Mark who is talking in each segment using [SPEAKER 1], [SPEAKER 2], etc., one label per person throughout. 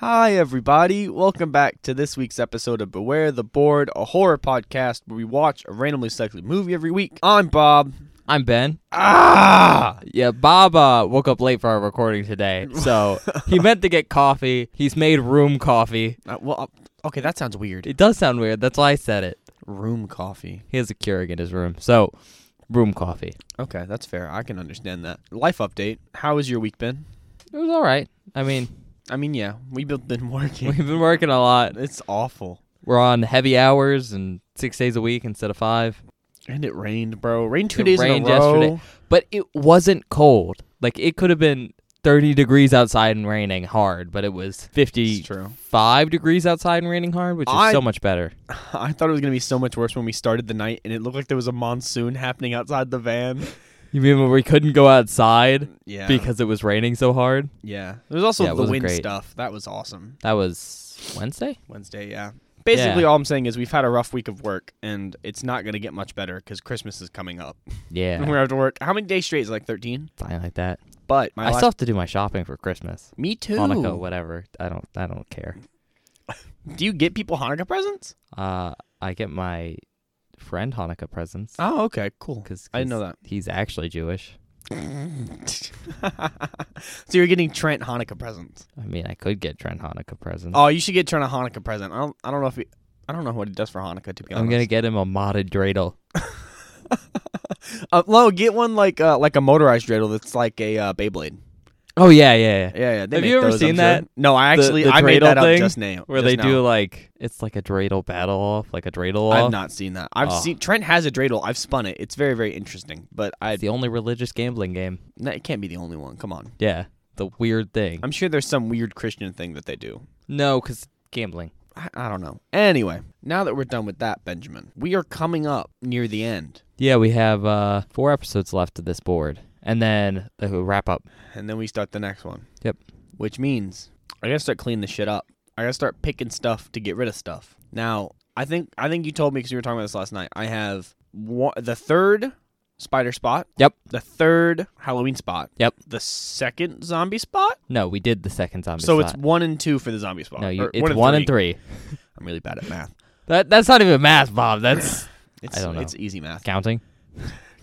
[SPEAKER 1] Hi, everybody. Welcome back to this week's episode of Beware the Board, a horror podcast where we watch a randomly selected movie every week. I'm Bob.
[SPEAKER 2] I'm Ben.
[SPEAKER 1] Ah!
[SPEAKER 2] Yeah, Bob uh, woke up late for our recording today, so he meant to get coffee. He's made room coffee.
[SPEAKER 1] Uh, well, uh, okay, that sounds weird.
[SPEAKER 2] It does sound weird. That's why I said it.
[SPEAKER 1] Room coffee.
[SPEAKER 2] He has a Keurig in his room, so room coffee.
[SPEAKER 1] Okay, that's fair. I can understand that. Life update. How has your week been?
[SPEAKER 2] It was all right. I mean,
[SPEAKER 1] I mean, yeah, we've been
[SPEAKER 2] we've
[SPEAKER 1] working.
[SPEAKER 2] been working a lot.
[SPEAKER 1] it's awful.
[SPEAKER 2] We're on heavy hours and six days a week instead of five.
[SPEAKER 1] And it rained, bro. Rained two
[SPEAKER 2] It
[SPEAKER 1] days
[SPEAKER 2] rained
[SPEAKER 1] in a row.
[SPEAKER 2] yesterday. But it wasn't cold. Like it could have been 30 degrees outside and raining hard, but it was
[SPEAKER 1] It's
[SPEAKER 2] 55
[SPEAKER 1] true.
[SPEAKER 2] degrees outside and raining hard, which is
[SPEAKER 1] I-
[SPEAKER 2] so much better.
[SPEAKER 1] I thought it was gonna be so much worse when we started the night, and it looked like there was a monsoon happening outside the van.
[SPEAKER 2] You mean when we couldn't go outside?
[SPEAKER 1] Yeah.
[SPEAKER 2] because it was raining so hard.
[SPEAKER 1] Yeah. There's also
[SPEAKER 2] Yeah, it
[SPEAKER 1] the
[SPEAKER 2] wasn't
[SPEAKER 1] wind
[SPEAKER 2] great.
[SPEAKER 1] stuff. That was awesome.
[SPEAKER 2] That was Wednesday.
[SPEAKER 1] Wednesday, yeah. Basically,
[SPEAKER 2] Yeah.
[SPEAKER 1] all I'm saying is we've had a rough week of work, and it's not going to get much better because Christmas is coming up.
[SPEAKER 2] Yeah,
[SPEAKER 1] We're going to have to work. How many days straight is it, like 13?
[SPEAKER 2] something like that.
[SPEAKER 1] But my
[SPEAKER 2] I
[SPEAKER 1] last-
[SPEAKER 2] still have to do my shopping for Christmas,
[SPEAKER 1] Me too.
[SPEAKER 2] Hanukkah, whatever. I don't. I don't care.
[SPEAKER 1] Do you get people Hanukkah presents?
[SPEAKER 2] Uh, I get my friend Hanukkah presents
[SPEAKER 1] Oh, okay. Cool.
[SPEAKER 2] because
[SPEAKER 1] I didn't know that.
[SPEAKER 2] he's actually Jewish.
[SPEAKER 1] so you're getting Trent Hanukkah presents.
[SPEAKER 2] I mean, I could get Trent Hanukkah presents.
[SPEAKER 1] Oh, you should get Trent a Hanukkah present. I don't, I don't know if he, I don't know what he does for Hanukkah, to be honest.
[SPEAKER 2] I'm gonna get him a modded dreidel.
[SPEAKER 1] Uh, no, get one like uh, like a motorized dreidel that's like a uh, Beyblade.
[SPEAKER 2] Oh yeah, yeah. yeah.
[SPEAKER 1] Yeah, yeah. They
[SPEAKER 2] Have
[SPEAKER 1] make
[SPEAKER 2] you ever
[SPEAKER 1] those, I'm
[SPEAKER 2] seen
[SPEAKER 1] sure.
[SPEAKER 2] that?
[SPEAKER 1] No, I
[SPEAKER 2] The-
[SPEAKER 1] actually
[SPEAKER 2] the
[SPEAKER 1] I made
[SPEAKER 2] dreidel
[SPEAKER 1] that up
[SPEAKER 2] thing
[SPEAKER 1] just now.
[SPEAKER 2] Where
[SPEAKER 1] just
[SPEAKER 2] they
[SPEAKER 1] now.
[SPEAKER 2] do like it's like a dreidel battle off, like a dreidel off.
[SPEAKER 1] I've not seen that. I've
[SPEAKER 2] Oh.
[SPEAKER 1] seen Trent has a dreidel. I've spun it. It's very very interesting, but I
[SPEAKER 2] It's the only religious gambling game.
[SPEAKER 1] no, it can't be the only one. Come on.
[SPEAKER 2] Yeah, the weird thing.
[SPEAKER 1] I'm sure there's some weird Christian thing that they do.
[SPEAKER 2] No, because gambling.
[SPEAKER 1] I, I don't know. Anyway, now that we're done with that, Benjamin, we are coming up near the end,
[SPEAKER 2] Yeah, we have uh, four episodes left of this board, and then the wrap up.
[SPEAKER 1] and then we start the next one.
[SPEAKER 2] Yep.
[SPEAKER 1] Which means I gotta start cleaning the shit up. I gotta start picking stuff to get rid of stuff. Now, I think I think you told me because we were talking about this last night. I have one, the third spider spot.
[SPEAKER 2] Yep.
[SPEAKER 1] The third Halloween spot.
[SPEAKER 2] Yep.
[SPEAKER 1] The second zombie spot.
[SPEAKER 2] No, we did the second zombie.
[SPEAKER 1] So
[SPEAKER 2] slot.
[SPEAKER 1] it's one and two for the zombie spot.
[SPEAKER 2] no, you,
[SPEAKER 1] Or
[SPEAKER 2] it's one, and three.
[SPEAKER 1] I'm really bad at math.
[SPEAKER 2] That that's not even math, Bob. That's
[SPEAKER 1] It's,
[SPEAKER 2] don't know.
[SPEAKER 1] It's easy math.
[SPEAKER 2] counting.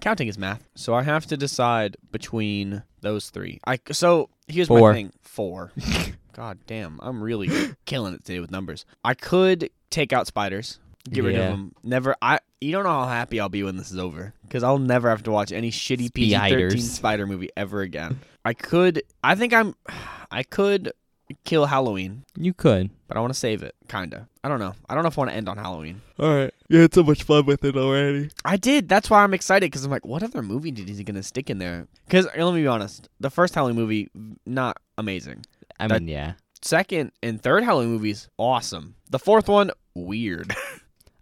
[SPEAKER 1] Counting is math. So I have to decide between those three. I so here's
[SPEAKER 2] Four.
[SPEAKER 1] my thing. Four. God damn, I'm really killing it today with numbers. I could take out spiders, get rid of
[SPEAKER 2] Yeah.
[SPEAKER 1] them. Never. I. You don't know how happy I'll be when this is over because I'll never have to watch any shitty PG-13
[SPEAKER 2] Spiders.
[SPEAKER 1] spider movie ever again. I could. I think I'm. I could kill Halloween,
[SPEAKER 2] You could.
[SPEAKER 1] but I want to save it. Kinda. I don't know. I don't know if I want to end on Halloween.
[SPEAKER 2] All right. You had so much fun with it already.
[SPEAKER 1] I did. That's why I'm excited because I'm like, what other movie did he gonna stick in there? Because let me be honest, the first Halloween movie not amazing.
[SPEAKER 2] I
[SPEAKER 1] That-
[SPEAKER 2] mean, yeah.
[SPEAKER 1] Second and third Halloween movies awesome. The fourth one weird.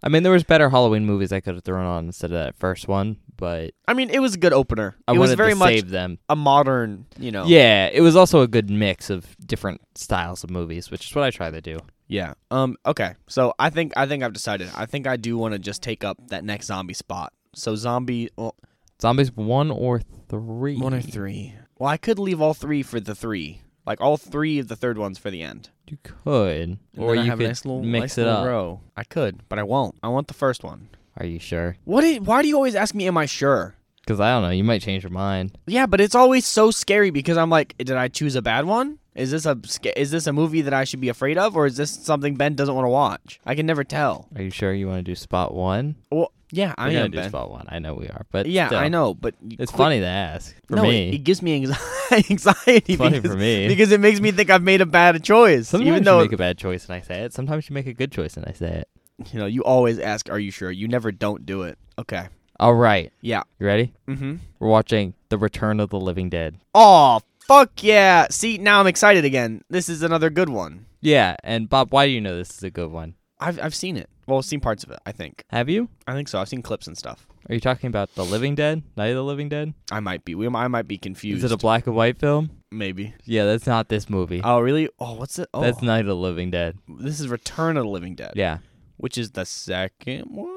[SPEAKER 2] I mean, there was better Halloween movies I could have thrown on instead of that first one, but
[SPEAKER 1] I mean, it was a good opener.
[SPEAKER 2] I
[SPEAKER 1] it
[SPEAKER 2] wanted
[SPEAKER 1] was very
[SPEAKER 2] to
[SPEAKER 1] much
[SPEAKER 2] save them.
[SPEAKER 1] a modern, you know.
[SPEAKER 2] Yeah, it was also a good mix of different styles of movies, which is what I try to do.
[SPEAKER 1] Yeah. Um. Okay. So I think I think I've decided. I think I do want to just take up that next zombie spot. So zombie uh, well,
[SPEAKER 2] Zombies one or three.
[SPEAKER 1] one or three. Well, I could leave all three for the three. Like all three of the third ones for the end.
[SPEAKER 2] You could,
[SPEAKER 1] And
[SPEAKER 2] or
[SPEAKER 1] then I
[SPEAKER 2] you
[SPEAKER 1] have
[SPEAKER 2] could
[SPEAKER 1] a nice little,
[SPEAKER 2] mix
[SPEAKER 1] nice
[SPEAKER 2] it
[SPEAKER 1] little
[SPEAKER 2] up.
[SPEAKER 1] Row. I could, but I won't. I want the first one.
[SPEAKER 2] Are you sure?
[SPEAKER 1] What? Is, why do you always ask me? Am I sure?
[SPEAKER 2] Because I don't know. You might change your mind.
[SPEAKER 1] Yeah, but it's always so scary because I'm like, did I choose a bad one? Is this a sca- is this a movie that I should be afraid of, or is this something Ben doesn't want to watch? I can never tell.
[SPEAKER 2] Are you sure you want to do spot one?
[SPEAKER 1] Well, yeah, I
[SPEAKER 2] We're gonna
[SPEAKER 1] am
[SPEAKER 2] do
[SPEAKER 1] Ben.
[SPEAKER 2] spot one. I know e, we are, but
[SPEAKER 1] Yeah,
[SPEAKER 2] still,
[SPEAKER 1] I know, but
[SPEAKER 2] It's funny to ask for
[SPEAKER 1] no,
[SPEAKER 2] me.
[SPEAKER 1] It, it gives me anxi- anxiety
[SPEAKER 2] it's funny
[SPEAKER 1] because,
[SPEAKER 2] for me.
[SPEAKER 1] because it makes me think I've made a bad choice,
[SPEAKER 2] Sometimes
[SPEAKER 1] even though
[SPEAKER 2] you make a bad choice and I say it. Sometimes you make a good choice and I say it.
[SPEAKER 1] you know you always ask, "Are you sure?" You never don't do it. Okay.
[SPEAKER 2] All right,
[SPEAKER 1] Yeah.
[SPEAKER 2] you ready?
[SPEAKER 1] Mm-hmm.
[SPEAKER 2] We're watching The Return of the Living Dead.
[SPEAKER 1] Oh, fuck yeah. See, now I'm excited again. This is another good one.
[SPEAKER 2] Yeah, and Bob, why do you know this is a good one?
[SPEAKER 1] I've, I've seen it. Well, I've seen parts of it, I think.
[SPEAKER 2] Have you?
[SPEAKER 1] I think so. I've seen clips and stuff.
[SPEAKER 2] Are you talking about The Living Dead? Night of the Living Dead?
[SPEAKER 1] I might be. We, I might be confused.
[SPEAKER 2] Is it a black and white film?
[SPEAKER 1] Maybe.
[SPEAKER 2] Yeah, that's not this movie.
[SPEAKER 1] Oh, really? Oh, what's it? Oh,
[SPEAKER 2] That's Night of the Living Dead.
[SPEAKER 1] this is Return of the Living Dead,
[SPEAKER 2] Yeah.
[SPEAKER 1] which is the second one?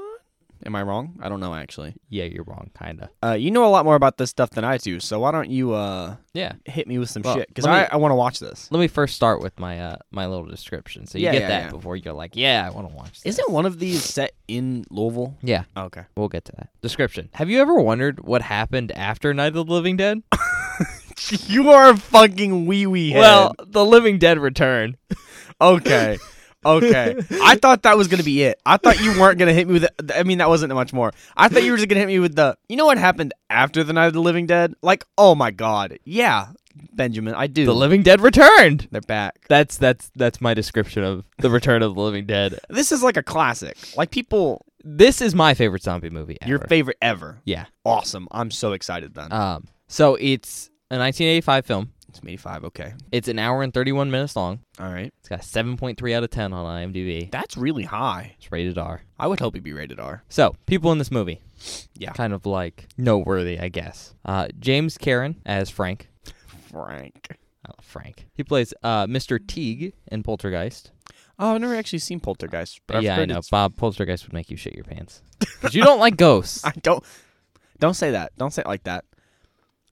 [SPEAKER 1] Am I wrong? I don't know actually.
[SPEAKER 2] Yeah, you're wrong, kinda.
[SPEAKER 1] Uh, you know a lot more about this stuff than I do, so why don't you uh,
[SPEAKER 2] Yeah.
[SPEAKER 1] hit me with some
[SPEAKER 2] Well,
[SPEAKER 1] shit? Because
[SPEAKER 2] let me-
[SPEAKER 1] I, I want to watch this.
[SPEAKER 2] Let me first start with my uh my little description, so you
[SPEAKER 1] Yeah,
[SPEAKER 2] get
[SPEAKER 1] yeah,
[SPEAKER 2] that
[SPEAKER 1] yeah.
[SPEAKER 2] before you're like, yeah, I want to watch. This.
[SPEAKER 1] Isn't one of these set in Louisville?
[SPEAKER 2] Yeah,
[SPEAKER 1] Okay.
[SPEAKER 2] we'll get to that. Description: Have you ever wondered what happened after Night of the Living Dead?
[SPEAKER 1] you are a fucking wee wee head.
[SPEAKER 2] Well, the Living Dead return.
[SPEAKER 1] okay. Okay. I thought that was going to be it. I thought you weren't going to hit me with the, I mean, that wasn't much more. I thought you were just going to hit me with the, you know what happened after the Night of the Living Dead? Like, oh my God. Yeah, Benjamin, I do.
[SPEAKER 2] The Living Dead returned.
[SPEAKER 1] They're back.
[SPEAKER 2] That's that's that's my description of the Return of the Living Dead.
[SPEAKER 1] This is like a classic. Like, people,
[SPEAKER 2] This is my favorite zombie movie. Ever.
[SPEAKER 1] your favorite ever.
[SPEAKER 2] yeah.
[SPEAKER 1] Awesome. I'm so excited then.
[SPEAKER 2] Um. So it's a 1985 film.
[SPEAKER 1] it's May 5. Okay.
[SPEAKER 2] It's an hour and 31 minutes long.
[SPEAKER 1] All right.
[SPEAKER 2] It's got a 7.3 out of 10 on IMDb.
[SPEAKER 1] That's really high.
[SPEAKER 2] It's rated R.
[SPEAKER 1] I would hope it'd be rated R.
[SPEAKER 2] So, people in this movie.
[SPEAKER 1] Yeah.
[SPEAKER 2] Kind of like noteworthy, I guess. Uh, James Karen as Frank.
[SPEAKER 1] Frank.
[SPEAKER 2] I love Frank. He plays uh, Mr. Teague in Poltergeist.
[SPEAKER 1] Oh, I've never actually seen Poltergeist. But I've
[SPEAKER 2] yeah, I
[SPEAKER 1] heard
[SPEAKER 2] know.
[SPEAKER 1] it's-
[SPEAKER 2] Bob, Poltergeist would make you shit your pants. 'Cause you don't like ghosts.
[SPEAKER 1] I don't. Don't say that. Don't say it like that.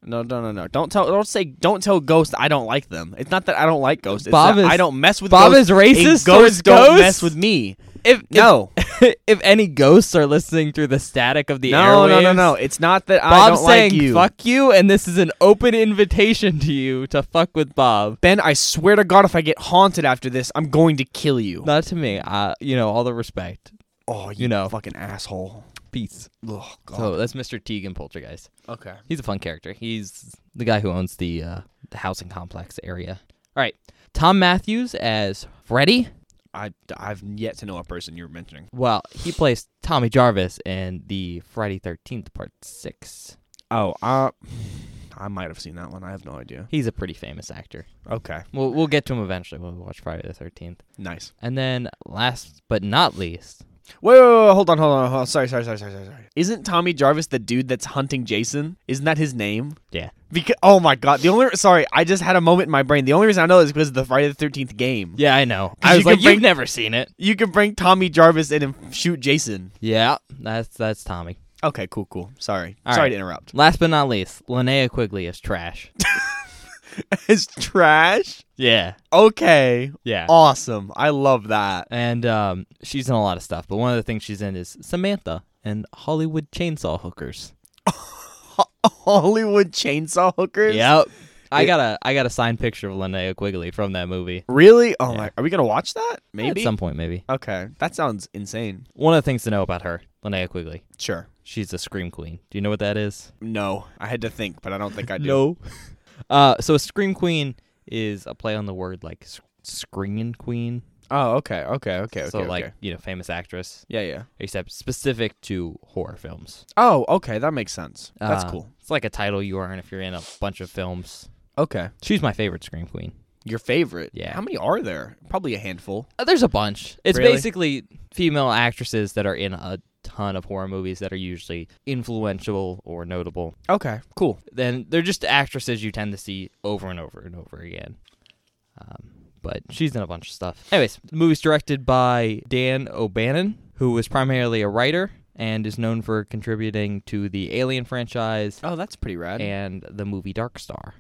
[SPEAKER 1] No, no, no, no. Don't tell. Don't say. Don't tell ghosts. I don't like them. It's not that I don't like ghosts. It's
[SPEAKER 2] Bob
[SPEAKER 1] that
[SPEAKER 2] is-
[SPEAKER 1] I don't mess with.
[SPEAKER 2] Bob
[SPEAKER 1] ghosts.
[SPEAKER 2] is racist
[SPEAKER 1] And ghosts
[SPEAKER 2] towards
[SPEAKER 1] don't
[SPEAKER 2] ghosts?
[SPEAKER 1] mess with me.
[SPEAKER 2] If,
[SPEAKER 1] No,
[SPEAKER 2] If, if any ghosts are listening through the static of the
[SPEAKER 1] no, no, no,
[SPEAKER 2] airwaves,
[SPEAKER 1] no. It's not that I
[SPEAKER 2] Bob's
[SPEAKER 1] don't
[SPEAKER 2] saying
[SPEAKER 1] like you.
[SPEAKER 2] fuck you, and this is an open invitation to you to fuck with Bob.
[SPEAKER 1] Ben, I swear to God, if I get haunted after this, I'm going to kill you.
[SPEAKER 2] Not to me. Uh, you know, all the respect.
[SPEAKER 1] oh, you,
[SPEAKER 2] you know.
[SPEAKER 1] fucking asshole.
[SPEAKER 2] Peace.
[SPEAKER 1] Oh God.
[SPEAKER 2] So that's Mr. Teague in Poltergeist.
[SPEAKER 1] okay.
[SPEAKER 2] He's a fun character. He's the guy who owns the uh, the housing complex area. All right. Tom Matthews as Freddy.
[SPEAKER 1] I I've yet to know a person you're mentioning.
[SPEAKER 2] Well, he plays Tommy Jarvis in the Friday 13th Part 6.
[SPEAKER 1] Oh, uh, I might have seen that one. I have no idea.
[SPEAKER 2] He's a pretty famous actor.
[SPEAKER 1] Okay.
[SPEAKER 2] We'll, we'll get to him eventually when we watch Friday the 13th.
[SPEAKER 1] Nice.
[SPEAKER 2] And then, last but not least,
[SPEAKER 1] Wait, wait, wait, hold on, hold on, hold on. Sorry, sorry, sorry, sorry, sorry, sorry. Isn't Tommy Jarvis the dude that's hunting Jason? Isn't that his name?
[SPEAKER 2] yeah.
[SPEAKER 1] Because oh my god, the only sorry, I just had a moment in my brain. The only reason I know this is because of the Friday the Thirteenth game.
[SPEAKER 2] Yeah, I know.
[SPEAKER 1] 'Cause
[SPEAKER 2] I was
[SPEAKER 1] you could
[SPEAKER 2] like, you've
[SPEAKER 1] bring-
[SPEAKER 2] never seen it.
[SPEAKER 1] You can bring Tommy Jarvis in and shoot Jason.
[SPEAKER 2] Yeah, that's that's Tommy.
[SPEAKER 1] Okay, cool, cool. Sorry,
[SPEAKER 2] All
[SPEAKER 1] sorry
[SPEAKER 2] right.
[SPEAKER 1] to interrupt.
[SPEAKER 2] Last but not least, Linnea Quigley is trash.
[SPEAKER 1] it's trash.
[SPEAKER 2] yeah,
[SPEAKER 1] Okay,
[SPEAKER 2] yeah.
[SPEAKER 1] awesome. I love that.
[SPEAKER 2] And um, she's in a lot of stuff, but one of the things she's in is Samantha and Hollywood Chainsaw Hookers.
[SPEAKER 1] Hollywood chainsaw hookers.
[SPEAKER 2] Yep. I
[SPEAKER 1] It-
[SPEAKER 2] got a I got a signed picture of Linnea Quigley from that movie.
[SPEAKER 1] Really? Oh
[SPEAKER 2] Yeah.
[SPEAKER 1] my. Are we gonna watch that? Maybe.
[SPEAKER 2] At some point, maybe.
[SPEAKER 1] okay, that sounds insane.
[SPEAKER 2] One of the things to know about her, Linnea Quigley,
[SPEAKER 1] Sure.
[SPEAKER 2] she's a scream queen. Do you know what that is?
[SPEAKER 1] No, I had to think, but I don't think I do.
[SPEAKER 2] No. Uh, so a scream queen is a play on the word like s- screaming queen.
[SPEAKER 1] Oh, okay, okay, okay, okay.
[SPEAKER 2] so like
[SPEAKER 1] okay.
[SPEAKER 2] you know, famous actress.
[SPEAKER 1] yeah, yeah.
[SPEAKER 2] except specific to horror films.
[SPEAKER 1] Oh, okay, that makes sense. That's
[SPEAKER 2] Uh,
[SPEAKER 1] cool.
[SPEAKER 2] It's like a title you earn if you're in a bunch of films.
[SPEAKER 1] Okay,
[SPEAKER 2] She's my favorite scream queen.
[SPEAKER 1] your favorite?
[SPEAKER 2] Yeah.
[SPEAKER 1] How many are there? Probably a handful.
[SPEAKER 2] Uh, There's a bunch. It's
[SPEAKER 1] Really?
[SPEAKER 2] basically female actresses that are in a ton of horror movies that are usually influential or notable.
[SPEAKER 1] Okay, cool.
[SPEAKER 2] Then they're just actresses you tend to see over and over and over again. Um, but she's in a bunch of stuff. Anyways, the movie's directed by Dan O'Bannon, who was primarily a writer and is known for contributing to the Alien franchise
[SPEAKER 1] Oh, that's pretty rad.
[SPEAKER 2] and the movie Dark Star.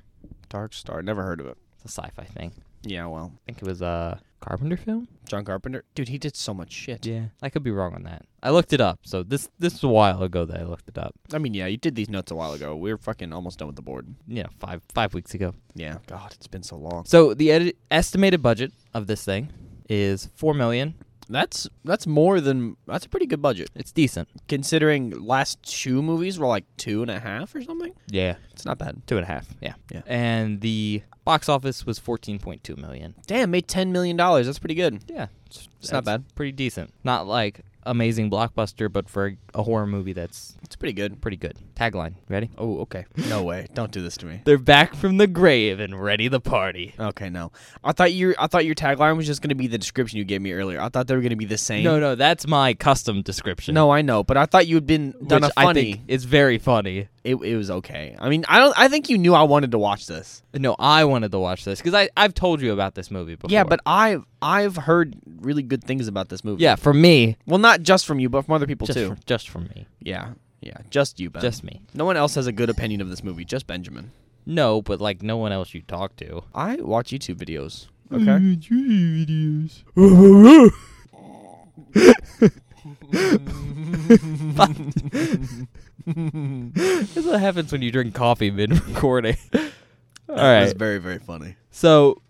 [SPEAKER 1] Dark Star. Never heard of it.
[SPEAKER 2] It's a sci-fi thing.
[SPEAKER 1] Yeah, well,
[SPEAKER 2] I think it was a Carpenter film.
[SPEAKER 1] John Carpenter. Dude, he did so much shit.
[SPEAKER 2] Yeah, I could be wrong on that. I looked it up. So this this was a while ago that I looked it up.
[SPEAKER 1] I mean, yeah, you did these notes a while ago. We were fucking almost done with the board.
[SPEAKER 2] You know, five five weeks ago.
[SPEAKER 1] Yeah. God, it's been so long.
[SPEAKER 2] So the edi- estimated budget of this thing is four million.
[SPEAKER 1] That's that's more than that's a pretty good budget
[SPEAKER 2] It's decent.
[SPEAKER 1] considering last two movies were like two and a half or something.
[SPEAKER 2] Yeah,
[SPEAKER 1] It's not bad.
[SPEAKER 2] two and a half. Yeah,
[SPEAKER 1] Yeah.
[SPEAKER 2] And the box office was fourteen point two million.
[SPEAKER 1] Damn, made ten million dollars. That's pretty good.
[SPEAKER 2] Yeah,
[SPEAKER 1] It's not
[SPEAKER 2] that's
[SPEAKER 1] bad.
[SPEAKER 2] Pretty decent. Not like amazing blockbuster, but for a horror movie, that's
[SPEAKER 1] It's pretty good.
[SPEAKER 2] pretty good. Tagline. Ready?
[SPEAKER 1] Oh, okay. No way. Don't do this to me.
[SPEAKER 2] They're back from the grave and ready to party.
[SPEAKER 1] Okay, no. I thought your I thought your tagline was just going to be the description you gave me earlier. I thought they were going to be the same.
[SPEAKER 2] No, no, that's my custom description.
[SPEAKER 1] no, I know, but I thought you'd been done
[SPEAKER 2] which
[SPEAKER 1] a funny.
[SPEAKER 2] I think is very funny.
[SPEAKER 1] it, it was okay. I mean, I don't. I think you knew I wanted to watch this.
[SPEAKER 2] No, I wanted to watch this because I I've told you about this movie before.
[SPEAKER 1] Yeah, but I I've heard really good things about this movie.
[SPEAKER 2] yeah, for me,
[SPEAKER 1] Well, not just from you, but from other people
[SPEAKER 2] just
[SPEAKER 1] too.
[SPEAKER 2] for, just for me,
[SPEAKER 1] Yeah. Yeah. Just you, Ben.
[SPEAKER 2] just me.
[SPEAKER 1] no one else has a good opinion of this movie. Just Benjamin.
[SPEAKER 2] No, but like no one else you talk to.
[SPEAKER 1] I watch YouTube videos. Mm-hmm.
[SPEAKER 2] That's what happens when you drink coffee mid recording. All
[SPEAKER 1] It's
[SPEAKER 2] right.
[SPEAKER 1] very very funny.
[SPEAKER 2] So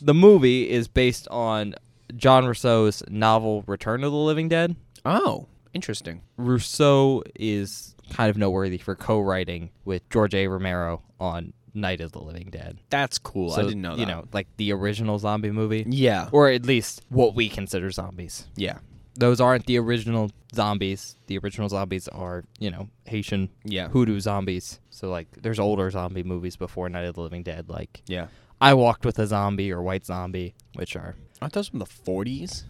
[SPEAKER 2] the movie is based on John Rousseau's novel Return of the Living Dead.
[SPEAKER 1] Oh, interesting.
[SPEAKER 2] Rousseau is kind of noteworthy for co-writing with George A. Romero on Night of the Living Dead.
[SPEAKER 1] That's cool. I
[SPEAKER 2] So,
[SPEAKER 1] didn't know that.
[SPEAKER 2] You know, like the original zombie movie,
[SPEAKER 1] Yeah.
[SPEAKER 2] or at least what we consider zombies.
[SPEAKER 1] Yeah.
[SPEAKER 2] Those aren't the original zombies. The original zombies are, you know, Haitian
[SPEAKER 1] Yeah.
[SPEAKER 2] hoodoo zombies. So like, there's older zombie movies before Night of the Living Dead, like
[SPEAKER 1] Yeah.
[SPEAKER 2] I Walked with a Zombie or White Zombie, which are
[SPEAKER 1] Aren't those from the 40s?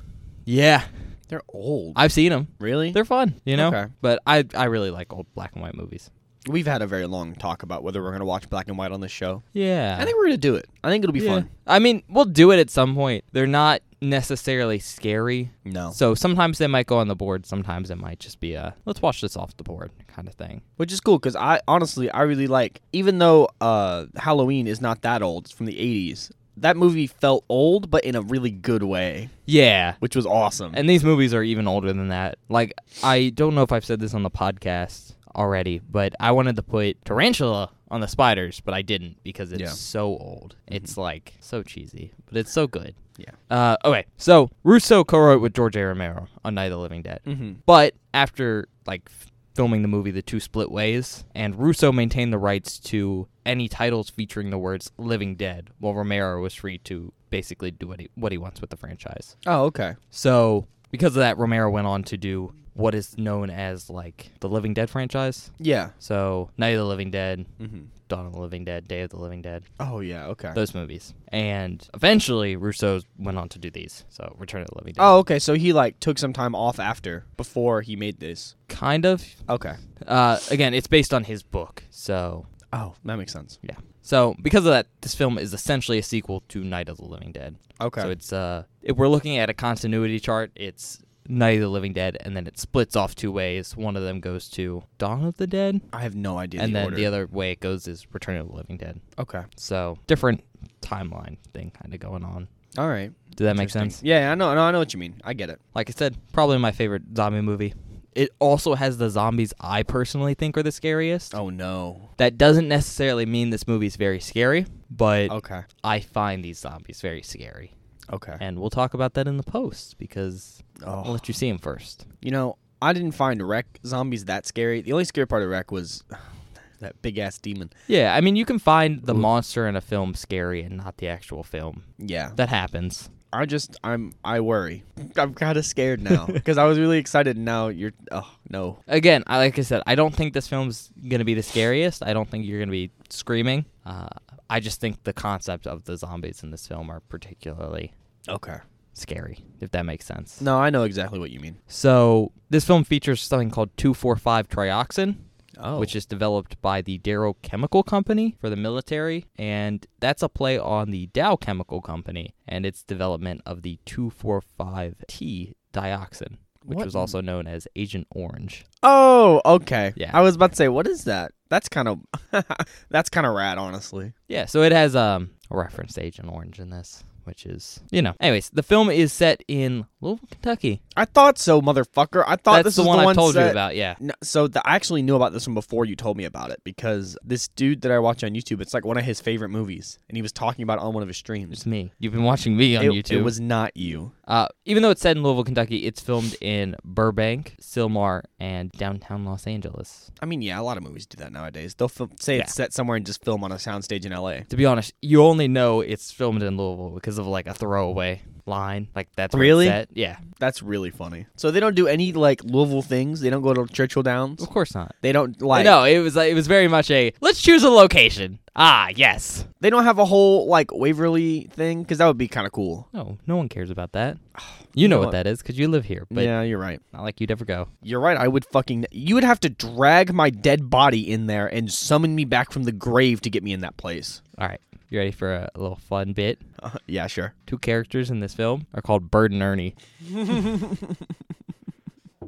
[SPEAKER 2] yeah,
[SPEAKER 1] They're old.
[SPEAKER 2] I've seen them.
[SPEAKER 1] really?
[SPEAKER 2] They're fun, you know.
[SPEAKER 1] Okay.
[SPEAKER 2] But I I really like old black and white movies.
[SPEAKER 1] We've had a very long talk about whether we're going to watch black and white on this show.
[SPEAKER 2] Yeah,
[SPEAKER 1] I think we're going to do it. I think it'll be fun.
[SPEAKER 2] I mean, we'll do it at some point. They're not necessarily scary.
[SPEAKER 1] No.
[SPEAKER 2] So sometimes they might go on the board. Sometimes it might just be a let's watch this off the board kind of thing.
[SPEAKER 1] Which is cool cuz I honestly I really like even though uh Halloween is not that old, it's from the 80s. That movie felt old but in a really good way,
[SPEAKER 2] Yeah.
[SPEAKER 1] which was awesome.
[SPEAKER 2] And these movies are even older than that. Like I don't know if I've said this on the podcast already, but I wanted to put Tarantula on the spiders, but I didn't because it's
[SPEAKER 1] Yeah.
[SPEAKER 2] so old. It's like so cheesy, but it's so good.
[SPEAKER 1] yeah.
[SPEAKER 2] Uh, okay, so Russo co-wrote with George A. Romero on Night of the Living Dead.
[SPEAKER 1] Mhm.
[SPEAKER 2] But after like f- filming the movie, the two split ways, and Russo maintained the rights to any titles featuring the words "Living Dead," while Romero was free to basically do what he what he wants with the franchise.
[SPEAKER 1] Oh, okay.
[SPEAKER 2] So because of that, Romero went on to do what is known as like the Living Dead franchise.
[SPEAKER 1] Yeah.
[SPEAKER 2] So Night of the Living Dead,
[SPEAKER 1] Mhm.
[SPEAKER 2] Dawn of the Living Dead, Day of the Living Dead
[SPEAKER 1] Oh, yeah, okay.
[SPEAKER 2] those movies. And eventually, Russo went on to do these. So, Return of the Living Dead.
[SPEAKER 1] Oh, okay. So he like took some time off after before he made this.
[SPEAKER 2] kind of.
[SPEAKER 1] Okay.
[SPEAKER 2] Uh, again, it's based on his book. So,
[SPEAKER 1] Oh, that makes sense.
[SPEAKER 2] yeah. So, because of that, this film is essentially a sequel to Night of the Living Dead.
[SPEAKER 1] Okay.
[SPEAKER 2] So it's uh, if we're looking at a continuity chart, it's Night of the Living Dead, and then it splits off two ways. One of them goes to Dawn of the Dead,
[SPEAKER 1] I have no idea.
[SPEAKER 2] and
[SPEAKER 1] the
[SPEAKER 2] then
[SPEAKER 1] order. Oh.
[SPEAKER 2] the other way it goes is Return of the Living Dead.
[SPEAKER 1] Okay.
[SPEAKER 2] So different timeline thing kind of going on.
[SPEAKER 1] All right.
[SPEAKER 2] Does that make
[SPEAKER 1] Interesting.
[SPEAKER 2] sense?
[SPEAKER 1] Yeah, I know. No, I know what you mean. I get it.
[SPEAKER 2] like I said, probably my favorite zombie movie. It also has the zombies I personally think are the scariest.
[SPEAKER 1] Oh no.
[SPEAKER 2] That doesn't necessarily mean this movie's very scary, but
[SPEAKER 1] Okay.
[SPEAKER 2] I find these zombies very scary.
[SPEAKER 1] Okay.
[SPEAKER 2] And we'll talk about that in the post because I'll
[SPEAKER 1] oh.
[SPEAKER 2] let you see them first.
[SPEAKER 1] You know, I didn't find Wreck zombies that scary. The only scary part of Wreck was that big ass demon.
[SPEAKER 2] Yeah, I mean, you can find the
[SPEAKER 1] Ooh.
[SPEAKER 2] monster in a film scary and not the actual film.
[SPEAKER 1] Yeah.
[SPEAKER 2] That happens.
[SPEAKER 1] I just I'm I worry. I'm kind of scared now because I was really excited. and Now you're. Oh no.
[SPEAKER 2] Again, I like I said, I don't think this film's gonna be the scariest. I don't think you're gonna be screaming. Uh, I just think the concept of the zombies in this film are particularly
[SPEAKER 1] Okay.
[SPEAKER 2] scary, if that makes sense.
[SPEAKER 1] No, I know exactly what you mean.
[SPEAKER 2] So this film features something called 2,4,5 trioxin,
[SPEAKER 1] Oh.
[SPEAKER 2] which is developed by the Darrow Chemical Company for the military, and that's a play on the Dow Chemical Company and its development of the 2,4,5-T dioxin, which
[SPEAKER 1] What
[SPEAKER 2] was also known as Agent Orange.
[SPEAKER 1] Oh, okay.
[SPEAKER 2] Yeah.
[SPEAKER 1] I was about to say, what is that? That's kind of that's kind of rad, honestly.
[SPEAKER 2] Yeah, so it has um, a reference to Agent Orange in this, which is you know. Anyways, the film is set in Louisville, Kentucky.
[SPEAKER 1] I thought so, motherfucker. I thought
[SPEAKER 2] That's
[SPEAKER 1] Oh, this
[SPEAKER 2] the
[SPEAKER 1] was
[SPEAKER 2] one
[SPEAKER 1] the
[SPEAKER 2] I
[SPEAKER 1] one
[SPEAKER 2] told you
[SPEAKER 1] set-
[SPEAKER 2] about. Yeah.
[SPEAKER 1] No, so the, I actually knew about this one before you told me about it because this dude that I watch on YouTube, it's like one of his favorite movies, and he was talking about it on one of his streams.
[SPEAKER 2] It's me. You've been watching me on
[SPEAKER 1] it,
[SPEAKER 2] YouTube.
[SPEAKER 1] it was not you.
[SPEAKER 2] Uh, even though it's set in Louisville, Kentucky, it's filmed in Burbank, Silmar, and downtown Los Angeles.
[SPEAKER 1] I mean, yeah, a lot of movies do that nowadays. They'll film, say
[SPEAKER 2] Yeah.
[SPEAKER 1] it's set somewhere and just film on a soundstage in L.A.
[SPEAKER 2] To be honest, you only know it's filmed in Louisville because of like a throwaway. line. Like that's where it's
[SPEAKER 1] Really?
[SPEAKER 2] set. Yeah,
[SPEAKER 1] That's really funny. So they don't do any like Louisville things. They don't go to Churchill Downs.
[SPEAKER 2] of course not.
[SPEAKER 1] They don't like.
[SPEAKER 2] no, it was like it was very much a let's choose a location. Ah, yes.
[SPEAKER 1] They don't have a whole like Waverly thing because that would be kind of cool.
[SPEAKER 2] No, no one cares about that. You know
[SPEAKER 1] No.
[SPEAKER 2] what that is because you live here, but
[SPEAKER 1] yeah, you're right.
[SPEAKER 2] not like you'd ever go.
[SPEAKER 1] You're right. I would fucking. You would have to drag my dead body in there and summon me back from the grave to get me in that place.
[SPEAKER 2] All right, you ready for a little fun bit?
[SPEAKER 1] Uh, yeah, sure.
[SPEAKER 2] Two characters in this film are called Bird and Ernie.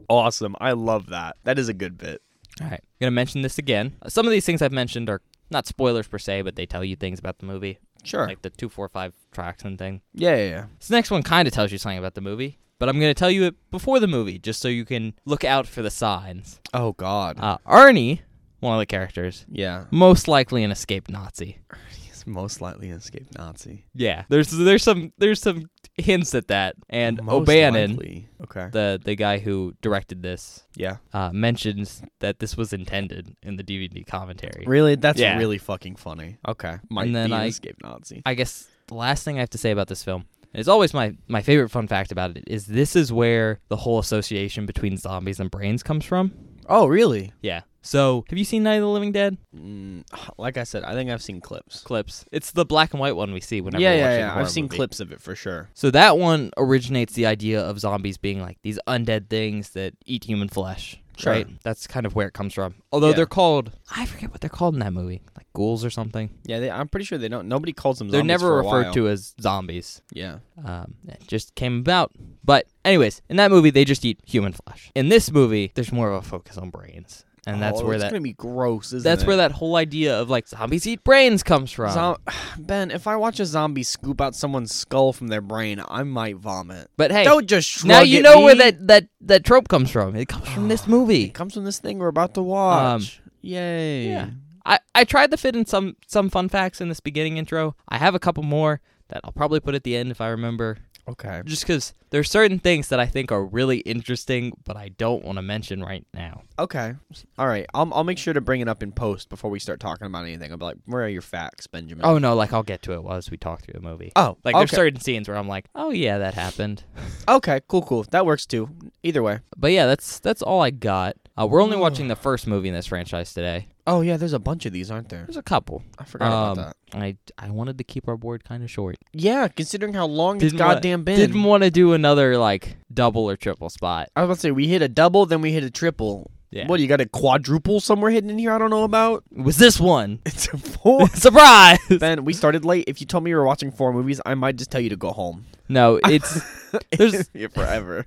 [SPEAKER 1] Awesome. I love that. That is a good bit.
[SPEAKER 2] All right, I'm gonna mention this again. Uh, Some of these things I've mentioned are not spoilers per se, but they tell you things about the movie,
[SPEAKER 1] Sure.
[SPEAKER 2] like the two, four, five tracks and thing.
[SPEAKER 1] yeah, yeah, yeah.
[SPEAKER 2] This next one kind of tells you something about the movie, but I'm going to tell you it before the movie just so you can look out for the signs.
[SPEAKER 1] Oh God.
[SPEAKER 2] Uh, Ernie, one of the characters,
[SPEAKER 1] yeah.
[SPEAKER 2] most likely an escaped Nazi.
[SPEAKER 1] He's most likely an escaped Nazi.
[SPEAKER 2] Yeah, there's there's some there's some hints at that, and O'Bannon,
[SPEAKER 1] likely. Okay.
[SPEAKER 2] the the guy who directed this,
[SPEAKER 1] Yeah.
[SPEAKER 2] uh, mentions that this was intended in the DVD commentary.
[SPEAKER 1] Really? That's
[SPEAKER 2] Yeah.
[SPEAKER 1] really fucking funny. Okay. Might
[SPEAKER 2] And then
[SPEAKER 1] be an
[SPEAKER 2] I-
[SPEAKER 1] escaped Nazi.
[SPEAKER 2] I guess the last thing I have to say about this film, and it's always my, my favorite fun fact about it, is this is where the whole association between zombies and brains comes from.
[SPEAKER 1] Oh, really?
[SPEAKER 2] Yeah. So, have you seen Night of the Living Dead
[SPEAKER 1] Mm, like I said, I think I've seen clips.
[SPEAKER 2] clips? It's the black and white one we see whenever
[SPEAKER 1] yeah,
[SPEAKER 2] we're
[SPEAKER 1] yeah,
[SPEAKER 2] watching a
[SPEAKER 1] yeah.
[SPEAKER 2] horror
[SPEAKER 1] I've seen
[SPEAKER 2] movie.
[SPEAKER 1] clips of it for sure.
[SPEAKER 2] So that one originates the idea of zombies being like these undead things that eat human flesh.
[SPEAKER 1] Sure.
[SPEAKER 2] Right? That's kind of where it comes from. Although
[SPEAKER 1] Yeah.
[SPEAKER 2] they're called I forget what they're called in that movie, like ghouls or something.
[SPEAKER 1] Yeah, they, I'm pretty sure they don't. Nobody calls them.
[SPEAKER 2] they're
[SPEAKER 1] zombies
[SPEAKER 2] never
[SPEAKER 1] for a
[SPEAKER 2] referred
[SPEAKER 1] while.
[SPEAKER 2] to as zombies.
[SPEAKER 1] Yeah.
[SPEAKER 2] um, it just came about. But anyways, in that movie, they just eat human flesh. In this movie, there's more of a focus on brains, and that's
[SPEAKER 1] Oh,
[SPEAKER 2] where
[SPEAKER 1] it's
[SPEAKER 2] that
[SPEAKER 1] gonna be gross. Isn't
[SPEAKER 2] that's
[SPEAKER 1] it?
[SPEAKER 2] where that whole idea of like zombies eat brains comes from.
[SPEAKER 1] Zo- ben, if I watch a zombie scoop out someone's skull from their brain, I might vomit.
[SPEAKER 2] but hey,
[SPEAKER 1] Don't just shrug
[SPEAKER 2] now you
[SPEAKER 1] at
[SPEAKER 2] know where
[SPEAKER 1] me. Oh
[SPEAKER 2] that that that trope comes from. It comes from this movie.
[SPEAKER 1] It comes from this thing we're about to watch. Yay!
[SPEAKER 2] Um, Yeah. I, I tried to fit in some some fun facts in this beginning intro. I have a couple more that I'll probably put at the end if I remember.
[SPEAKER 1] Okay.
[SPEAKER 2] Just because there's certain things that I think are really interesting, but I don't want to mention right now.
[SPEAKER 1] Okay. All right. I'll I'll make sure to bring it up in post before we start talking about anything. I'll be like, where are your facts, Benjamin?
[SPEAKER 2] Oh no, like I'll get to it as we talk through the movie.
[SPEAKER 1] Oh,
[SPEAKER 2] Like
[SPEAKER 1] okay.
[SPEAKER 2] there's certain scenes where I'm like, oh yeah, that happened.
[SPEAKER 1] Okay, cool, cool. That works too. Either way.
[SPEAKER 2] But yeah, that's that's all I got. Uh, we're only watching the first movie in this franchise today.
[SPEAKER 1] Oh yeah, there's a bunch of these, aren't there?
[SPEAKER 2] There's a couple.
[SPEAKER 1] I forgot about
[SPEAKER 2] Um,
[SPEAKER 1] that.
[SPEAKER 2] I I wanted to keep our board kind of short.
[SPEAKER 1] Yeah, considering how long it's
[SPEAKER 2] Didn't wa-
[SPEAKER 1] goddamn been.
[SPEAKER 2] Didn't want to do another like double or triple spot.
[SPEAKER 1] I was about to say we hit a double, then we hit a triple.
[SPEAKER 2] Yeah.
[SPEAKER 1] What you got a quadruple somewhere hidden in here? I don't know about.
[SPEAKER 2] It was this one?
[SPEAKER 1] It's a four.
[SPEAKER 2] Surprise!
[SPEAKER 1] ben, we started late. If you told me you were watching four movies, I might just tell you to go home.
[SPEAKER 2] no, it's There's-
[SPEAKER 1] Yeah, forever.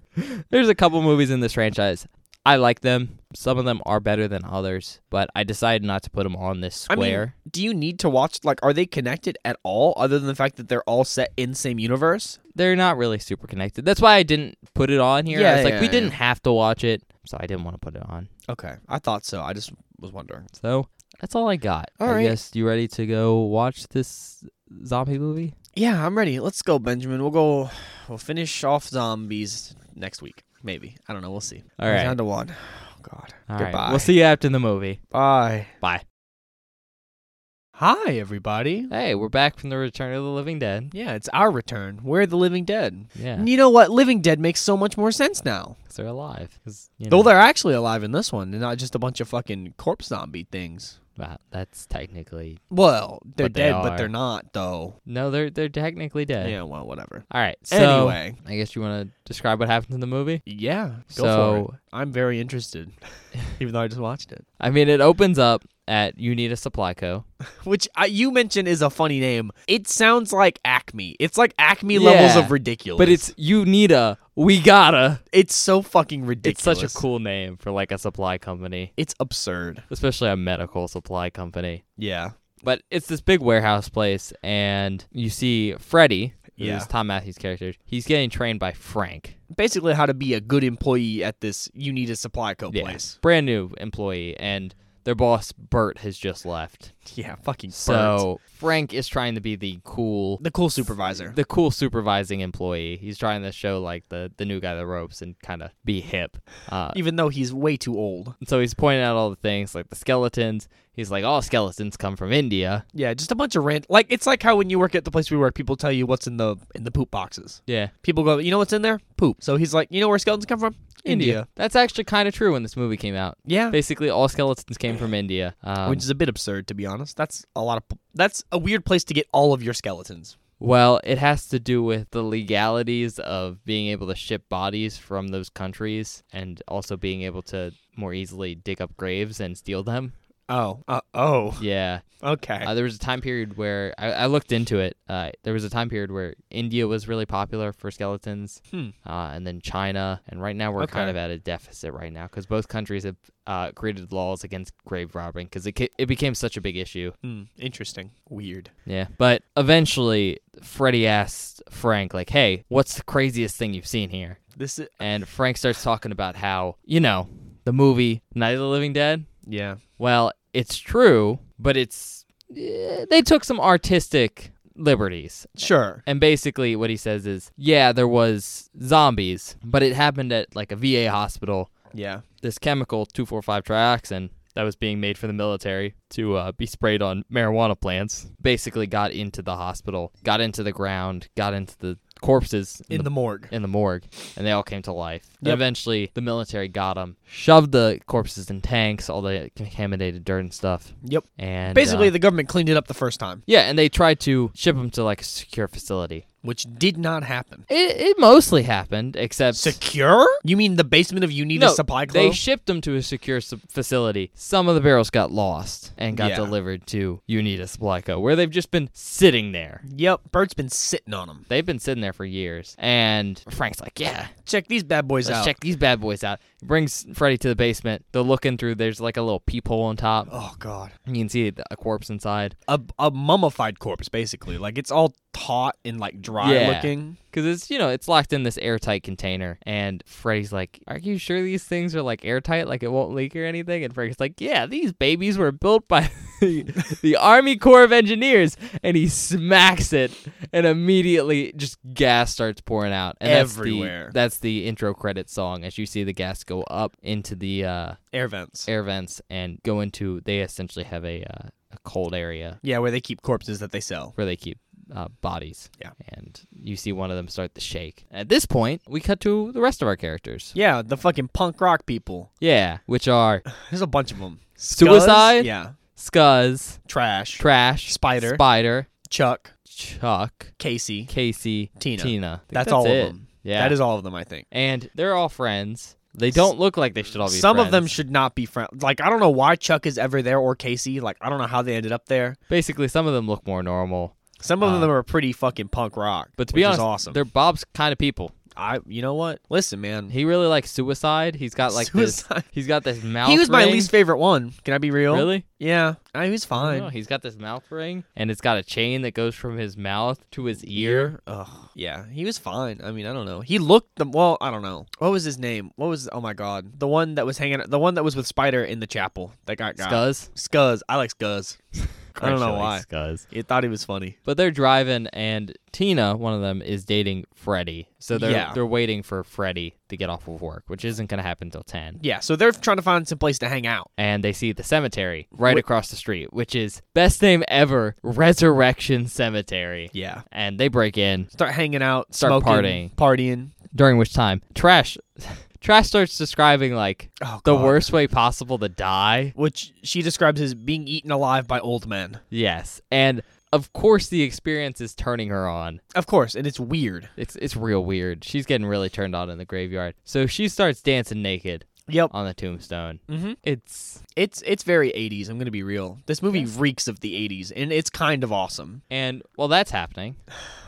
[SPEAKER 2] there's a couple movies in this franchise. I like them. Some of them are better than others, but I decided not to put them on this
[SPEAKER 1] I mean,
[SPEAKER 2] square.
[SPEAKER 1] Do you need to watch? Like, are they connected at all? Other than the fact that they're all set in same universe.
[SPEAKER 2] they're not really super connected. That's why I didn't put it on here. I
[SPEAKER 1] Yeah,
[SPEAKER 2] was like,
[SPEAKER 1] yeah,
[SPEAKER 2] we
[SPEAKER 1] yeah.
[SPEAKER 2] didn't have to watch it, so I didn't want to put it on.
[SPEAKER 1] Okay, I thought so. I just was wondering.
[SPEAKER 2] So that's all I got.
[SPEAKER 1] All
[SPEAKER 2] I
[SPEAKER 1] right.
[SPEAKER 2] guess you ready to go watch this zombie movie?
[SPEAKER 1] Yeah, I'm ready. Let's go, Benjamin. We'll go. We'll finish off zombies next week, maybe. I don't know. We'll see.
[SPEAKER 2] All
[SPEAKER 1] We're
[SPEAKER 2] right.
[SPEAKER 1] Down to one. Oh God.
[SPEAKER 2] All right.
[SPEAKER 1] Goodbye.
[SPEAKER 2] We'll see you after the movie.
[SPEAKER 1] Bye.
[SPEAKER 2] Bye.
[SPEAKER 1] Hi, everybody.
[SPEAKER 2] Hey, we're back from the Return of the Living Dead.
[SPEAKER 1] Yeah, it's our return. We're the Living Dead.
[SPEAKER 2] Yeah,
[SPEAKER 1] And You know what? Living Dead makes so much more sense now.
[SPEAKER 2] 'cause they're alive. 'Cause, you
[SPEAKER 1] Though
[SPEAKER 2] know,
[SPEAKER 1] they're actually alive in this one, and not just a bunch of fucking corpse zombie things.
[SPEAKER 2] wow, that's technically
[SPEAKER 1] Well, they're
[SPEAKER 2] But they
[SPEAKER 1] dead,
[SPEAKER 2] are.
[SPEAKER 1] but they're not, though.
[SPEAKER 2] no, they're they're technically dead.
[SPEAKER 1] Yeah, well, whatever.
[SPEAKER 2] All right. So
[SPEAKER 1] anyway,
[SPEAKER 2] I guess you want to describe what happened in the movie.
[SPEAKER 1] yeah, go
[SPEAKER 2] so
[SPEAKER 1] for it. I'm very interested, even though I just watched it.
[SPEAKER 2] I mean, it opens up at you need a supply co.
[SPEAKER 1] which I, you mentioned is a funny name. It sounds like Acme. It's like Acme levels
[SPEAKER 2] Yeah,
[SPEAKER 1] of ridiculous.
[SPEAKER 2] But it's you need a we gotta.
[SPEAKER 1] it's so fucking ridiculous.
[SPEAKER 2] It's such a cool name for like a supply company,
[SPEAKER 1] It's absurd.
[SPEAKER 2] especially a medical supply company.
[SPEAKER 1] Yeah.
[SPEAKER 2] But it's this big warehouse place, and you see Freddy, who's
[SPEAKER 1] Yeah.
[SPEAKER 2] Tom Matthews' character. He's getting trained by Frank,
[SPEAKER 1] Basically, how to be a good employee at this you need a supply co
[SPEAKER 2] Yeah.
[SPEAKER 1] place.
[SPEAKER 2] brand new employee, and their boss Bert has just left.
[SPEAKER 1] Yeah, fucking birds.
[SPEAKER 2] So Frank is trying to be the cool
[SPEAKER 1] the cool supervisor.
[SPEAKER 2] the cool supervising employee. He's trying to show like the the new guy the ropes and kind of be hip. Uh,
[SPEAKER 1] Even though he's way too old.
[SPEAKER 2] and so he's pointing out all the things like the skeletons. He's like, all skeletons come from India.
[SPEAKER 1] Yeah, just a bunch of rant. Like it's like how when you work at the place we work, people tell you what's in the in the poop boxes.
[SPEAKER 2] Yeah,
[SPEAKER 1] People go, you know what's in there? Poop. So he's like, you know where skeletons come from?
[SPEAKER 2] That's actually kind of true when this movie came out.
[SPEAKER 1] Yeah.
[SPEAKER 2] Basically, all skeletons came from India. Um,
[SPEAKER 1] Which is a bit absurd, to be honest. That's a lot of. That's a weird place to get all of your skeletons.
[SPEAKER 2] Well, it has to do with the legalities of being able to ship bodies from those countries and also being able to more easily dig up graves and steal them.
[SPEAKER 1] Oh, uh, oh,
[SPEAKER 2] Yeah.
[SPEAKER 1] okay.
[SPEAKER 2] Uh, there was a time period where I, I looked into it. Uh, there was a time period where India was really popular for skeletons,
[SPEAKER 1] Hmm.
[SPEAKER 2] uh, and then China. And right now we're
[SPEAKER 1] Okay.
[SPEAKER 2] kind of at a deficit right now because both countries have uh, created laws against grave robbing because it, ca- it became such a big issue.
[SPEAKER 1] Hmm, interesting. Weird.
[SPEAKER 2] Yeah, but eventually Freddy asks Frank, like, "Hey, what's the craziest thing you've seen here?"
[SPEAKER 1] This is.
[SPEAKER 2] And Frank starts talking about how you know the movie Night of the Living Dead.
[SPEAKER 1] Yeah.
[SPEAKER 2] Well, it's true, but it's eh, they took some artistic liberties.
[SPEAKER 1] Sure.
[SPEAKER 2] And basically, what he says is, yeah, there was zombies, but it happened at like a VA hospital.
[SPEAKER 1] Yeah.
[SPEAKER 2] This chemical, two four five trioxin, that was being made for the military to uh, be sprayed on marijuana plants, basically got into the hospital, got into the ground, got into the corpses in,
[SPEAKER 1] In
[SPEAKER 2] the
[SPEAKER 1] the morgue.
[SPEAKER 2] in the morgue, and they all came to life. And
[SPEAKER 1] Yep.
[SPEAKER 2] eventually, the military got them, shoved the corpses in tanks, all the contaminated dirt and stuff.
[SPEAKER 1] Yep.
[SPEAKER 2] And
[SPEAKER 1] Basically,
[SPEAKER 2] uh,
[SPEAKER 1] the government cleaned it up the first time,
[SPEAKER 2] yeah, and they tried to ship them to like a secure facility.
[SPEAKER 1] which did not happen.
[SPEAKER 2] It, it mostly happened, except
[SPEAKER 1] Secure? You mean the basement of you need
[SPEAKER 2] no,
[SPEAKER 1] a supply
[SPEAKER 2] they
[SPEAKER 1] closet?
[SPEAKER 2] shipped them to a secure su- facility. Some of the barrels got lost and got
[SPEAKER 1] Yeah.
[SPEAKER 2] delivered to Unita Supply Co., where they've just been sitting there.
[SPEAKER 1] yep. Bert's been sitting on them.
[SPEAKER 2] They've been sitting there for years, and Frank's like, "Yeah,
[SPEAKER 1] Check these bad boys
[SPEAKER 2] Let's
[SPEAKER 1] out.
[SPEAKER 2] check these bad boys out. He brings Freddy to the basement. They're looking through. There's like a little peephole on top.
[SPEAKER 1] Oh God.
[SPEAKER 2] You can see a corpse inside
[SPEAKER 1] A, a mummified corpse, basically. Like it's all taut and like dry
[SPEAKER 2] Yeah.
[SPEAKER 1] looking.
[SPEAKER 2] because it's you know it's locked in this airtight container. And Freddy's like, "Are you sure these things are like airtight? Like it won't leak or anything?" And Frank's like, "Yeah, these babies were built by the, the Army Corps of Engineers." And he smacks it, and immediately just gas starts pouring out and
[SPEAKER 1] Everywhere.
[SPEAKER 2] That's the, that's the intro credit song as you see the gas go up into the. uh
[SPEAKER 1] Air vents.
[SPEAKER 2] air vents and go into they essentially have a, uh, a cold area
[SPEAKER 1] Yeah, where they keep corpses that they sell.
[SPEAKER 2] where they keep uh, bodies
[SPEAKER 1] Yeah.
[SPEAKER 2] and you see one of them start to shake at this point we cut to the rest of our characters
[SPEAKER 1] Yeah, the fucking punk rock people.
[SPEAKER 2] yeah which are
[SPEAKER 1] There's a bunch of them.
[SPEAKER 2] Suicide?
[SPEAKER 1] Yeah.
[SPEAKER 2] scuzz
[SPEAKER 1] Trash.
[SPEAKER 2] trash
[SPEAKER 1] Spider.
[SPEAKER 2] spider
[SPEAKER 1] Chuck.
[SPEAKER 2] chuck
[SPEAKER 1] Casey.
[SPEAKER 2] casey
[SPEAKER 1] Tina.
[SPEAKER 2] tina I think
[SPEAKER 1] That's, all
[SPEAKER 2] it.
[SPEAKER 1] of them.
[SPEAKER 2] yeah
[SPEAKER 1] That is all of them, I think.
[SPEAKER 2] and they're all friends they don't look like they should all be
[SPEAKER 1] Some of them
[SPEAKER 2] friends.
[SPEAKER 1] should not be friends. Like I don't know why Chuck is ever there or Casey. Like I don't know how they ended up there.
[SPEAKER 2] basically some of them look more normal
[SPEAKER 1] Some of
[SPEAKER 2] Uh,
[SPEAKER 1] them are pretty fucking punk rock.
[SPEAKER 2] but to
[SPEAKER 1] which
[SPEAKER 2] be
[SPEAKER 1] is
[SPEAKER 2] honest
[SPEAKER 1] awesome.
[SPEAKER 2] they're bob's kind of people
[SPEAKER 1] I you know what? Listen, man.
[SPEAKER 2] he really likes suicide he's got like
[SPEAKER 1] Suicide.
[SPEAKER 2] this he's got this mouth
[SPEAKER 1] He was my
[SPEAKER 2] ring.
[SPEAKER 1] least favorite one. Can I be real?
[SPEAKER 2] Really?
[SPEAKER 1] Yeah. I, he was fine.
[SPEAKER 2] No, he's got this mouth ring, and it's got a chain that goes from his mouth to his ear.
[SPEAKER 1] Ear? Ugh. Yeah, he was fine. I mean, I don't know. He looked the well. I don't know. What was his name? What was? Oh my god, the one that was hanging, the one that was with Spider in the chapel that got got
[SPEAKER 2] Scuzz.
[SPEAKER 1] Scuzz. I like Scuzz. I don't know why.
[SPEAKER 2] Scuzz.
[SPEAKER 1] He thought he was funny.
[SPEAKER 2] But they're driving, and Tina, one of them, is dating Freddy. So they're
[SPEAKER 1] Yeah.
[SPEAKER 2] they're waiting for Freddy to get off of work, which isn't gonna happen till ten.
[SPEAKER 1] Yeah, so they're trying to find some place to hang out.
[SPEAKER 2] And they see the cemetery right
[SPEAKER 1] Wh-
[SPEAKER 2] across the street, which is best name ever, Resurrection Cemetery.
[SPEAKER 1] Yeah,
[SPEAKER 2] And they break in,
[SPEAKER 1] start hanging out,
[SPEAKER 2] Start
[SPEAKER 1] smoking, partying, partying.
[SPEAKER 2] during which time Trash, Trash starts describing like
[SPEAKER 1] Oh,
[SPEAKER 2] the
[SPEAKER 1] God.
[SPEAKER 2] worst way possible to die.
[SPEAKER 1] which she describes as being eaten alive by old men.
[SPEAKER 2] Yes, and of course the experience is turning her on.
[SPEAKER 1] Of course, and it's weird.
[SPEAKER 2] It's it's real weird. She's getting really turned on in the graveyard. So she starts dancing naked
[SPEAKER 1] Yep,
[SPEAKER 2] on the tombstone.
[SPEAKER 1] Mhm.
[SPEAKER 2] It's
[SPEAKER 1] it's it's very 80s. I'm gonna be real. This movie reeks of the 80s, and it's kind of awesome.
[SPEAKER 2] and while that's happening,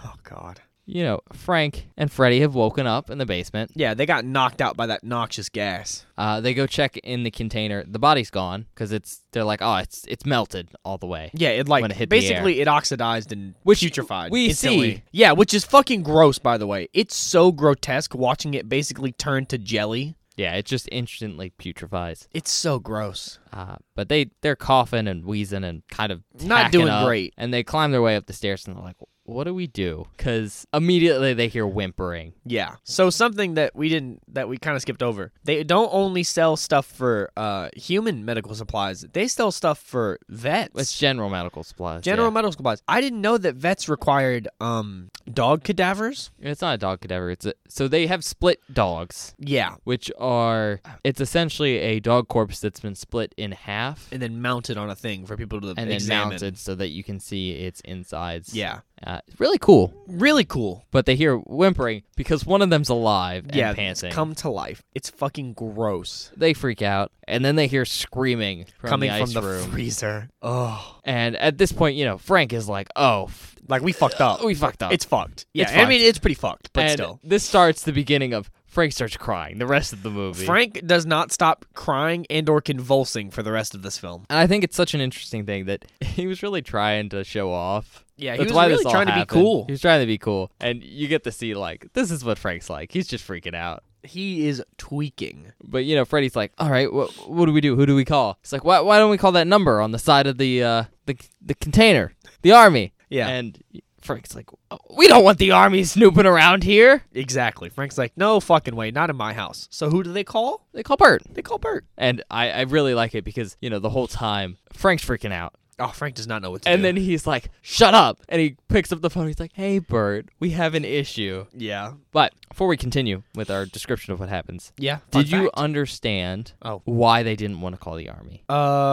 [SPEAKER 1] Oh God.
[SPEAKER 2] you know Frank and Freddy have woken up in the basement.
[SPEAKER 1] Yeah, they got knocked out by that noxious gas.
[SPEAKER 2] Uh, they go check in the container. The body's gone because it's they're like oh it's it's melted all the way.
[SPEAKER 1] Yeah, it like
[SPEAKER 2] When it hit the
[SPEAKER 1] basically it oxidized and
[SPEAKER 2] Which
[SPEAKER 1] putrefied.
[SPEAKER 2] we
[SPEAKER 1] instantly.
[SPEAKER 2] see.
[SPEAKER 1] Yeah, which is fucking gross by the way. It's so grotesque watching it basically turn to jelly.
[SPEAKER 2] Yeah, it just instantly putrefies.
[SPEAKER 1] It's so gross.
[SPEAKER 2] Uh, but they they're coughing and wheezing and kind of
[SPEAKER 1] Not
[SPEAKER 2] hacking
[SPEAKER 1] doing
[SPEAKER 2] up,
[SPEAKER 1] great.
[SPEAKER 2] And they climb their way up the stairs and they're like, "What do we do?" Because immediately they hear whimpering.
[SPEAKER 1] Yeah. So something that we didn't that we kind of skipped over. They don't only sell stuff for uh human medical supplies. They sell stuff for vets.
[SPEAKER 2] It's general medical supplies.
[SPEAKER 1] General
[SPEAKER 2] yeah.
[SPEAKER 1] medical supplies. I didn't know that vets required um dog cadavers.
[SPEAKER 2] It's not a dog cadaver. It's a, so they have split dogs,
[SPEAKER 1] Yeah.
[SPEAKER 2] which are it's essentially a dog corpse that's been split in half
[SPEAKER 1] And then mounted on a thing for people to
[SPEAKER 2] and then
[SPEAKER 1] examine.
[SPEAKER 2] mounted so that you can see its insides.
[SPEAKER 1] Yeah.
[SPEAKER 2] uh, it's really cool.
[SPEAKER 1] Really cool.
[SPEAKER 2] But they hear whimpering because one of them's alive and
[SPEAKER 1] yeah.
[SPEAKER 2] panting.
[SPEAKER 1] Come to life. It's fucking gross.
[SPEAKER 2] they freak out, and then they hear screaming from
[SPEAKER 1] Coming
[SPEAKER 2] the ice
[SPEAKER 1] from the
[SPEAKER 2] room.
[SPEAKER 1] freezer. Oh.
[SPEAKER 2] and at this point, you know, Frank is like, "Oh, f-
[SPEAKER 1] Like we fucked up.
[SPEAKER 2] we fucked up."
[SPEAKER 1] It's fucked. Yeah.
[SPEAKER 2] It's
[SPEAKER 1] I mean it's pretty fucked, but
[SPEAKER 2] and
[SPEAKER 1] still.
[SPEAKER 2] this starts the beginning of Frank starts crying. The rest of the movie,
[SPEAKER 1] Frank does not stop crying and or convulsing for the rest of this film.
[SPEAKER 2] And I think it's such an interesting thing that he was really trying to show off.
[SPEAKER 1] Yeah, he
[SPEAKER 2] That's
[SPEAKER 1] was
[SPEAKER 2] why
[SPEAKER 1] really
[SPEAKER 2] this all
[SPEAKER 1] trying to be
[SPEAKER 2] happened.
[SPEAKER 1] cool.
[SPEAKER 2] He was trying to be cool, and you get to see like this is what Frank's like. He's just freaking out.
[SPEAKER 1] He is tweaking.
[SPEAKER 2] But you know, Freddy's like, "All right, what what do we do? Who do we call?" It's like, "Why why don't we call that number on the side of the uh the the container, the army?"
[SPEAKER 1] Yeah.
[SPEAKER 2] And Frank's like, "We don't want the army snooping around here."
[SPEAKER 1] Exactly. Frank's like, no fucking way, not in my house. So who do they call?
[SPEAKER 2] They call Bert,
[SPEAKER 1] They call Bert.
[SPEAKER 2] and I I really like it because you know the whole time Frank's freaking out.
[SPEAKER 1] Oh, Frank does not know what to
[SPEAKER 2] And
[SPEAKER 1] do.
[SPEAKER 2] then he's like, shut up. And he picks up the phone. He's like, hey, Bert, we have an issue.
[SPEAKER 1] yeah,
[SPEAKER 2] But before we continue with our description of what happens,
[SPEAKER 1] yeah.
[SPEAKER 2] did you understand
[SPEAKER 1] Oh.
[SPEAKER 2] why they didn't want to call the army?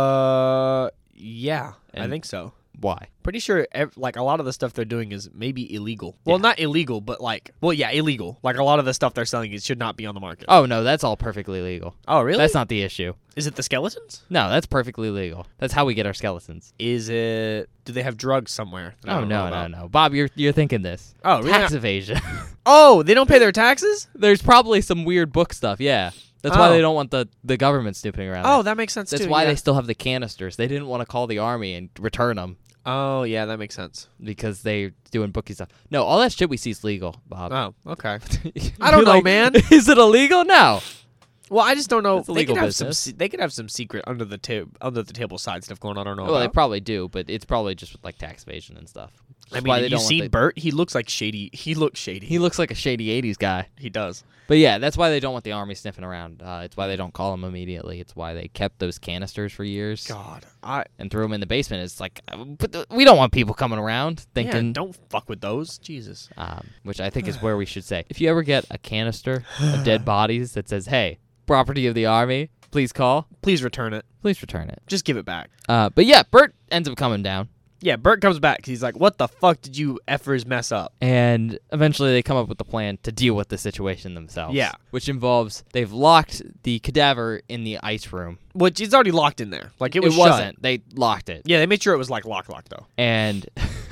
[SPEAKER 1] Uh, yeah, I
[SPEAKER 2] And-
[SPEAKER 1] think so.
[SPEAKER 2] Why?
[SPEAKER 1] Pretty sure, ev- like a lot of the stuff they're doing is maybe illegal. Well, not illegal, but like, well, yeah, illegal. Like a lot of the stuff they're selling, it should not be on the market.
[SPEAKER 2] Oh, no, that's all perfectly legal.
[SPEAKER 1] oh, really?
[SPEAKER 2] That's not the issue.
[SPEAKER 1] is it the skeletons?
[SPEAKER 2] No, that's perfectly legal. That's how we get our skeletons.
[SPEAKER 1] Is it? Do they have drugs somewhere? that I
[SPEAKER 2] Oh
[SPEAKER 1] don't know
[SPEAKER 2] no, no,
[SPEAKER 1] about?
[SPEAKER 2] no. Bob, you're you're thinking this.
[SPEAKER 1] Oh, really?
[SPEAKER 2] Tax evasion.
[SPEAKER 1] Oh, they don't pay their taxes.
[SPEAKER 2] There's probably some weird book stuff, yeah. That's why
[SPEAKER 1] Oh.
[SPEAKER 2] they don't want the, the government snooping around.
[SPEAKER 1] Oh, that makes sense.
[SPEAKER 2] Uh, that's
[SPEAKER 1] too,
[SPEAKER 2] why
[SPEAKER 1] yeah.
[SPEAKER 2] they still have the canisters. They didn't want to call the army and return them.
[SPEAKER 1] Oh, yeah, that makes sense.
[SPEAKER 2] because they're doing bookie stuff. No, all that shit we see is legal, Bob.
[SPEAKER 1] Oh, okay.
[SPEAKER 2] You're
[SPEAKER 1] I don't know,
[SPEAKER 2] like,
[SPEAKER 1] man.
[SPEAKER 2] Is it illegal? No.
[SPEAKER 1] Well, I just don't know.
[SPEAKER 2] It's a
[SPEAKER 1] They could
[SPEAKER 2] legal
[SPEAKER 1] have
[SPEAKER 2] business.
[SPEAKER 1] some. se- They could have some secret under the table, under the table side stuff going on. I don't know.
[SPEAKER 2] Well, they
[SPEAKER 1] about.
[SPEAKER 2] probably do, but it's probably just with like tax evasion and stuff.
[SPEAKER 1] Oh, I
[SPEAKER 2] That's
[SPEAKER 1] mean,
[SPEAKER 2] why
[SPEAKER 1] have
[SPEAKER 2] they
[SPEAKER 1] you
[SPEAKER 2] don't want
[SPEAKER 1] seen
[SPEAKER 2] the-
[SPEAKER 1] Bert? He looks like shady. He looks shady.
[SPEAKER 2] He looks like a shady '80s guy.
[SPEAKER 1] he does.
[SPEAKER 2] But yeah, that's why they don't want the army sniffing around. Uh, it's why they don't call him immediately. It's why they kept those canisters for years
[SPEAKER 1] God, I
[SPEAKER 2] and threw them in the basement. It's like, uh, but th- we don't want people coming around thinking.
[SPEAKER 1] yeah, don't fuck with those. Jesus.
[SPEAKER 2] um, which I think is where we should say. If you ever get a canister of dead bodies that says, "Hey, property of the army, please call,"
[SPEAKER 1] Please return it.
[SPEAKER 2] please return it.
[SPEAKER 1] Just give it back.
[SPEAKER 2] Uh, but yeah, Bert ends up coming down,
[SPEAKER 1] Yeah, Bert comes back. 'cause He's like, "What the fuck did you effers mess up?"
[SPEAKER 2] and eventually they come up with a plan to deal with the situation themselves.
[SPEAKER 1] Yeah.
[SPEAKER 2] which involves they've locked the cadaver in the ice room.
[SPEAKER 1] Which it's already locked in there. Like it was. shut.
[SPEAKER 2] not They locked it,
[SPEAKER 1] Yeah, they made sure it was like lock lock though.
[SPEAKER 2] and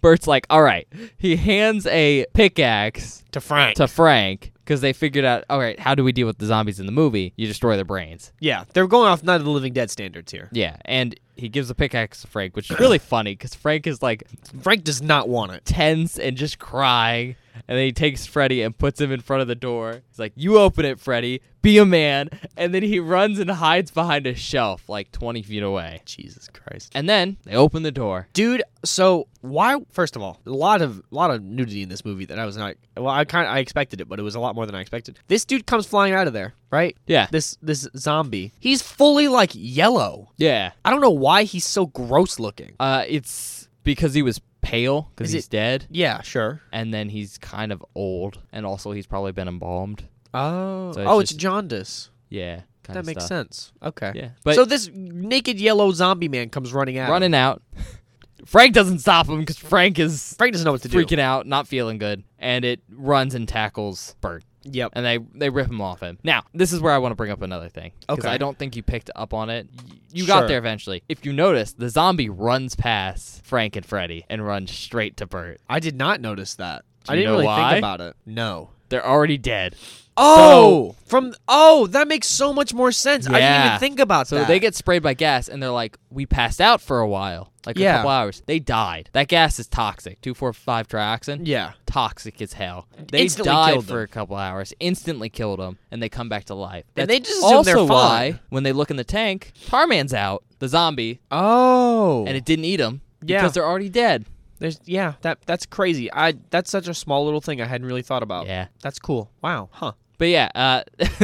[SPEAKER 2] Bert's like, "All right." He hands a pickaxe
[SPEAKER 1] To Frank.
[SPEAKER 2] to Frank because they figured out, "All right, how do we deal with the zombies in the movie? You destroy their brains."
[SPEAKER 1] yeah, they're going off Night of the Living Dead standards here.
[SPEAKER 2] Yeah, and he gives a pickaxe to Frank, which is really funny because Frank is like
[SPEAKER 1] Frank does not want it.
[SPEAKER 2] tense and just crying. And then he takes Freddy and puts him in front of the door. He's like, You open it, Freddy. Be a man. And then he runs and hides behind a shelf like 20 feet away.
[SPEAKER 1] Jesus Christ.
[SPEAKER 2] And then they open the door.
[SPEAKER 1] dude so why first of all a lot of a lot of nudity in this movie that i was not well i kind of i expected it but it was a lot more than i expected this dude comes flying out of there right
[SPEAKER 2] Yeah.
[SPEAKER 1] this this zombie he's fully like yellow
[SPEAKER 2] Yeah.
[SPEAKER 1] i don't know why he's so gross looking
[SPEAKER 2] Uh, it's because he was pale because
[SPEAKER 1] Is
[SPEAKER 2] he's
[SPEAKER 1] it-
[SPEAKER 2] dead.
[SPEAKER 1] yeah sure
[SPEAKER 2] And then he's kind of old. And also, he's probably been embalmed.
[SPEAKER 1] oh
[SPEAKER 2] So it's
[SPEAKER 1] oh it's
[SPEAKER 2] just-
[SPEAKER 1] jaundice
[SPEAKER 2] Yeah. Kind
[SPEAKER 1] that
[SPEAKER 2] of
[SPEAKER 1] makes
[SPEAKER 2] stuff.
[SPEAKER 1] sense okay
[SPEAKER 2] Yeah. But
[SPEAKER 1] so this naked yellow zombie man comes running out
[SPEAKER 2] running out. Frank doesn't stop him because Frank is
[SPEAKER 1] frank doesn't know what to do
[SPEAKER 2] freaking out, not feeling good. And it runs and tackles Bert.
[SPEAKER 1] yep
[SPEAKER 2] and they they rip him off him. Now, this is where I want to bring up another thing because
[SPEAKER 1] Okay.
[SPEAKER 2] I don't think you picked up on it. Y- You
[SPEAKER 1] Sure.
[SPEAKER 2] got there eventually. If you notice, the zombie runs past Frank and Freddy and runs straight to Bert.
[SPEAKER 1] i did not notice that
[SPEAKER 2] Do
[SPEAKER 1] i
[SPEAKER 2] you
[SPEAKER 1] didn't
[SPEAKER 2] know
[SPEAKER 1] really
[SPEAKER 2] why?
[SPEAKER 1] think about it no
[SPEAKER 2] They're already dead.
[SPEAKER 1] Oh, from oh, that makes so much more sense. I didn't
[SPEAKER 2] Yeah.
[SPEAKER 1] even think about
[SPEAKER 2] So
[SPEAKER 1] that.
[SPEAKER 2] they get sprayed by gas and they're like, we passed out for a while, like a
[SPEAKER 1] Yeah.
[SPEAKER 2] couple hours. They died. That gas is toxic. 245 trioxin.
[SPEAKER 1] yeah.
[SPEAKER 2] Toxic as hell. They
[SPEAKER 1] Instantly
[SPEAKER 2] died
[SPEAKER 1] killed
[SPEAKER 2] for
[SPEAKER 1] them.
[SPEAKER 2] a couple hours, instantly killed them, and they come back to life.
[SPEAKER 1] And
[SPEAKER 2] That's
[SPEAKER 1] they just assume
[SPEAKER 2] also
[SPEAKER 1] they're
[SPEAKER 2] why
[SPEAKER 1] fine.
[SPEAKER 2] when they look in the tank, Tarman's out, the zombie,
[SPEAKER 1] Oh,
[SPEAKER 2] and it didn't eat him
[SPEAKER 1] Yeah.
[SPEAKER 2] because they're already dead.
[SPEAKER 1] There's yeah, that that's crazy. I that's such a small little thing I hadn't really thought about.
[SPEAKER 2] Yeah.
[SPEAKER 1] That's cool. Wow. Huh.
[SPEAKER 2] But yeah, uh,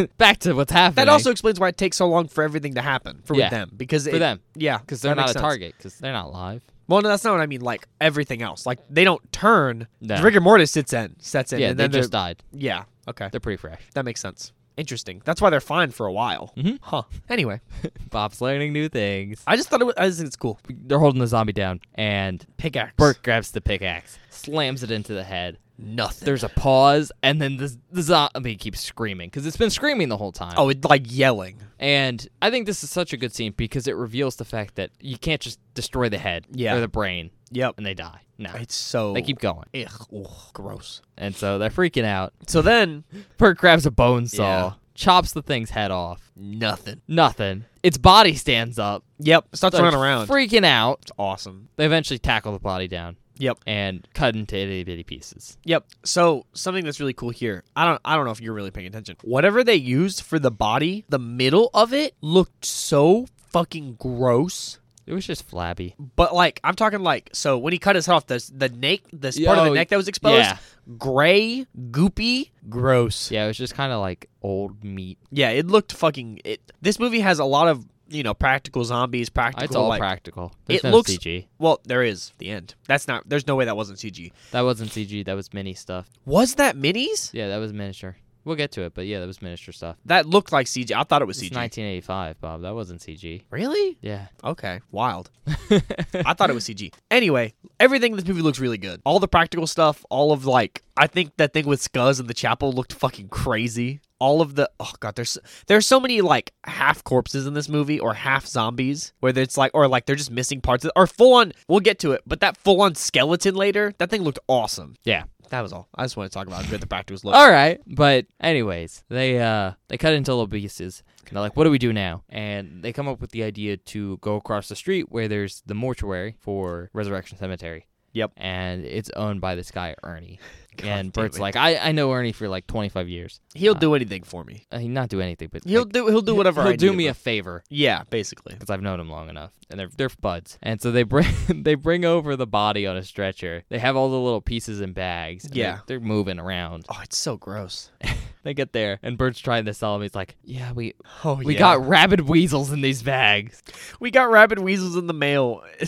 [SPEAKER 2] back to what's happening.
[SPEAKER 1] That also explains why it takes so long for everything to happen for with
[SPEAKER 2] Yeah.
[SPEAKER 1] them because
[SPEAKER 2] for
[SPEAKER 1] it,
[SPEAKER 2] them
[SPEAKER 1] Yeah,
[SPEAKER 2] because they're
[SPEAKER 1] that
[SPEAKER 2] not
[SPEAKER 1] makes
[SPEAKER 2] a
[SPEAKER 1] sense.
[SPEAKER 2] target because they're not live.
[SPEAKER 1] Well, no, that's not what I mean. Like everything else, like they don't turn.
[SPEAKER 2] No.
[SPEAKER 1] The rigor mortis sits in, sets in,
[SPEAKER 2] yeah,
[SPEAKER 1] and
[SPEAKER 2] they
[SPEAKER 1] then they're-
[SPEAKER 2] just died.
[SPEAKER 1] yeah. Okay,
[SPEAKER 2] They're pretty fresh.
[SPEAKER 1] that makes sense. Interesting. That's why they're fine for a while.
[SPEAKER 2] Mhm.
[SPEAKER 1] Huh. Anyway,
[SPEAKER 2] Bob's learning new things.
[SPEAKER 1] I just thought it was. I just think it's cool.
[SPEAKER 2] They're holding the zombie down, and
[SPEAKER 1] Pickaxe.
[SPEAKER 2] Burke grabs the pickaxe, slams it into the head.
[SPEAKER 1] Nothing.
[SPEAKER 2] There's a pause, and then the, the zombie keeps screaming because it's been screaming the whole time.
[SPEAKER 1] oh, it like yelling.
[SPEAKER 2] And I think this is such a good scene because it reveals the fact that you can't just destroy the head
[SPEAKER 1] Yeah.
[SPEAKER 2] or the brain
[SPEAKER 1] Yep.
[SPEAKER 2] and they die. No.
[SPEAKER 1] It's so.
[SPEAKER 2] They keep going.
[SPEAKER 1] Ugh, ugh, gross.
[SPEAKER 2] And so they're freaking out.
[SPEAKER 1] So then
[SPEAKER 2] Perk grabs a bone saw,
[SPEAKER 1] Yeah.
[SPEAKER 2] chops the thing's head off.
[SPEAKER 1] nothing.
[SPEAKER 2] Nothing. Its body stands up.
[SPEAKER 1] Yep. Starts
[SPEAKER 2] Starts
[SPEAKER 1] running around.
[SPEAKER 2] Freaking out.
[SPEAKER 1] It's awesome.
[SPEAKER 2] They eventually tackle the body down.
[SPEAKER 1] Yep.
[SPEAKER 2] And cut into itty bitty pieces.
[SPEAKER 1] Yep. So something that's really cool here. I don't. I don't know if you're really paying attention. Whatever they used for the body, the middle of it looked so fucking gross.
[SPEAKER 2] It was just flabby.
[SPEAKER 1] But like, I'm talking like, so when he cut his head off, the the neck, this part of
[SPEAKER 2] Oh,
[SPEAKER 1] the neck that was exposed,
[SPEAKER 2] yeah.
[SPEAKER 1] gray, goopy, gross.
[SPEAKER 2] Yeah, it was just kind of like old meat.
[SPEAKER 1] Yeah, it looked fucking. It. This movie has a lot of you know practical zombies, practical.
[SPEAKER 2] It's all
[SPEAKER 1] like,
[SPEAKER 2] practical. There's
[SPEAKER 1] it
[SPEAKER 2] no
[SPEAKER 1] looks-
[SPEAKER 2] CG.
[SPEAKER 1] Well, there is the end. That's not. There's no way that wasn't CG.
[SPEAKER 2] That wasn't CG. That was mini stuff.
[SPEAKER 1] Was that minis?
[SPEAKER 2] Yeah, that was miniature. We'll get to it, but yeah, that was miniature stuff.
[SPEAKER 1] That looked like CG. I thought it was
[SPEAKER 2] It's
[SPEAKER 1] CG.
[SPEAKER 2] 1985, Bob. That wasn't CG.
[SPEAKER 1] Really?
[SPEAKER 2] Yeah.
[SPEAKER 1] Okay. Wild. I thought it was CG. Anyway, everything in this movie looks really good. All the practical stuff, all of like, I think that thing with Scuzz and the chapel looked fucking crazy. All of the oh god, there's there's so many like half corpses in this movie or half zombies where it's like or like they're just missing parts of, or full on. We'll get to it, but that full on skeleton later, that thing looked awesome.
[SPEAKER 2] Yeah.
[SPEAKER 1] That was all. I just want to talk about how good the practicals look.
[SPEAKER 2] All right. But anyways, they uh they cut into little pieces. And they're like, what do we do now? And they come up with the idea to go across the street where there's the mortuary for Resurrection Cemetery.
[SPEAKER 1] Yep.
[SPEAKER 2] And it's owned by this guy Ernie.
[SPEAKER 1] God
[SPEAKER 2] and
[SPEAKER 1] damn
[SPEAKER 2] Bert's
[SPEAKER 1] it.
[SPEAKER 2] like, I, I know Ernie for like 25 years.
[SPEAKER 1] He'll do anything for me.
[SPEAKER 2] Uh, he not do anything, but
[SPEAKER 1] He'll
[SPEAKER 2] like,
[SPEAKER 1] do he'll do whatever.
[SPEAKER 2] he'll
[SPEAKER 1] I
[SPEAKER 2] do
[SPEAKER 1] need
[SPEAKER 2] me
[SPEAKER 1] him
[SPEAKER 2] a favor.
[SPEAKER 1] yeah, basically.
[SPEAKER 2] because I've known him long enough, and they're they're buds. And so they bring they bring over the body on a stretcher. They have all the little pieces in bags. and
[SPEAKER 1] Yeah.
[SPEAKER 2] they're, they're moving around.
[SPEAKER 1] Oh, it's so gross.
[SPEAKER 2] They get there, and Bert's trying to sell him. He's like, "Yeah, we
[SPEAKER 1] Oh,
[SPEAKER 2] we
[SPEAKER 1] yeah.
[SPEAKER 2] got rabid weasels in these bags."
[SPEAKER 1] We got rabid weasels in the mail.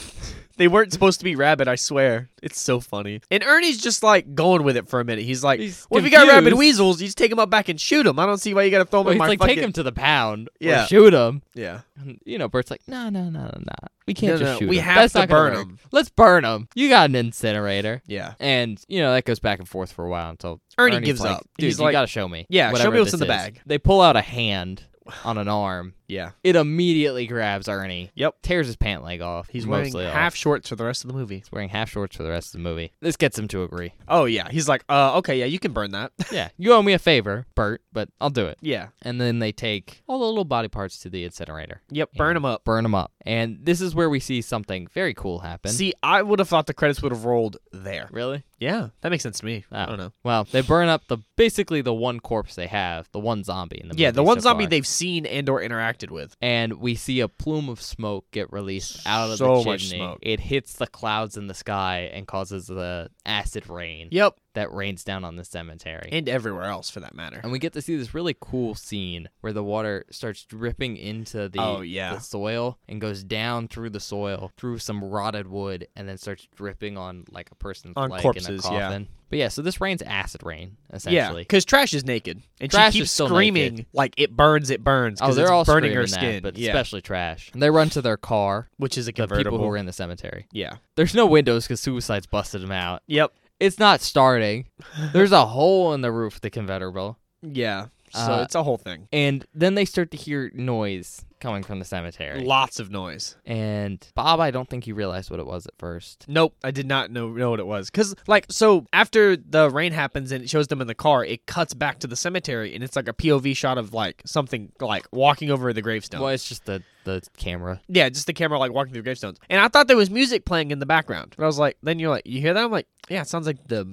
[SPEAKER 1] they weren't supposed to be rabid, I swear. It's so funny. And Ernie's just like going with it for a minute. He's like,
[SPEAKER 2] He's
[SPEAKER 1] "Well, if you got rabid
[SPEAKER 2] confused.
[SPEAKER 1] weasels, you just take them up back and shoot them. I don't see why you got to throw them
[SPEAKER 2] Well,
[SPEAKER 1] in
[SPEAKER 2] he's
[SPEAKER 1] Oh, my
[SPEAKER 2] like,
[SPEAKER 1] fucking
[SPEAKER 2] "Take him to the pound,
[SPEAKER 1] Yeah.
[SPEAKER 2] or shoot him."
[SPEAKER 1] yeah."
[SPEAKER 2] And, you know, Bert's like, "No, no, no, no, no. We can't
[SPEAKER 1] No,
[SPEAKER 2] just
[SPEAKER 1] no,
[SPEAKER 2] shoot
[SPEAKER 1] we
[SPEAKER 2] him.
[SPEAKER 1] have
[SPEAKER 2] That's
[SPEAKER 1] to
[SPEAKER 2] not gonna
[SPEAKER 1] burn
[SPEAKER 2] work.
[SPEAKER 1] him."
[SPEAKER 2] Let's burn him. You got an incinerator."
[SPEAKER 1] Yeah.
[SPEAKER 2] And you know that goes back and forth for a while until
[SPEAKER 1] Ernie
[SPEAKER 2] Ernie's
[SPEAKER 1] gives
[SPEAKER 2] like,
[SPEAKER 1] up.
[SPEAKER 2] Dude,
[SPEAKER 1] He's
[SPEAKER 2] you
[SPEAKER 1] like-
[SPEAKER 2] gotta show me.
[SPEAKER 1] Yeah, show
[SPEAKER 2] whatever
[SPEAKER 1] me what's
[SPEAKER 2] this
[SPEAKER 1] in the
[SPEAKER 2] is."
[SPEAKER 1] bag.
[SPEAKER 2] They pull out a hand on an arm.
[SPEAKER 1] Yeah.
[SPEAKER 2] It immediately grabs Ernie.
[SPEAKER 1] Yep.
[SPEAKER 2] Tears his pant leg off.
[SPEAKER 1] He's wearing
[SPEAKER 2] mostly off.
[SPEAKER 1] half shorts for the rest of the movie.
[SPEAKER 2] He's wearing half shorts for the rest of the movie. This gets him to agree.
[SPEAKER 1] Oh yeah, he's like, "Uh, okay, yeah, you can burn that."
[SPEAKER 2] yeah, you owe me a favor, Bert, but I'll do it.
[SPEAKER 1] yeah.
[SPEAKER 2] And then they take all the little body parts to the incinerator.
[SPEAKER 1] Yep, burn them up.
[SPEAKER 2] Burn them up. And this is where we see something very cool happen.
[SPEAKER 1] See, I would have thought the credits would have rolled there.
[SPEAKER 2] really?
[SPEAKER 1] Yeah, that makes sense to me.
[SPEAKER 2] Oh.
[SPEAKER 1] I don't know.
[SPEAKER 2] Well, they burn up the basically the one corpse they have, the one zombie in the
[SPEAKER 1] Yeah,
[SPEAKER 2] movie
[SPEAKER 1] the one
[SPEAKER 2] so
[SPEAKER 1] zombie
[SPEAKER 2] far.
[SPEAKER 1] they've seen and or interacted with.
[SPEAKER 2] and we see a plume of smoke get released out of
[SPEAKER 1] So
[SPEAKER 2] the
[SPEAKER 1] much
[SPEAKER 2] chimney.
[SPEAKER 1] smoke.
[SPEAKER 2] It hits the clouds in the sky and causes the acid rain
[SPEAKER 1] Yep,
[SPEAKER 2] that rains down on the cemetery.
[SPEAKER 1] and everywhere else for that matter.
[SPEAKER 2] and we get to see this really cool scene where the water starts dripping into the,
[SPEAKER 1] Oh, yeah.
[SPEAKER 2] the soil and goes down through the soil through some rotted wood and then starts dripping on like a person's
[SPEAKER 1] On
[SPEAKER 2] leg in a
[SPEAKER 1] corpses, yeah.
[SPEAKER 2] coffin. But yeah, so this rain's acid rain
[SPEAKER 1] Yeah,
[SPEAKER 2] essentially.
[SPEAKER 1] because Trash is naked, and
[SPEAKER 2] Trash
[SPEAKER 1] she
[SPEAKER 2] is
[SPEAKER 1] keeps
[SPEAKER 2] still
[SPEAKER 1] screaming
[SPEAKER 2] naked.
[SPEAKER 1] like it burns, it burns.
[SPEAKER 2] Oh,
[SPEAKER 1] 'cause
[SPEAKER 2] they're
[SPEAKER 1] it's
[SPEAKER 2] all
[SPEAKER 1] burning her
[SPEAKER 2] screaming that,
[SPEAKER 1] skin,
[SPEAKER 2] but
[SPEAKER 1] yeah,
[SPEAKER 2] especially trash. And they run to their car,
[SPEAKER 1] which is a
[SPEAKER 2] the
[SPEAKER 1] convertible.
[SPEAKER 2] people who are in the cemetery.
[SPEAKER 1] yeah,
[SPEAKER 2] There's no windows because suicide's busted them out.
[SPEAKER 1] yep,
[SPEAKER 2] It's not starting. There's a hole in the roof of the convertible.
[SPEAKER 1] yeah. So
[SPEAKER 2] Uh,
[SPEAKER 1] it's a whole thing.
[SPEAKER 2] And then they start to hear noise coming from the cemetery.
[SPEAKER 1] Lots of noise.
[SPEAKER 2] And Bob, I don't think he realized what it was at first.
[SPEAKER 1] Nope, I did not know know what it was. Cause like so after the rain happens and it shows them in the car, it cuts back to the cemetery and it's like a POV shot of like something like walking over the gravestone.
[SPEAKER 2] Well, it's just the the camera.
[SPEAKER 1] Yeah, just the camera like walking through gravestones. And I thought there was music playing in the background. But I was like, then you're like, you hear that? I'm like, yeah, it sounds like the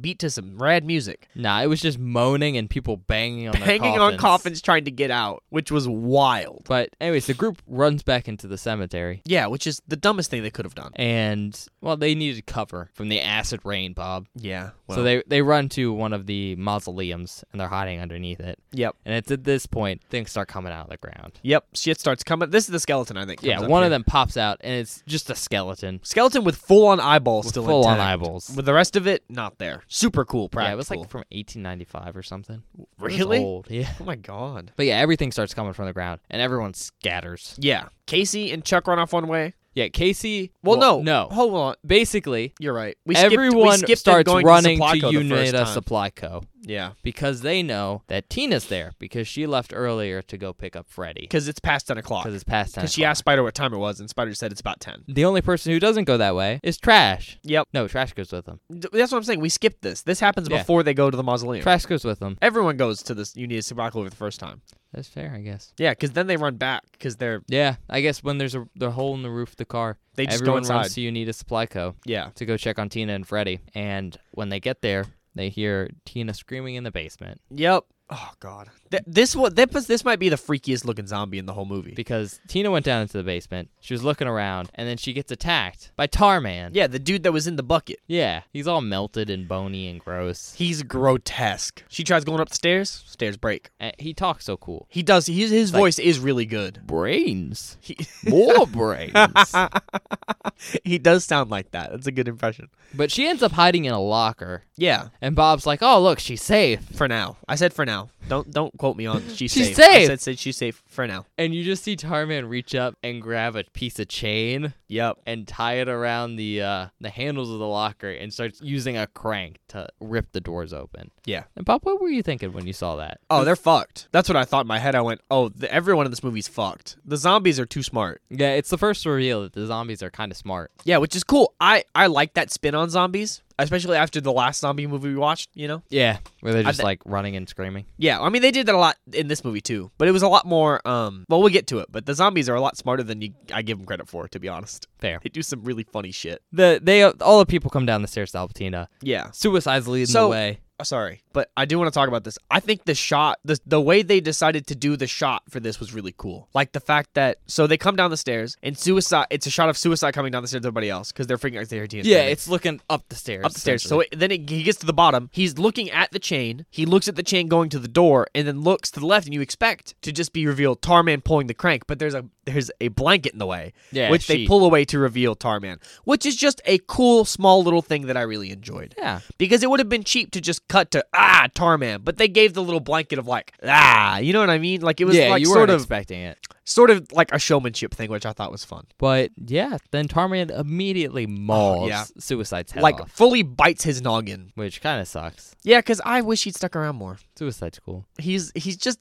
[SPEAKER 1] beat to some rad music.
[SPEAKER 2] Nah, it was just moaning and people banging on their
[SPEAKER 1] Hanging on
[SPEAKER 2] coffins.
[SPEAKER 1] coffins trying to get out, which was wild.
[SPEAKER 2] But anyways, the group runs back into the cemetery.
[SPEAKER 1] Yeah, which is the dumbest thing they could have done.
[SPEAKER 2] And well, they needed cover from the acid rain, Bob.
[SPEAKER 1] Yeah.
[SPEAKER 2] so they they run to one of the mausoleums and they're hiding underneath it.
[SPEAKER 1] Yep.
[SPEAKER 2] And it's at this point things start coming out of the ground.
[SPEAKER 1] Yep. Shit starts coming. This is the skeleton, I think. comes
[SPEAKER 2] Yeah,
[SPEAKER 1] up
[SPEAKER 2] one of
[SPEAKER 1] here.
[SPEAKER 2] them pops out and it's just a skeleton.
[SPEAKER 1] Skeleton with full on eyeballs
[SPEAKER 2] With
[SPEAKER 1] still
[SPEAKER 2] full on
[SPEAKER 1] intact.
[SPEAKER 2] eyeballs.
[SPEAKER 1] With the rest of it, not there. Super cool, practical.
[SPEAKER 2] Yeah, it was like from 1895 or something. It was
[SPEAKER 1] really?
[SPEAKER 2] old, yeah.
[SPEAKER 1] Oh my god.
[SPEAKER 2] But yeah, everything starts coming from the ground and everyone scatters.
[SPEAKER 1] Yeah. Casey and Chuck run off one way.
[SPEAKER 2] Yeah, Casey.
[SPEAKER 1] Well, no.
[SPEAKER 2] no.
[SPEAKER 1] Hold on.
[SPEAKER 2] Basically,
[SPEAKER 1] You're right. We skipped- we
[SPEAKER 2] everyone
[SPEAKER 1] skipped it
[SPEAKER 2] starts
[SPEAKER 1] going
[SPEAKER 2] running
[SPEAKER 1] Supply
[SPEAKER 2] to
[SPEAKER 1] Co the first
[SPEAKER 2] Unita
[SPEAKER 1] time.
[SPEAKER 2] Supply Co.
[SPEAKER 1] Yeah.
[SPEAKER 2] because they know that Tina's there because she left earlier to go pick up Freddy
[SPEAKER 1] Because it's past 10 o'clock.
[SPEAKER 2] because it's past ten.
[SPEAKER 1] Because she
[SPEAKER 2] o'clock.
[SPEAKER 1] asked Spider what time it was, and Spider said it's about 10.
[SPEAKER 2] The only person who doesn't go that way is Trash.
[SPEAKER 1] Yep.
[SPEAKER 2] No, Trash goes with them.
[SPEAKER 1] D- That's what I'm saying. We skipped this. This happens
[SPEAKER 2] Yeah.
[SPEAKER 1] before they go to the mausoleum.
[SPEAKER 2] Trash goes with them.
[SPEAKER 1] Everyone goes to this Unity Sabbatical for the first time.
[SPEAKER 2] That's fair, I guess.
[SPEAKER 1] Yeah, because then they run back because they're
[SPEAKER 2] Yeah, I guess when there's a the hole in the roof of the car,
[SPEAKER 1] They just go
[SPEAKER 2] everyone runs
[SPEAKER 1] inside.
[SPEAKER 2] to Unita Supply Co.
[SPEAKER 1] yeah
[SPEAKER 2] to go check on Tina and Freddy. And when they get there, they hear Tina screaming in the basement
[SPEAKER 1] yep. Oh God, Th- this what this this might be the freakiest looking zombie in the whole movie.
[SPEAKER 2] because Tina went down into the basement. She was looking around, and then she gets attacked by Tarman.
[SPEAKER 1] yeah, the dude that was in the bucket.
[SPEAKER 2] Yeah, he's all melted and bony and gross.
[SPEAKER 1] He's grotesque. She tries going up the stairs. Stairs break.
[SPEAKER 2] And he talks so cool.
[SPEAKER 1] He does. His his
[SPEAKER 2] Like-
[SPEAKER 1] voice is really good.
[SPEAKER 2] Brains.
[SPEAKER 1] He
[SPEAKER 2] More brains.
[SPEAKER 1] he does sound like that. That's a good impression.
[SPEAKER 2] but she ends up hiding in a locker.
[SPEAKER 1] Yeah.
[SPEAKER 2] And Bob's like, oh, look, she's safe.
[SPEAKER 1] For now, I said for now. Don't don't quote me on she's,
[SPEAKER 2] She's
[SPEAKER 1] safe. I
[SPEAKER 2] safe.
[SPEAKER 1] said, said she's safe for now.
[SPEAKER 2] And you just see Tarman reach up and grab a piece of chain
[SPEAKER 1] Yep.
[SPEAKER 2] and tie it around the uh, the handles of the locker and starts using a crank to rip the doors open.
[SPEAKER 1] Yeah.
[SPEAKER 2] And Bob, what were you thinking when you saw that?
[SPEAKER 1] Oh, they're fucked. That's what I thought in my head. I went, oh, the, everyone in this movie's fucked. The zombies are too smart.
[SPEAKER 2] Yeah, it's the first reveal that the zombies are kind of smart.
[SPEAKER 1] Yeah, which is cool. I I like that spin on zombies, especially after the last zombie movie we watched. You know.
[SPEAKER 2] Yeah, where they're
[SPEAKER 1] I
[SPEAKER 2] just
[SPEAKER 1] thi-
[SPEAKER 2] like running and screaming.
[SPEAKER 1] Yeah, I mean they did that a lot in this movie too, but it was a lot more. Um, well, we'll get to it, but the zombies are a lot smarter than you I give them credit for. To be honest,
[SPEAKER 2] Fair.
[SPEAKER 1] they do some really funny shit.
[SPEAKER 2] The they all the people come down the stairs to Albertina.
[SPEAKER 1] Yeah.
[SPEAKER 2] Suicide's leading
[SPEAKER 1] So-
[SPEAKER 2] the way.
[SPEAKER 1] Oh, sorry, but I do want to talk about this. I think the shot, the the way they decided to do the shot for this was really cool. Like the fact that so they come down the stairs and suicide. It's a shot of suicide coming down the stairs. to Everybody else because they're freaking out. They're
[SPEAKER 2] Yeah, it's looking up the stairs.
[SPEAKER 1] up the stairs. So it, then it, he gets to the bottom. He's looking at the chain. He looks at the chain going to the door, and then looks to the left. And you expect to just be revealed Tarman pulling the crank, but there's a there's a blanket in the way,
[SPEAKER 2] Yeah,
[SPEAKER 1] which they
[SPEAKER 2] she-
[SPEAKER 1] pull away to reveal Tarman, which is just a cool small little thing that I really enjoyed
[SPEAKER 2] yeah,
[SPEAKER 1] because it would have been cheap to just cut to ah Tarman, but they gave the little blanket of like ah, you know what I mean? Like it was
[SPEAKER 2] yeah,
[SPEAKER 1] like
[SPEAKER 2] you
[SPEAKER 1] sort
[SPEAKER 2] weren't
[SPEAKER 1] of
[SPEAKER 2] expecting it.
[SPEAKER 1] sort of like a showmanship thing, which I thought was fun.
[SPEAKER 2] But yeah, then Tarman immediately mauls
[SPEAKER 1] yeah.
[SPEAKER 2] Suicide's head
[SPEAKER 1] like
[SPEAKER 2] off,
[SPEAKER 1] fully bites his noggin.
[SPEAKER 2] which kind of sucks.
[SPEAKER 1] Yeah, because I wish he'd stuck around more.
[SPEAKER 2] Suicide's cool.
[SPEAKER 1] He's he's just.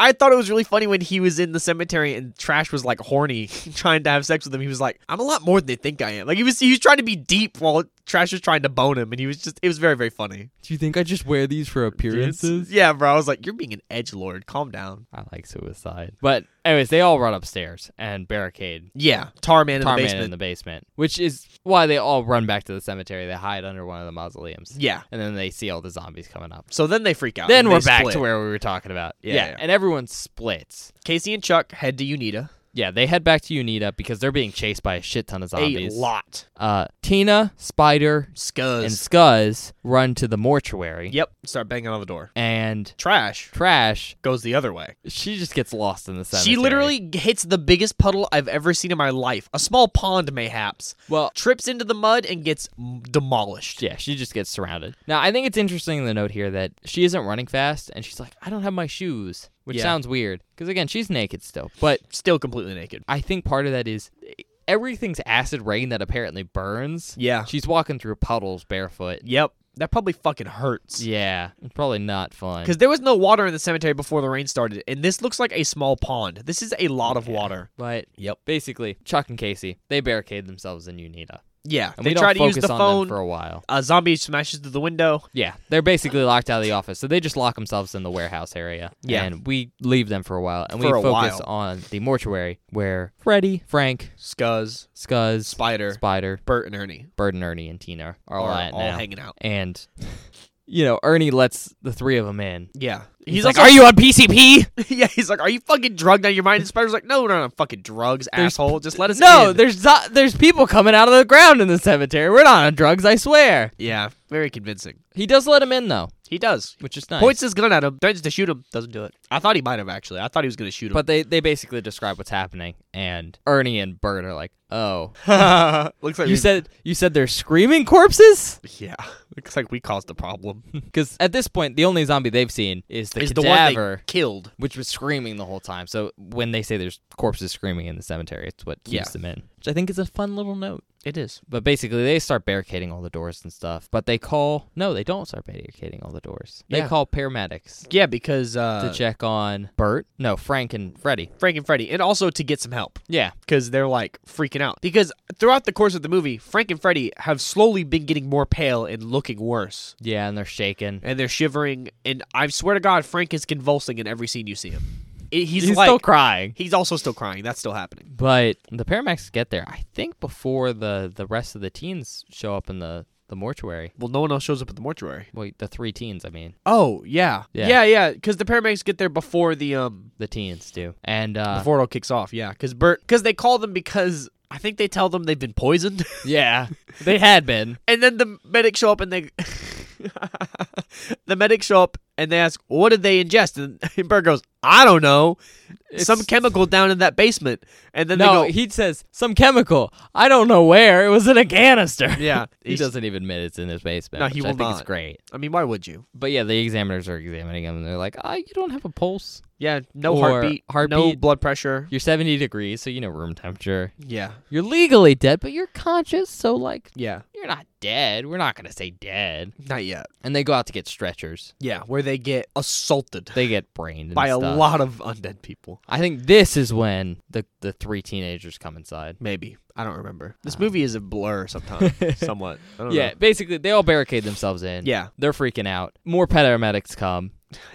[SPEAKER 1] I thought it was really funny when he was in the cemetery and Trash was like horny, trying to have sex with him. He was like, "I'm a lot more than they think I am." Like he was he was trying to be deep while Trash was trying to bone him, and he was just it was very very funny.
[SPEAKER 2] Do you think I just wear these for appearances?
[SPEAKER 1] Yeah, bro. I was like, "You're being an edge lord. Calm down."
[SPEAKER 2] I like Suicide. But anyways, they all run upstairs and barricade
[SPEAKER 1] Yeah, Tarman in the
[SPEAKER 2] Tarman
[SPEAKER 1] basement.
[SPEAKER 2] in the basement, which is why they all run back to the cemetery. They hide under one of the mausoleums,
[SPEAKER 1] Yeah.
[SPEAKER 2] and then they see all the zombies coming up.
[SPEAKER 1] So then they freak out.
[SPEAKER 2] Then
[SPEAKER 1] and
[SPEAKER 2] we're
[SPEAKER 1] Uh, they
[SPEAKER 2] back
[SPEAKER 1] split.
[SPEAKER 2] to where we were talking about.
[SPEAKER 1] Yeah, yeah.
[SPEAKER 2] and everyone splits.
[SPEAKER 1] Casey and Chuck head to Unita.
[SPEAKER 2] Yeah, they head back to Unita because they're being chased by a shit ton of zombies.
[SPEAKER 1] A lot.
[SPEAKER 2] Uh, Tina, Spider,
[SPEAKER 1] Scuzz.
[SPEAKER 2] and Scuzz run to the mortuary,
[SPEAKER 1] yep. Start banging on the door.
[SPEAKER 2] and
[SPEAKER 1] Trash
[SPEAKER 2] Trash,
[SPEAKER 1] goes the other way.
[SPEAKER 2] she just gets lost in the cemetery.
[SPEAKER 1] She literally hits the biggest puddle I've ever seen in my life. A small pond, mayhaps.
[SPEAKER 2] well,
[SPEAKER 1] Trips into the mud and gets m- demolished.
[SPEAKER 2] yeah, she just gets surrounded. Now, I think it's interesting to note here that she isn't running fast, and she's like, "I don't have my shoes," which
[SPEAKER 1] Yeah.
[SPEAKER 2] sounds weird because again, she's naked still. But
[SPEAKER 1] Still completely naked.
[SPEAKER 2] I think part of that is everything's acid rain that apparently burns.
[SPEAKER 1] Yeah.
[SPEAKER 2] She's walking through puddles barefoot.
[SPEAKER 1] Yep. That probably fucking hurts.
[SPEAKER 2] Yeah, probably not fun.
[SPEAKER 1] Because there was no water in the cemetery before the rain started, and this looks like a small pond. This is a lot of water.
[SPEAKER 2] But
[SPEAKER 1] Yep.
[SPEAKER 2] basically, Chuck and Casey they barricade themselves in Unita,
[SPEAKER 1] Yeah.
[SPEAKER 2] and
[SPEAKER 1] they
[SPEAKER 2] we don't
[SPEAKER 1] try to use
[SPEAKER 2] focus
[SPEAKER 1] the
[SPEAKER 2] on
[SPEAKER 1] phone.
[SPEAKER 2] them for a while.
[SPEAKER 1] a zombie smashes through the window.
[SPEAKER 2] Yeah, they're basically locked out of the office, so they just lock themselves in the warehouse area.
[SPEAKER 1] Yeah.
[SPEAKER 2] and we leave them for a while, and we
[SPEAKER 1] For a
[SPEAKER 2] focus
[SPEAKER 1] while.
[SPEAKER 2] on the mortuary where Freddy, Frank,
[SPEAKER 1] Scuzz,
[SPEAKER 2] Scuzz,
[SPEAKER 1] Spider,
[SPEAKER 2] Spider,
[SPEAKER 1] Bert, and Ernie
[SPEAKER 2] Bird, and Ernie, and Tina
[SPEAKER 1] are
[SPEAKER 2] are all
[SPEAKER 1] all,
[SPEAKER 2] at now.
[SPEAKER 1] hanging out.
[SPEAKER 2] and you know, Ernie lets the three of them in.
[SPEAKER 1] Yeah. He's,
[SPEAKER 2] He's, like,
[SPEAKER 1] also,
[SPEAKER 2] "Are you on PCP?"
[SPEAKER 1] yeah, he's like, are you fucking drugged out of your mind? And Spider's like, no, we're not on fucking drugs,
[SPEAKER 2] There's-
[SPEAKER 1] asshole. Just let us
[SPEAKER 2] No,
[SPEAKER 1] in."
[SPEAKER 2] there's zo- there's people coming out of the ground in the cemetery. We're not on drugs, I swear.
[SPEAKER 1] Yeah, very convincing.
[SPEAKER 2] He does let him in though,
[SPEAKER 1] He does.
[SPEAKER 2] which is nice.
[SPEAKER 1] Points his gun at him, threatens to shoot him, doesn't do it. I thought he might have actually. I thought he was gonna shoot him.
[SPEAKER 2] But they they basically describe what's happening, and Ernie and Bert are like, "Oh,
[SPEAKER 1] But looks like
[SPEAKER 2] you
[SPEAKER 1] we-
[SPEAKER 2] said you said they're screaming corpses."
[SPEAKER 1] Yeah. Looks like we caused the problem.
[SPEAKER 2] Because at this point, the only zombie they've seen is the
[SPEAKER 1] Is the one
[SPEAKER 2] cadaver.
[SPEAKER 1] they killed.
[SPEAKER 2] which was screaming the whole time. So when they say there's corpses screaming in the cemetery, it's what keeps
[SPEAKER 1] Yeah.
[SPEAKER 2] them in. Which I think is a fun little note.
[SPEAKER 1] It is.
[SPEAKER 2] But basically, they start barricading all the doors and stuff. But they call. No, they don't start barricading all the doors. They
[SPEAKER 1] Yeah.
[SPEAKER 2] call paramedics
[SPEAKER 1] Yeah, because uh
[SPEAKER 2] to check on Bert. No, Frank and Freddy.
[SPEAKER 1] Frank and Freddy, and also to get some help.
[SPEAKER 2] Yeah.
[SPEAKER 1] because they're like freaking out. Because throughout the course of the movie, Frank and Freddy have slowly been getting more pale and looking worse.
[SPEAKER 2] Yeah, and they're shaking.
[SPEAKER 1] And they're shivering. And I swear to God, Frank is convulsing in every scene you see him. I- He's,
[SPEAKER 2] He's,
[SPEAKER 1] like,
[SPEAKER 2] still crying.
[SPEAKER 1] he's also still crying. That's still happening.
[SPEAKER 2] But the paramedics get there, I think, before the, the rest of the teens show up in the, the mortuary.
[SPEAKER 1] Well, no one else shows up at the mortuary.
[SPEAKER 2] Wait, the three teens, I mean.
[SPEAKER 1] Oh, yeah.
[SPEAKER 2] Yeah.
[SPEAKER 1] Yeah, yeah. Because the paramedics get there before the, um,
[SPEAKER 2] The teens do. And uh,
[SPEAKER 1] before it all kicks off. Yeah. Because Bert, because they call them because I think they tell them they've been poisoned.
[SPEAKER 2] yeah, they had been.
[SPEAKER 1] and then the medics show up and they the medics show up and they ask what did they ingest and, and Bert goes I don't know some
[SPEAKER 2] It's-
[SPEAKER 1] chemical down in that basement and then
[SPEAKER 2] No,
[SPEAKER 1] they go
[SPEAKER 2] he says some chemical. I don't know where. It was in a canister.
[SPEAKER 1] yeah
[SPEAKER 2] He doesn't even admit it's in his basement.
[SPEAKER 1] No, he
[SPEAKER 2] which I
[SPEAKER 1] will
[SPEAKER 2] think It's
[SPEAKER 1] not.
[SPEAKER 2] great.
[SPEAKER 1] I mean why would you
[SPEAKER 2] But yeah, the examiners are examining him, and they're like, "Ah, you don't have a pulse.
[SPEAKER 1] yeah no
[SPEAKER 2] Or
[SPEAKER 1] heartbeat, no
[SPEAKER 2] heartbeat.
[SPEAKER 1] blood pressure
[SPEAKER 2] You're 70 degrees, so you know room temperature.
[SPEAKER 1] yeah
[SPEAKER 2] You're legally dead, but you're conscious, so like
[SPEAKER 1] yeah
[SPEAKER 2] you're not dead. We're not gonna say dead."
[SPEAKER 1] not yet
[SPEAKER 2] And they go out to get stretchers.
[SPEAKER 1] yeah where they get assaulted
[SPEAKER 2] They get brained and
[SPEAKER 1] by a
[SPEAKER 2] stuff.
[SPEAKER 1] lot of undead people
[SPEAKER 2] I think this is when the the three teenagers come inside.
[SPEAKER 1] maybe I don't remember this movie is a blur sometimes somewhat I don't
[SPEAKER 2] Yeah,
[SPEAKER 1] know.
[SPEAKER 2] basically they all barricade themselves in.
[SPEAKER 1] yeah
[SPEAKER 2] They're freaking out. More paramedics come.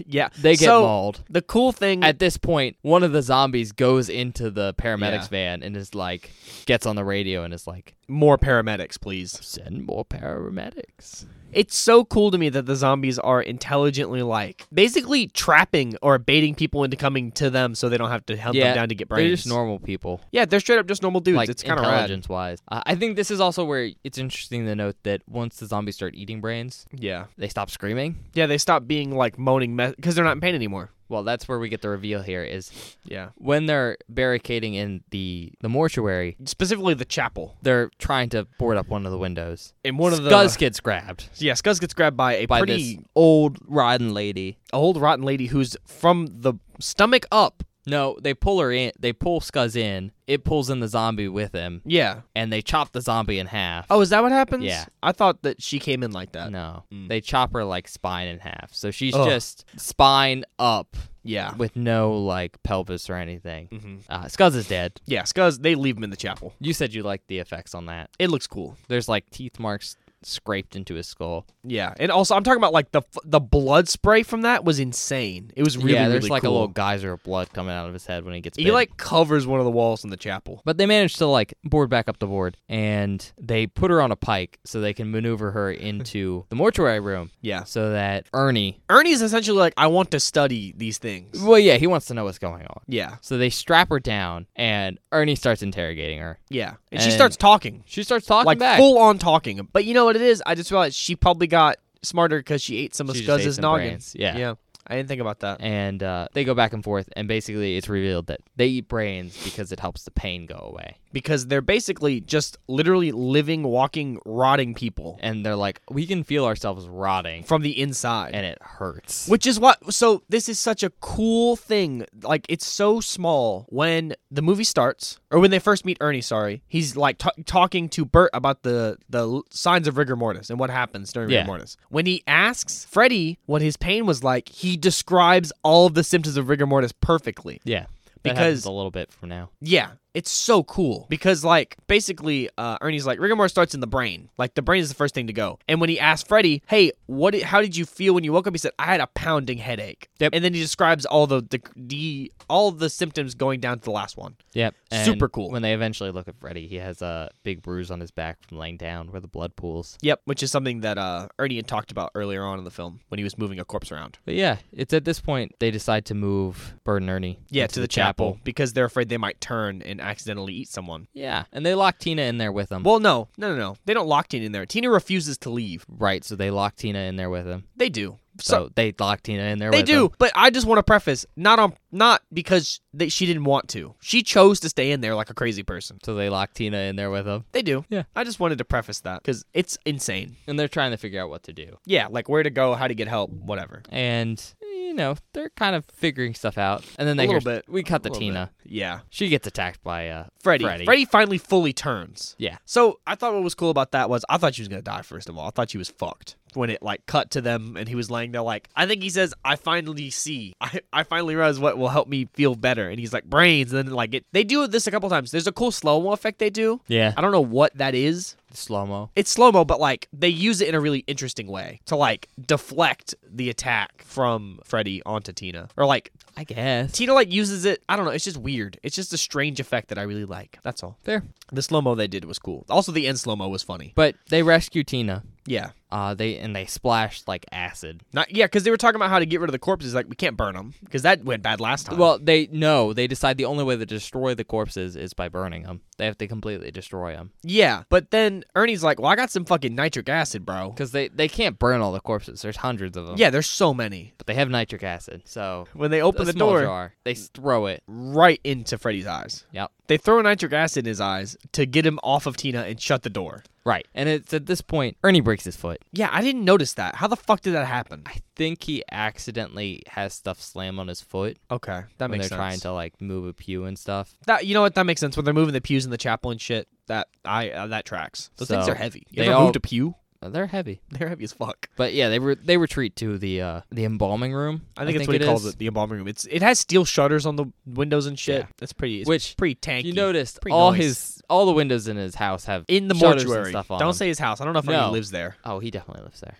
[SPEAKER 1] yeah
[SPEAKER 2] They get
[SPEAKER 1] so, mm.
[SPEAKER 2] mauled.
[SPEAKER 1] the cool thing
[SPEAKER 2] At this point, one of the zombies goes into the paramedics
[SPEAKER 1] Yeah.
[SPEAKER 2] van and is like, gets on the radio and is like,
[SPEAKER 1] more paramedics please
[SPEAKER 2] send more paramedics.
[SPEAKER 1] It's so cool to me that the zombies are intelligently like basically trapping or baiting people into coming to them so they don't have to hunt them down to get brains.
[SPEAKER 2] They're just normal people.
[SPEAKER 1] Yeah, they're straight up just normal dudes.
[SPEAKER 2] like
[SPEAKER 1] it's kind of rad.
[SPEAKER 2] intelligence wise, uh, I think this is also where it's interesting to note that once the zombies start eating brains,
[SPEAKER 1] Yeah.
[SPEAKER 2] they stop screaming.
[SPEAKER 1] Yeah, they stop being like moaning because they're not in pain anymore.
[SPEAKER 2] Well, that's where we get the reveal here is
[SPEAKER 1] Yeah.
[SPEAKER 2] when they're barricading in the the mortuary,
[SPEAKER 1] Specifically the chapel.
[SPEAKER 2] they're trying to board up one of the windows.
[SPEAKER 1] And one of the
[SPEAKER 2] Scuzz gets grabbed.
[SPEAKER 1] Yeah, Scuzz gets grabbed by a
[SPEAKER 2] by
[SPEAKER 1] pretty
[SPEAKER 2] this old rotten lady.
[SPEAKER 1] old rotten lady who's from the stomach up.
[SPEAKER 2] No, they pull her in. They pull Scuzz in. It pulls in the zombie with him,
[SPEAKER 1] Yeah.
[SPEAKER 2] and they chop the zombie in half.
[SPEAKER 1] Oh, is that what happens?
[SPEAKER 2] Yeah.
[SPEAKER 1] I thought that she came in like that.
[SPEAKER 2] no,
[SPEAKER 1] Mm.
[SPEAKER 2] they chop her like spine in half. So she's
[SPEAKER 1] Ugh.
[SPEAKER 2] just spine up
[SPEAKER 1] Yeah.
[SPEAKER 2] with no like pelvis or anything.
[SPEAKER 1] hmm
[SPEAKER 2] Uh, Scuzz is dead.
[SPEAKER 1] Yeah, Scuzz, they leave him in the chapel.
[SPEAKER 2] You said you liked the effects on that.
[SPEAKER 1] It looks cool.
[SPEAKER 2] There's like teeth marks scraped into his skull.
[SPEAKER 1] Yeah, and also I'm talking about like the f- the blood spray from that was insane. It was really
[SPEAKER 2] yeah, there's
[SPEAKER 1] really
[SPEAKER 2] like
[SPEAKER 1] cool.
[SPEAKER 2] a little geyser of blood coming out of his head when he gets.
[SPEAKER 1] He
[SPEAKER 2] bit.
[SPEAKER 1] like covers one of the walls in the chapel.
[SPEAKER 2] But they managed to like board back up the board and they put her on a pike so they can maneuver her into the mortuary room
[SPEAKER 1] Yeah,
[SPEAKER 2] so that Ernie
[SPEAKER 1] Ernie's essentially like I want to study these things.
[SPEAKER 2] Well yeah, he wants to know what's going on.
[SPEAKER 1] Yeah,
[SPEAKER 2] So they strap her down and Ernie starts interrogating her.
[SPEAKER 1] yeah, and, she
[SPEAKER 2] And-
[SPEAKER 1] starts talking,
[SPEAKER 2] She starts talking
[SPEAKER 1] like
[SPEAKER 2] back.
[SPEAKER 1] full on talking. But you know what it is? I just realized she probably got smarter because she ate some of
[SPEAKER 2] She just ate
[SPEAKER 1] Scuzz's
[SPEAKER 2] some
[SPEAKER 1] noggin.
[SPEAKER 2] brains, yeah.
[SPEAKER 1] yeah. I didn't think about that.
[SPEAKER 2] and uh, they go back and forth and basically it's revealed that they eat brains because it helps the pain go away.
[SPEAKER 1] because they're basically just literally living, walking, rotting people
[SPEAKER 2] and they're like, we can feel ourselves rotting,
[SPEAKER 1] from the inside.
[SPEAKER 2] and it hurts.
[SPEAKER 1] Which is what. So this is such a cool thing. Like it's so small. When the movie starts, or when they first meet Ernie, sorry, he's like ta talking to Bert about the the l- signs of rigor mortis and what happens during
[SPEAKER 2] Yeah.
[SPEAKER 1] rigor mortis. When he asks Freddy what his pain was like, he describes all of the symptoms of rigor mortis perfectly.
[SPEAKER 2] yeah, that happens
[SPEAKER 1] Because
[SPEAKER 2] a little bit from now.
[SPEAKER 1] yeah, it's so cool because like basically uh, Ernie's like rigor mortis starts in the brain. Like the brain is the first thing to go. And when he asked Freddy, "Hey, what? Did, how did you feel when you woke up?" He said, "I had a pounding headache."
[SPEAKER 2] Yep.
[SPEAKER 1] And then he describes all the the, the all the symptoms going down to the last one.
[SPEAKER 2] Yep.
[SPEAKER 1] Super
[SPEAKER 2] and
[SPEAKER 1] cool.
[SPEAKER 2] When they eventually look at Freddy, he has a big bruise on his back from laying down where the blood pools.
[SPEAKER 1] Yep, which is something that uh, Ernie had talked about earlier on in the film when he was moving a corpse around.
[SPEAKER 2] But yeah, it's at this point they decide to move Bird and Ernie.
[SPEAKER 1] Yeah,
[SPEAKER 2] into
[SPEAKER 1] to the, chapel because they're afraid they might turn and accidentally eat someone.
[SPEAKER 2] Yeah, and they lock Tina in there with them.
[SPEAKER 1] Well, no, no, no, no. They don't lock Tina in there. Tina refuses to leave.
[SPEAKER 2] right, so they lock Tina in there with him.
[SPEAKER 1] They do. So
[SPEAKER 2] So they lock Tina in there.
[SPEAKER 1] They
[SPEAKER 2] with
[SPEAKER 1] do,
[SPEAKER 2] him.
[SPEAKER 1] but I just want to preface not on not because that she didn't want to. She chose to stay in there like a crazy person.
[SPEAKER 2] So they lock Tina in there with him,
[SPEAKER 1] They do.
[SPEAKER 2] Yeah.
[SPEAKER 1] I just wanted to preface that because it's insane.
[SPEAKER 2] and they're trying to figure out what to do.
[SPEAKER 1] Yeah, like where to go, how to get help, whatever.
[SPEAKER 2] And you know they're kind of figuring stuff out, and then they
[SPEAKER 1] A
[SPEAKER 2] hear,
[SPEAKER 1] little bit.
[SPEAKER 2] We cut the
[SPEAKER 1] A little
[SPEAKER 2] Tina.
[SPEAKER 1] bit. Yeah.
[SPEAKER 2] She gets attacked by uh
[SPEAKER 1] Freddy.
[SPEAKER 2] Freddy.
[SPEAKER 1] Freddy. finally fully turns.
[SPEAKER 2] Yeah.
[SPEAKER 1] So I thought what was cool about that was I thought she was gonna die first of all. I thought she was fucked when it like cut to them and he was laying there like I think he says I finally see I, I finally realize what will help me feel better and he's like brains and then like it they do this a couple times. There's a cool slow mo effect they do.
[SPEAKER 2] Yeah,
[SPEAKER 1] I don't know what that is.
[SPEAKER 2] slow mo.
[SPEAKER 1] It's slow mo, but like they use it in a really interesting way to like deflect the attack from Freddy onto Tina. Or like
[SPEAKER 2] I guess.
[SPEAKER 1] Tina like uses it. I don't know. It's just weird. It's just a strange effect that I really like. That's all.
[SPEAKER 2] Fair.
[SPEAKER 1] The slow mo they did was cool. Also, the end slow mo was funny.
[SPEAKER 2] But they rescue Tina.
[SPEAKER 1] Yeah.
[SPEAKER 2] Uh, they and they splash like acid.
[SPEAKER 1] Not yeah, because they were talking about how to get rid of the corpses. Like we can't burn them because that went bad last time.
[SPEAKER 2] Well, they no, they decide the only way to destroy the corpses is by burning them. They have to completely destroy them
[SPEAKER 1] yeah, but then Ernie's like, "Well, I got some fucking nitric acid, bro."
[SPEAKER 2] because they they can't burn all the corpses. There's hundreds of them.
[SPEAKER 1] Yeah, there's so many.
[SPEAKER 2] but they have nitric acid, so
[SPEAKER 1] When they open
[SPEAKER 2] a
[SPEAKER 1] the
[SPEAKER 2] small
[SPEAKER 1] door,
[SPEAKER 2] jar. They s- throw it.
[SPEAKER 1] right into Freddy's eyes.
[SPEAKER 2] Yep.
[SPEAKER 1] They throw nitric acid in his eyes to get him off of Tina and shut the door.
[SPEAKER 2] Right, and it's at this point Ernie breaks his foot.
[SPEAKER 1] Yeah, I didn't notice that. How the fuck did that happen?
[SPEAKER 2] I think he accidentally has stuff slam on his foot
[SPEAKER 1] Okay, that
[SPEAKER 2] when
[SPEAKER 1] makes
[SPEAKER 2] they're
[SPEAKER 1] sense.
[SPEAKER 2] trying to like move a pew and stuff.
[SPEAKER 1] That you know what that makes sense when they're moving the pews in the chapel and shit. That I uh, that tracks. Those things
[SPEAKER 2] So,
[SPEAKER 1] are heavy. You
[SPEAKER 2] they
[SPEAKER 1] ever
[SPEAKER 2] all-
[SPEAKER 1] moved a pew?
[SPEAKER 2] Uh, They're heavy,
[SPEAKER 1] They're heavy as fuck.
[SPEAKER 2] but yeah, they re- they retreat to the uh the embalming room.
[SPEAKER 1] I think that's what he calls
[SPEAKER 2] is.
[SPEAKER 1] it, the embalming room. It's it has steel shutters on the windows and shit.
[SPEAKER 2] Yeah.
[SPEAKER 1] That's pretty. It's
[SPEAKER 2] Which,
[SPEAKER 1] pretty tanky.
[SPEAKER 2] You noticed
[SPEAKER 1] Pretty
[SPEAKER 2] all
[SPEAKER 1] nice.
[SPEAKER 2] his all the windows in his house have
[SPEAKER 1] in the
[SPEAKER 2] shutters and
[SPEAKER 1] mortuary.
[SPEAKER 2] stuff on
[SPEAKER 1] Don't
[SPEAKER 2] them.
[SPEAKER 1] say his house. I don't know if
[SPEAKER 2] No.
[SPEAKER 1] anyone lives there.
[SPEAKER 2] Oh, he definitely lives there.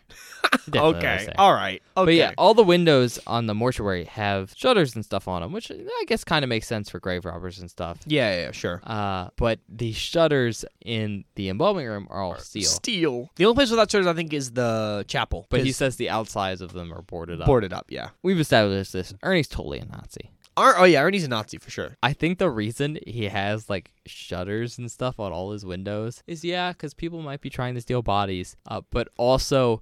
[SPEAKER 2] He definitely lives
[SPEAKER 1] okay.
[SPEAKER 2] there.
[SPEAKER 1] All right. Okay.
[SPEAKER 2] But yeah, all the windows on the mortuary have shutters and stuff on them, which eh, I guess kind of makes sense for grave robbers and stuff.
[SPEAKER 1] yeah. Yeah. yeah, Sure.
[SPEAKER 2] Uh, but the shutters in the embalming room are all steel.
[SPEAKER 1] Steel. The only place without shutters, I think, is the chapel.
[SPEAKER 2] But he
[SPEAKER 1] 'cause
[SPEAKER 2] says the outsides of them are boarded up.
[SPEAKER 1] boarded up. Yeah.
[SPEAKER 2] We've established this. Ernie's totally a Nazi.
[SPEAKER 1] Ar- oh yeah, Ernie's a Nazi for sure.
[SPEAKER 2] I think the reason he has like shutters and stuff on all his windows is yeah, because people might be trying to steal bodies, uh, but also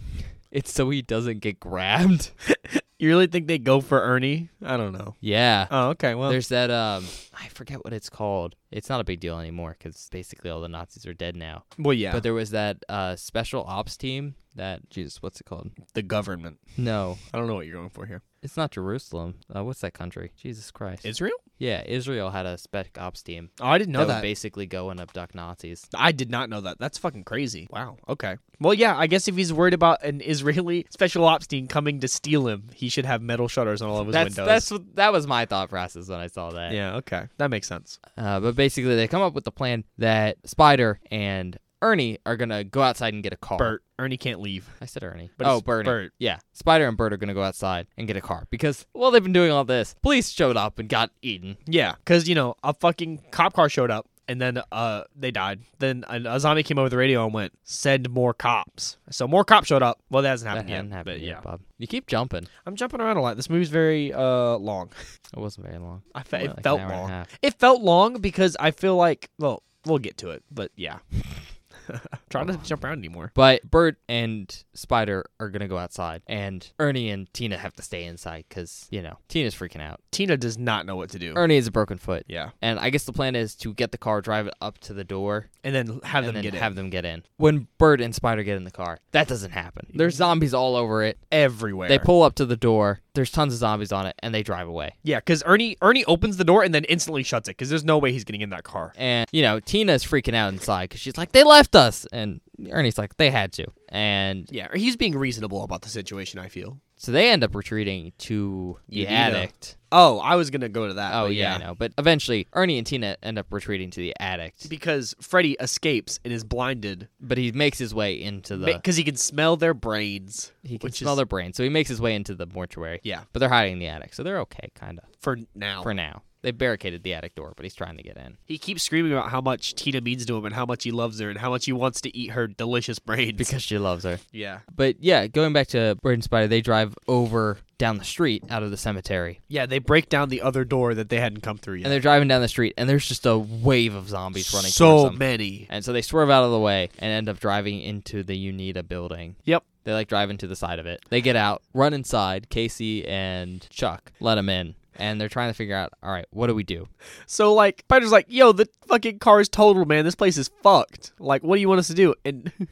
[SPEAKER 2] it's so he doesn't get grabbed.
[SPEAKER 1] You really think they go for Ernie? I don't know.
[SPEAKER 2] yeah.
[SPEAKER 1] Oh, okay. Well,
[SPEAKER 2] There's that um, I forget what it's called. It's not a big deal anymore because basically all the Nazis are dead now.
[SPEAKER 1] well, yeah.
[SPEAKER 2] But there was that uh special ops team that Jesus, what's it called?
[SPEAKER 1] the government.
[SPEAKER 2] No,
[SPEAKER 1] I don't know what you're going for here.
[SPEAKER 2] it's not Jerusalem. Uh, what's that country? Jesus Christ.
[SPEAKER 1] Israel?
[SPEAKER 2] yeah, Israel had a spec ops team
[SPEAKER 1] Oh, I didn't know
[SPEAKER 2] that would
[SPEAKER 1] that.
[SPEAKER 2] basically go and abduct Nazis.
[SPEAKER 1] I did not know that. That's fucking crazy. Wow. Okay. Well, yeah. I guess if he's worried about an Israeli special ops team coming to steal him, he should have metal shutters on all of his
[SPEAKER 2] That's
[SPEAKER 1] windows.
[SPEAKER 2] that's what that was my thought process when I saw that.
[SPEAKER 1] yeah. Okay. That makes sense.
[SPEAKER 2] Uh, but basically, they come up with the plan that Spider and Ernie are gonna go outside and get a car.
[SPEAKER 1] Bert, Ernie can't leave.
[SPEAKER 2] I said Ernie.
[SPEAKER 1] But
[SPEAKER 2] oh,
[SPEAKER 1] it's
[SPEAKER 2] Bernie.
[SPEAKER 1] Bert.
[SPEAKER 2] Yeah, Spider and Bert are gonna go outside and get a car because while they've been doing all this, police showed up and got eaten.
[SPEAKER 1] Yeah. Because you know a fucking cop car showed up. And then uh, they died. Then a, a zombie came over the radio and went, "Send more cops." So more cops showed up. Well, that hasn't
[SPEAKER 2] That
[SPEAKER 1] happened yet.
[SPEAKER 2] hadn't
[SPEAKER 1] but
[SPEAKER 2] happened yet,
[SPEAKER 1] yeah,
[SPEAKER 2] Bob. You keep jumping.
[SPEAKER 1] I'm jumping around a lot. This movie's very uh long.
[SPEAKER 2] It wasn't very long.
[SPEAKER 1] I fe-
[SPEAKER 2] Only
[SPEAKER 1] it
[SPEAKER 2] like an
[SPEAKER 1] felt
[SPEAKER 2] hour and a
[SPEAKER 1] long.
[SPEAKER 2] half.
[SPEAKER 1] It felt long because I feel like well, we'll get to it, but yeah. Try not to jump around anymore.
[SPEAKER 2] But Bert and Spider are gonna go outside, and Ernie and Tina have to stay inside because you know Tina's freaking out.
[SPEAKER 1] Tina does not know what to do.
[SPEAKER 2] Ernie has a broken foot,
[SPEAKER 1] Yeah,
[SPEAKER 2] and I guess the plan is to get the car, drive it up to the door,
[SPEAKER 1] and then have
[SPEAKER 2] and
[SPEAKER 1] them
[SPEAKER 2] then
[SPEAKER 1] get
[SPEAKER 2] have them get in. When Bert and Spider get in the car, that doesn't happen. There's zombies all over it.
[SPEAKER 1] in everywhere.
[SPEAKER 2] They pull up to the door. There's tons of zombies on it, and they drive away.
[SPEAKER 1] yeah, because Ernie Ernie opens the door and then instantly shuts it because there's no way he's getting in that car.
[SPEAKER 2] And you know Tina's freaking out inside because she's like, "They left us," and Ernie's like, "They had to." And
[SPEAKER 1] Yeah, he's being reasonable about the situation. I feel.
[SPEAKER 2] so they end up retreating to the
[SPEAKER 1] Udina.
[SPEAKER 2] addict.
[SPEAKER 1] Oh, I was gonna go to that.
[SPEAKER 2] Oh
[SPEAKER 1] but
[SPEAKER 2] yeah, I know. But eventually, Ernie and Tina end up retreating to the addict,
[SPEAKER 1] because Freddy escapes and is blinded
[SPEAKER 2] but he makes his way into the.
[SPEAKER 1] because he can smell their brains.
[SPEAKER 2] he can
[SPEAKER 1] which
[SPEAKER 2] smell
[SPEAKER 1] is-
[SPEAKER 2] their brain, so he makes his way into the mortuary.
[SPEAKER 1] Yeah,
[SPEAKER 2] But they're hiding in the attic, so they're okay, kind of
[SPEAKER 1] for now.
[SPEAKER 2] for now. They barricaded the attic door, but he's trying to get in
[SPEAKER 1] He keeps screaming about how much Tina means to him and how much he loves her and how much he wants to eat her delicious brains.
[SPEAKER 2] because she loves her.
[SPEAKER 1] yeah,
[SPEAKER 2] But yeah, going back to Bird and Spider, they drive over down the street out of the cemetery,
[SPEAKER 1] yeah, they break down the other door that they hadn't come through yet.
[SPEAKER 2] and they're driving down the street, and there's just a wave of zombies running towards
[SPEAKER 1] so
[SPEAKER 2] them.
[SPEAKER 1] many.
[SPEAKER 2] And so they swerve out of the way and end up driving into the UNITA building.
[SPEAKER 1] Yep.
[SPEAKER 2] They like drive into the side of it. They get out, run inside. Casey and Chuck let them in. And they're trying to figure out, all right, what do we do?
[SPEAKER 1] So like, Spider's like, "Yo, the fucking car is totaled, man. This place is fucked. Like, what do you want us to do?" And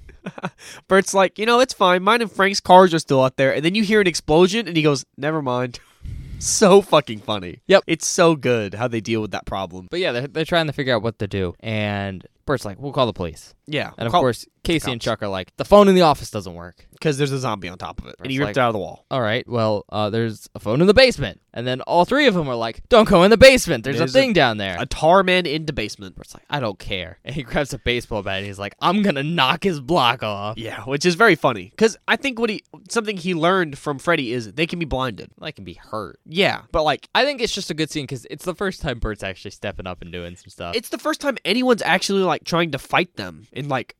[SPEAKER 1] Bert's like, "You know, it's fine. Mine and Frank's cars are still out there." And then you hear an explosion, and he goes, "Never mind." so fucking funny.
[SPEAKER 2] Yep.
[SPEAKER 1] it's so good how they deal with that problem.
[SPEAKER 2] But yeah, they're, they're trying to figure out what to do. And Bert's like, we'll call the police.
[SPEAKER 1] Yeah,
[SPEAKER 2] And of course, Casey and Chuck are like, the phone in the office doesn't work.
[SPEAKER 1] because there's a zombie on top of it, and he
[SPEAKER 2] Bert's
[SPEAKER 1] ripped
[SPEAKER 2] like-
[SPEAKER 1] it out of the wall.
[SPEAKER 2] All right, well, uh, there's a phone in the basement. And then all three of them are like, don't go in the basement. There's,
[SPEAKER 1] There's
[SPEAKER 2] a
[SPEAKER 1] a-
[SPEAKER 2] thing down there.
[SPEAKER 1] A tar man in the basement.
[SPEAKER 2] Bert's like, I don't care. And he grabs a baseball bat and he's like, I'm going to knock his block off.
[SPEAKER 1] Yeah, which is very funny because I think what he something he learned from Freddy is they can be blinded.
[SPEAKER 2] I can be hurt.
[SPEAKER 1] Yeah, but like
[SPEAKER 2] I think it's just a good scene because it's the first time Bert's actually stepping up and doing some stuff.
[SPEAKER 1] it's the first time anyone's actually like trying to fight them and like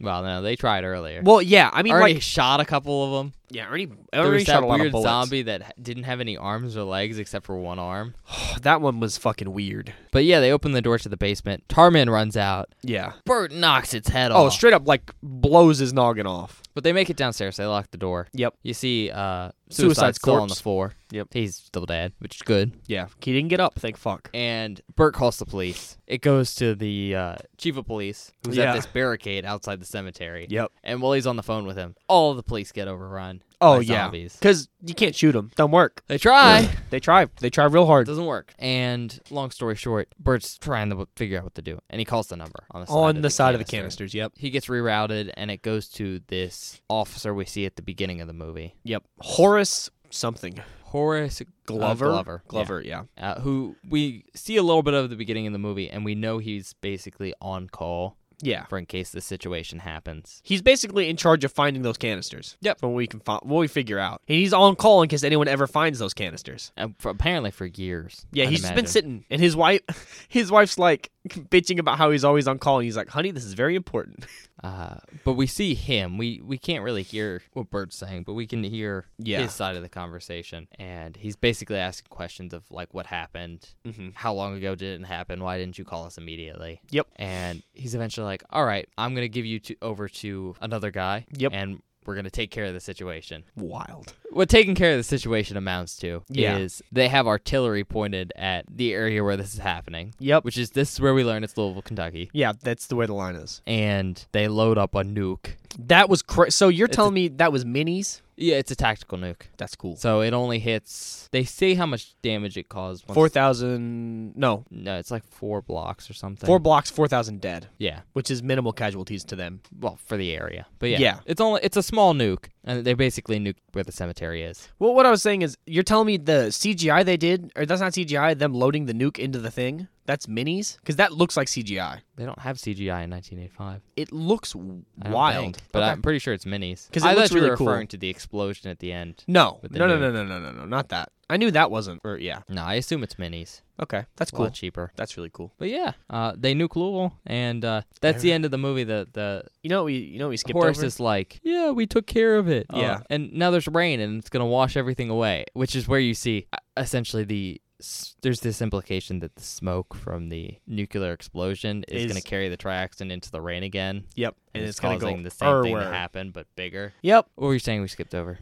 [SPEAKER 2] well, no, they tried earlier.
[SPEAKER 1] well yeah I mean
[SPEAKER 2] Ernie
[SPEAKER 1] like
[SPEAKER 2] shot a couple of them.
[SPEAKER 1] yeah Ernie
[SPEAKER 2] There
[SPEAKER 1] Ernie
[SPEAKER 2] was
[SPEAKER 1] shot
[SPEAKER 2] that
[SPEAKER 1] a lot of
[SPEAKER 2] weird
[SPEAKER 1] bullets.
[SPEAKER 2] zombie that h- didn't have any arms or legs except for one arm.
[SPEAKER 1] that one was fucking weird.
[SPEAKER 2] But yeah, they open the door to the basement. Tarman runs out.
[SPEAKER 1] Yeah.
[SPEAKER 2] Bert knocks its head
[SPEAKER 1] Oh,
[SPEAKER 2] off.
[SPEAKER 1] straight up like blows his noggin off.
[SPEAKER 2] but they make it downstairs. They lock the door.
[SPEAKER 1] Yep.
[SPEAKER 2] You see, uh,
[SPEAKER 1] Suicide's
[SPEAKER 2] suicide's still on the
[SPEAKER 1] corpse.
[SPEAKER 2] floor.
[SPEAKER 1] Yep.
[SPEAKER 2] He's still dead, which is good.
[SPEAKER 1] Yeah, he didn't get up. Thank fuck.
[SPEAKER 2] and Bert calls the police. It goes to the uh, chief of police, who's
[SPEAKER 1] Yeah.
[SPEAKER 2] at this barricade outside the cemetery.
[SPEAKER 1] Yep.
[SPEAKER 2] And while he's on the phone with him, all of the police get overrun.
[SPEAKER 1] Oh
[SPEAKER 2] by
[SPEAKER 1] yeah,
[SPEAKER 2] zombies.
[SPEAKER 1] because you can't shoot him. Don't work.
[SPEAKER 2] They try.
[SPEAKER 1] They try. They try real hard.
[SPEAKER 2] Doesn't work. And long story short, Bert's trying to figure out what to do, and he calls the number on the side
[SPEAKER 1] On
[SPEAKER 2] of
[SPEAKER 1] the,
[SPEAKER 2] the
[SPEAKER 1] side of the
[SPEAKER 2] canister.
[SPEAKER 1] canisters. Yep.
[SPEAKER 2] He gets rerouted, and it goes to this officer we see at the beginning of the movie,
[SPEAKER 1] Yep. Horace something.
[SPEAKER 2] Horace uh,
[SPEAKER 1] Glover.
[SPEAKER 2] Glover. yeah.
[SPEAKER 1] Glover. Yeah.
[SPEAKER 2] uh, who we see a little bit of at the beginning of the movie, and we know he's basically on call
[SPEAKER 1] Yeah.
[SPEAKER 2] for in case this situation happens.
[SPEAKER 1] He's basically in charge of finding those canisters.
[SPEAKER 2] Yep.
[SPEAKER 1] From what we can find, what we figure out, and he's on call in case anyone ever finds those canisters.
[SPEAKER 2] And Uh, for, apparently for years.
[SPEAKER 1] Yeah,
[SPEAKER 2] I'd
[SPEAKER 1] he's just been
[SPEAKER 2] imagine.
[SPEAKER 1] sitting, and his wife, his wife's like bitching about how he's always on call, and he's like, "Honey, this is very important."
[SPEAKER 2] Uh, but we see him. We we can't really hear what Bert's saying, but we can hear
[SPEAKER 1] Yeah.
[SPEAKER 2] his side of the conversation. And he's basically asking questions of like what happened,
[SPEAKER 1] Mm-hmm.
[SPEAKER 2] how long ago did it happen, why didn't you call us immediately?
[SPEAKER 1] Yep.
[SPEAKER 2] And he's eventually like, "All right, I'm gonna give you to, over to another guy.
[SPEAKER 1] Yep.
[SPEAKER 2] And we're gonna take care of the situation.
[SPEAKER 1] Wild.
[SPEAKER 2] What taking care of the situation amounts to
[SPEAKER 1] Yeah.
[SPEAKER 2] is they have artillery pointed at the area where this is happening.
[SPEAKER 1] Yep.
[SPEAKER 2] which is this is where we learn it's Louisville, Kentucky,
[SPEAKER 1] Yeah, that's the way the line is.
[SPEAKER 2] and they load up a nuke.
[SPEAKER 1] That was cra- so. You're
[SPEAKER 2] It's
[SPEAKER 1] telling me that was minis?
[SPEAKER 2] Yeah, it's a tactical nuke,
[SPEAKER 1] That's cool.
[SPEAKER 2] so it only hits. They say how much damage it caused. Once,
[SPEAKER 1] Four thousand? No,
[SPEAKER 2] No, it's like four blocks or something.
[SPEAKER 1] four blocks, four thousand dead,
[SPEAKER 2] Yeah,
[SPEAKER 1] which is minimal casualties to them.
[SPEAKER 2] well, for the area, but yeah,
[SPEAKER 1] Yeah.
[SPEAKER 2] it's only it's a small nuke, and they basically nuke where the cemetery is.
[SPEAKER 1] Well, what I was saying is, you're telling me the CGI they did, or that's not CGI, them loading the nuke into the thing, that's minis? Because that looks like CGI.
[SPEAKER 2] They don't have CGI in 1985.
[SPEAKER 1] It looks
[SPEAKER 2] I don't
[SPEAKER 1] wild.
[SPEAKER 2] think, but
[SPEAKER 1] Okay.
[SPEAKER 2] I'm pretty sure it's minis.
[SPEAKER 1] 'Cause it
[SPEAKER 2] I thought
[SPEAKER 1] looks
[SPEAKER 2] you were
[SPEAKER 1] really cool.
[SPEAKER 2] referring to the explosion at the end.
[SPEAKER 1] no,
[SPEAKER 2] with the
[SPEAKER 1] no, no,
[SPEAKER 2] nuke.
[SPEAKER 1] no, no, no, no, no, not that. I knew that wasn't. Or yeah,
[SPEAKER 2] No, I assume it's minis.
[SPEAKER 1] okay, that's
[SPEAKER 2] A
[SPEAKER 1] cool.
[SPEAKER 2] lot cheaper.
[SPEAKER 1] That's really cool.
[SPEAKER 2] But yeah, uh, they nuke Louisville, and uh, that's the end of the movie. The the
[SPEAKER 1] You know, what we you know what we skipped
[SPEAKER 2] Horace
[SPEAKER 1] over.
[SPEAKER 2] is like, yeah, we took care of it.
[SPEAKER 1] Yeah.
[SPEAKER 2] and now there's rain and it's gonna wash everything away, which is where you see uh, essentially the s- there's this implication that the smoke from the nuclear explosion is,
[SPEAKER 1] Is-
[SPEAKER 2] going to carry the trioxin into the rain again,
[SPEAKER 1] Yep,
[SPEAKER 2] and, it's,
[SPEAKER 1] gonna
[SPEAKER 2] causing the same thing to
[SPEAKER 1] erwhere.
[SPEAKER 2] happen but bigger.
[SPEAKER 1] Yep,
[SPEAKER 2] What were you saying? We skipped over.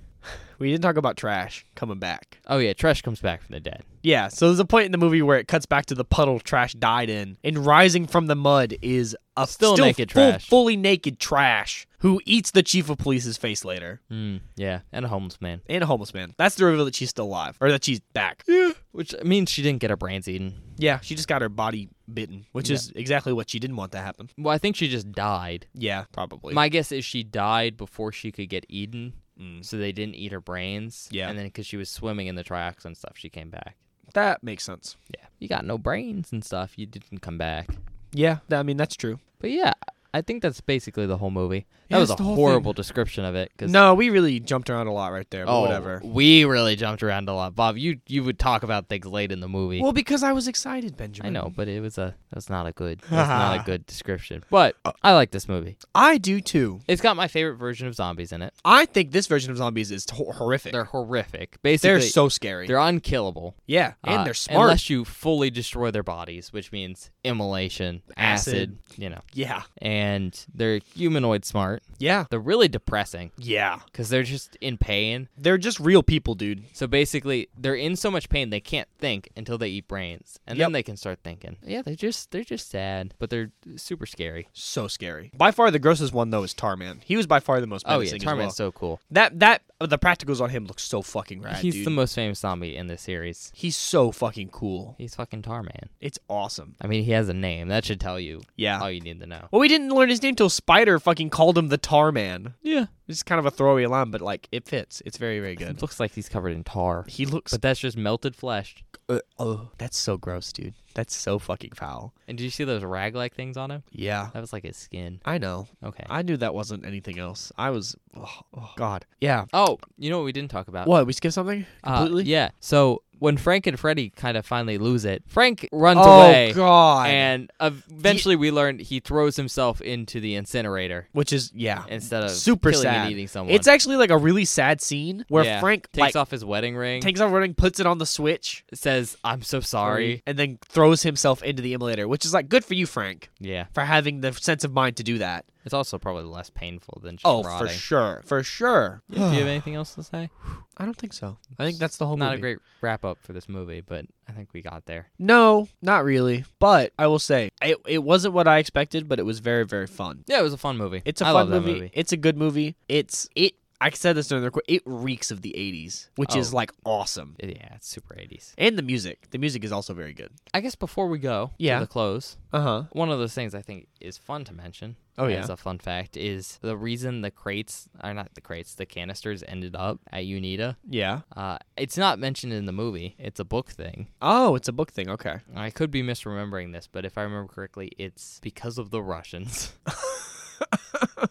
[SPEAKER 1] we didn't talk about trash coming back.
[SPEAKER 2] Oh yeah, Tresh comes back from the dead.
[SPEAKER 1] Yeah, so there's a point in the movie where it cuts back to the puddle trash died in, and rising from the mud is a
[SPEAKER 2] Still naked
[SPEAKER 1] full-
[SPEAKER 2] trash.
[SPEAKER 1] fully naked trash who eats the chief of police's face later
[SPEAKER 2] Mm, yeah, and a homeless man,
[SPEAKER 1] and a homeless man. That's the reveal that she's still alive or that she's back.
[SPEAKER 2] which means she didn't get her brains eaten.
[SPEAKER 1] Yeah, she just got her body bitten, which is exactly what she didn't want to happen.
[SPEAKER 2] Well, I think she just died.
[SPEAKER 1] Yeah, probably.
[SPEAKER 2] My guess is she died before she could get eaten,
[SPEAKER 1] Mm.
[SPEAKER 2] so they didn't eat her brains.
[SPEAKER 1] Yeah.
[SPEAKER 2] and then because she was swimming in the trioxin stuff, she came back.
[SPEAKER 1] that makes sense.
[SPEAKER 2] Yeah, you got no brains and stuff. You didn't come back.
[SPEAKER 1] Yeah, th- I mean that's true.
[SPEAKER 2] But yeah, I think that's basically the whole movie. That
[SPEAKER 1] Yeah,
[SPEAKER 2] was a
[SPEAKER 1] that's the whole
[SPEAKER 2] horrible description of it. 'cause-
[SPEAKER 1] No, we really jumped around a lot right there, but
[SPEAKER 2] oh,
[SPEAKER 1] whatever.
[SPEAKER 2] We really jumped around a lot, Bob. You you would talk about things late in the movie.
[SPEAKER 1] Well, because I was excited,
[SPEAKER 2] I
[SPEAKER 1] Benjamin.
[SPEAKER 2] know, but it was a that's not a good that's not a good description. But I like this movie.
[SPEAKER 1] I do too.
[SPEAKER 2] It's got my favorite version of zombies in it.
[SPEAKER 1] I think this version of zombies is t- horrific.
[SPEAKER 2] They're horrific. Basically,
[SPEAKER 1] They're so scary.
[SPEAKER 2] they're unkillable.
[SPEAKER 1] yeah, and
[SPEAKER 2] uh,
[SPEAKER 1] they're smart.
[SPEAKER 2] Unless you fully destroy their bodies, which means immolation, acid, you know.
[SPEAKER 1] yeah,
[SPEAKER 2] And they're humanoid smart.
[SPEAKER 1] yeah,
[SPEAKER 2] They're really depressing
[SPEAKER 1] yeah.
[SPEAKER 2] because they're just in pain.
[SPEAKER 1] They're just real people, dude.
[SPEAKER 2] So basically, they're in so much pain they can't think until they eat brains, and then
[SPEAKER 1] Yep.
[SPEAKER 2] they can start thinking. Yeah, they're just they're just sad, but they're super scary.
[SPEAKER 1] So scary. By far the grossest one though is Tarman. He was by far the most
[SPEAKER 2] Oh
[SPEAKER 1] menacing
[SPEAKER 2] yeah,
[SPEAKER 1] as
[SPEAKER 2] Tarman's
[SPEAKER 1] well.
[SPEAKER 2] so cool.
[SPEAKER 1] That that the practicals on him look so fucking rad,
[SPEAKER 2] He's
[SPEAKER 1] dude.
[SPEAKER 2] the most famous zombie in this series.
[SPEAKER 1] He's so fucking cool.
[SPEAKER 2] He's fucking Tarman.
[SPEAKER 1] It's awesome.
[SPEAKER 2] I mean, he has a name that should tell you
[SPEAKER 1] Yeah.
[SPEAKER 2] all you need to know.
[SPEAKER 1] Well, we didn't learn his name till Spider fucking called him the Tar Man.
[SPEAKER 2] Yeah,
[SPEAKER 1] It's kind of a throwaway line, but like it fits. It's very very
[SPEAKER 2] it
[SPEAKER 1] good.
[SPEAKER 2] looks like he's covered in tar,
[SPEAKER 1] He looks.
[SPEAKER 2] but that's just melted flesh.
[SPEAKER 1] Uh, oh, that's so gross, dude. That's so fucking foul.
[SPEAKER 2] And did you see those rag-like things on him?
[SPEAKER 1] Yeah,
[SPEAKER 2] That was like his skin.
[SPEAKER 1] I know.
[SPEAKER 2] Okay.
[SPEAKER 1] I knew that wasn't anything else. I was, oh, oh, God. Yeah.
[SPEAKER 2] Oh, you know what we didn't talk about?
[SPEAKER 1] What? We skipped something
[SPEAKER 2] Uh,
[SPEAKER 1] completely?
[SPEAKER 2] yeah. So when Frank and Freddy kind of finally lose it, Frank runs
[SPEAKER 1] oh
[SPEAKER 2] away.
[SPEAKER 1] God.
[SPEAKER 2] And eventually, we learned he throws himself into the incinerator
[SPEAKER 1] Which is yeah.
[SPEAKER 2] instead of
[SPEAKER 1] Super
[SPEAKER 2] killing
[SPEAKER 1] sad.
[SPEAKER 2] and eating someone.
[SPEAKER 1] It's actually like a really sad scene where
[SPEAKER 2] Yeah.
[SPEAKER 1] Frank
[SPEAKER 2] takes
[SPEAKER 1] like
[SPEAKER 2] off his wedding ring,
[SPEAKER 1] takes off running, puts it on the switch,
[SPEAKER 2] says, "I'm so sorry."
[SPEAKER 1] and then throws himself into the immolator, which is like good for you, Frank,
[SPEAKER 2] Yeah,
[SPEAKER 1] for having the sense of mind to do that.
[SPEAKER 2] it's also probably less painful than just
[SPEAKER 1] Oh,
[SPEAKER 2] rotting.
[SPEAKER 1] for sure, for sure.
[SPEAKER 2] Do you have anything else to say?
[SPEAKER 1] I don't think so. I think that's the whole.
[SPEAKER 2] Not
[SPEAKER 1] movie.
[SPEAKER 2] a great wrap up for this movie, but I think we got there.
[SPEAKER 1] No, not really. But I will say it. It wasn't what I expected, but it was very very fun.
[SPEAKER 2] Yeah, it was a fun movie.
[SPEAKER 1] It's a
[SPEAKER 2] I
[SPEAKER 1] fun
[SPEAKER 2] love that
[SPEAKER 1] movie. It's a good movie. It's it. I said this during the record. It reeks of the '80s, which is
[SPEAKER 2] Oh.
[SPEAKER 1] like awesome.
[SPEAKER 2] Yeah, it's super 80s.
[SPEAKER 1] And the music. The music is also very good.
[SPEAKER 2] I guess before we go
[SPEAKER 1] Yeah.
[SPEAKER 2] to the close,
[SPEAKER 1] Uh huh.
[SPEAKER 2] one of those things I think is fun to mention.
[SPEAKER 1] Oh,
[SPEAKER 2] as
[SPEAKER 1] yeah.
[SPEAKER 2] a fun fact is the reason the crates are not the crates, the canisters ended up at UNITA.
[SPEAKER 1] Yeah.
[SPEAKER 2] Uh, it's not mentioned in the movie. It's a book thing.
[SPEAKER 1] Oh, it's a book thing. Okay.
[SPEAKER 2] I could be misremembering this, but if I remember correctly, it's because of the Russians.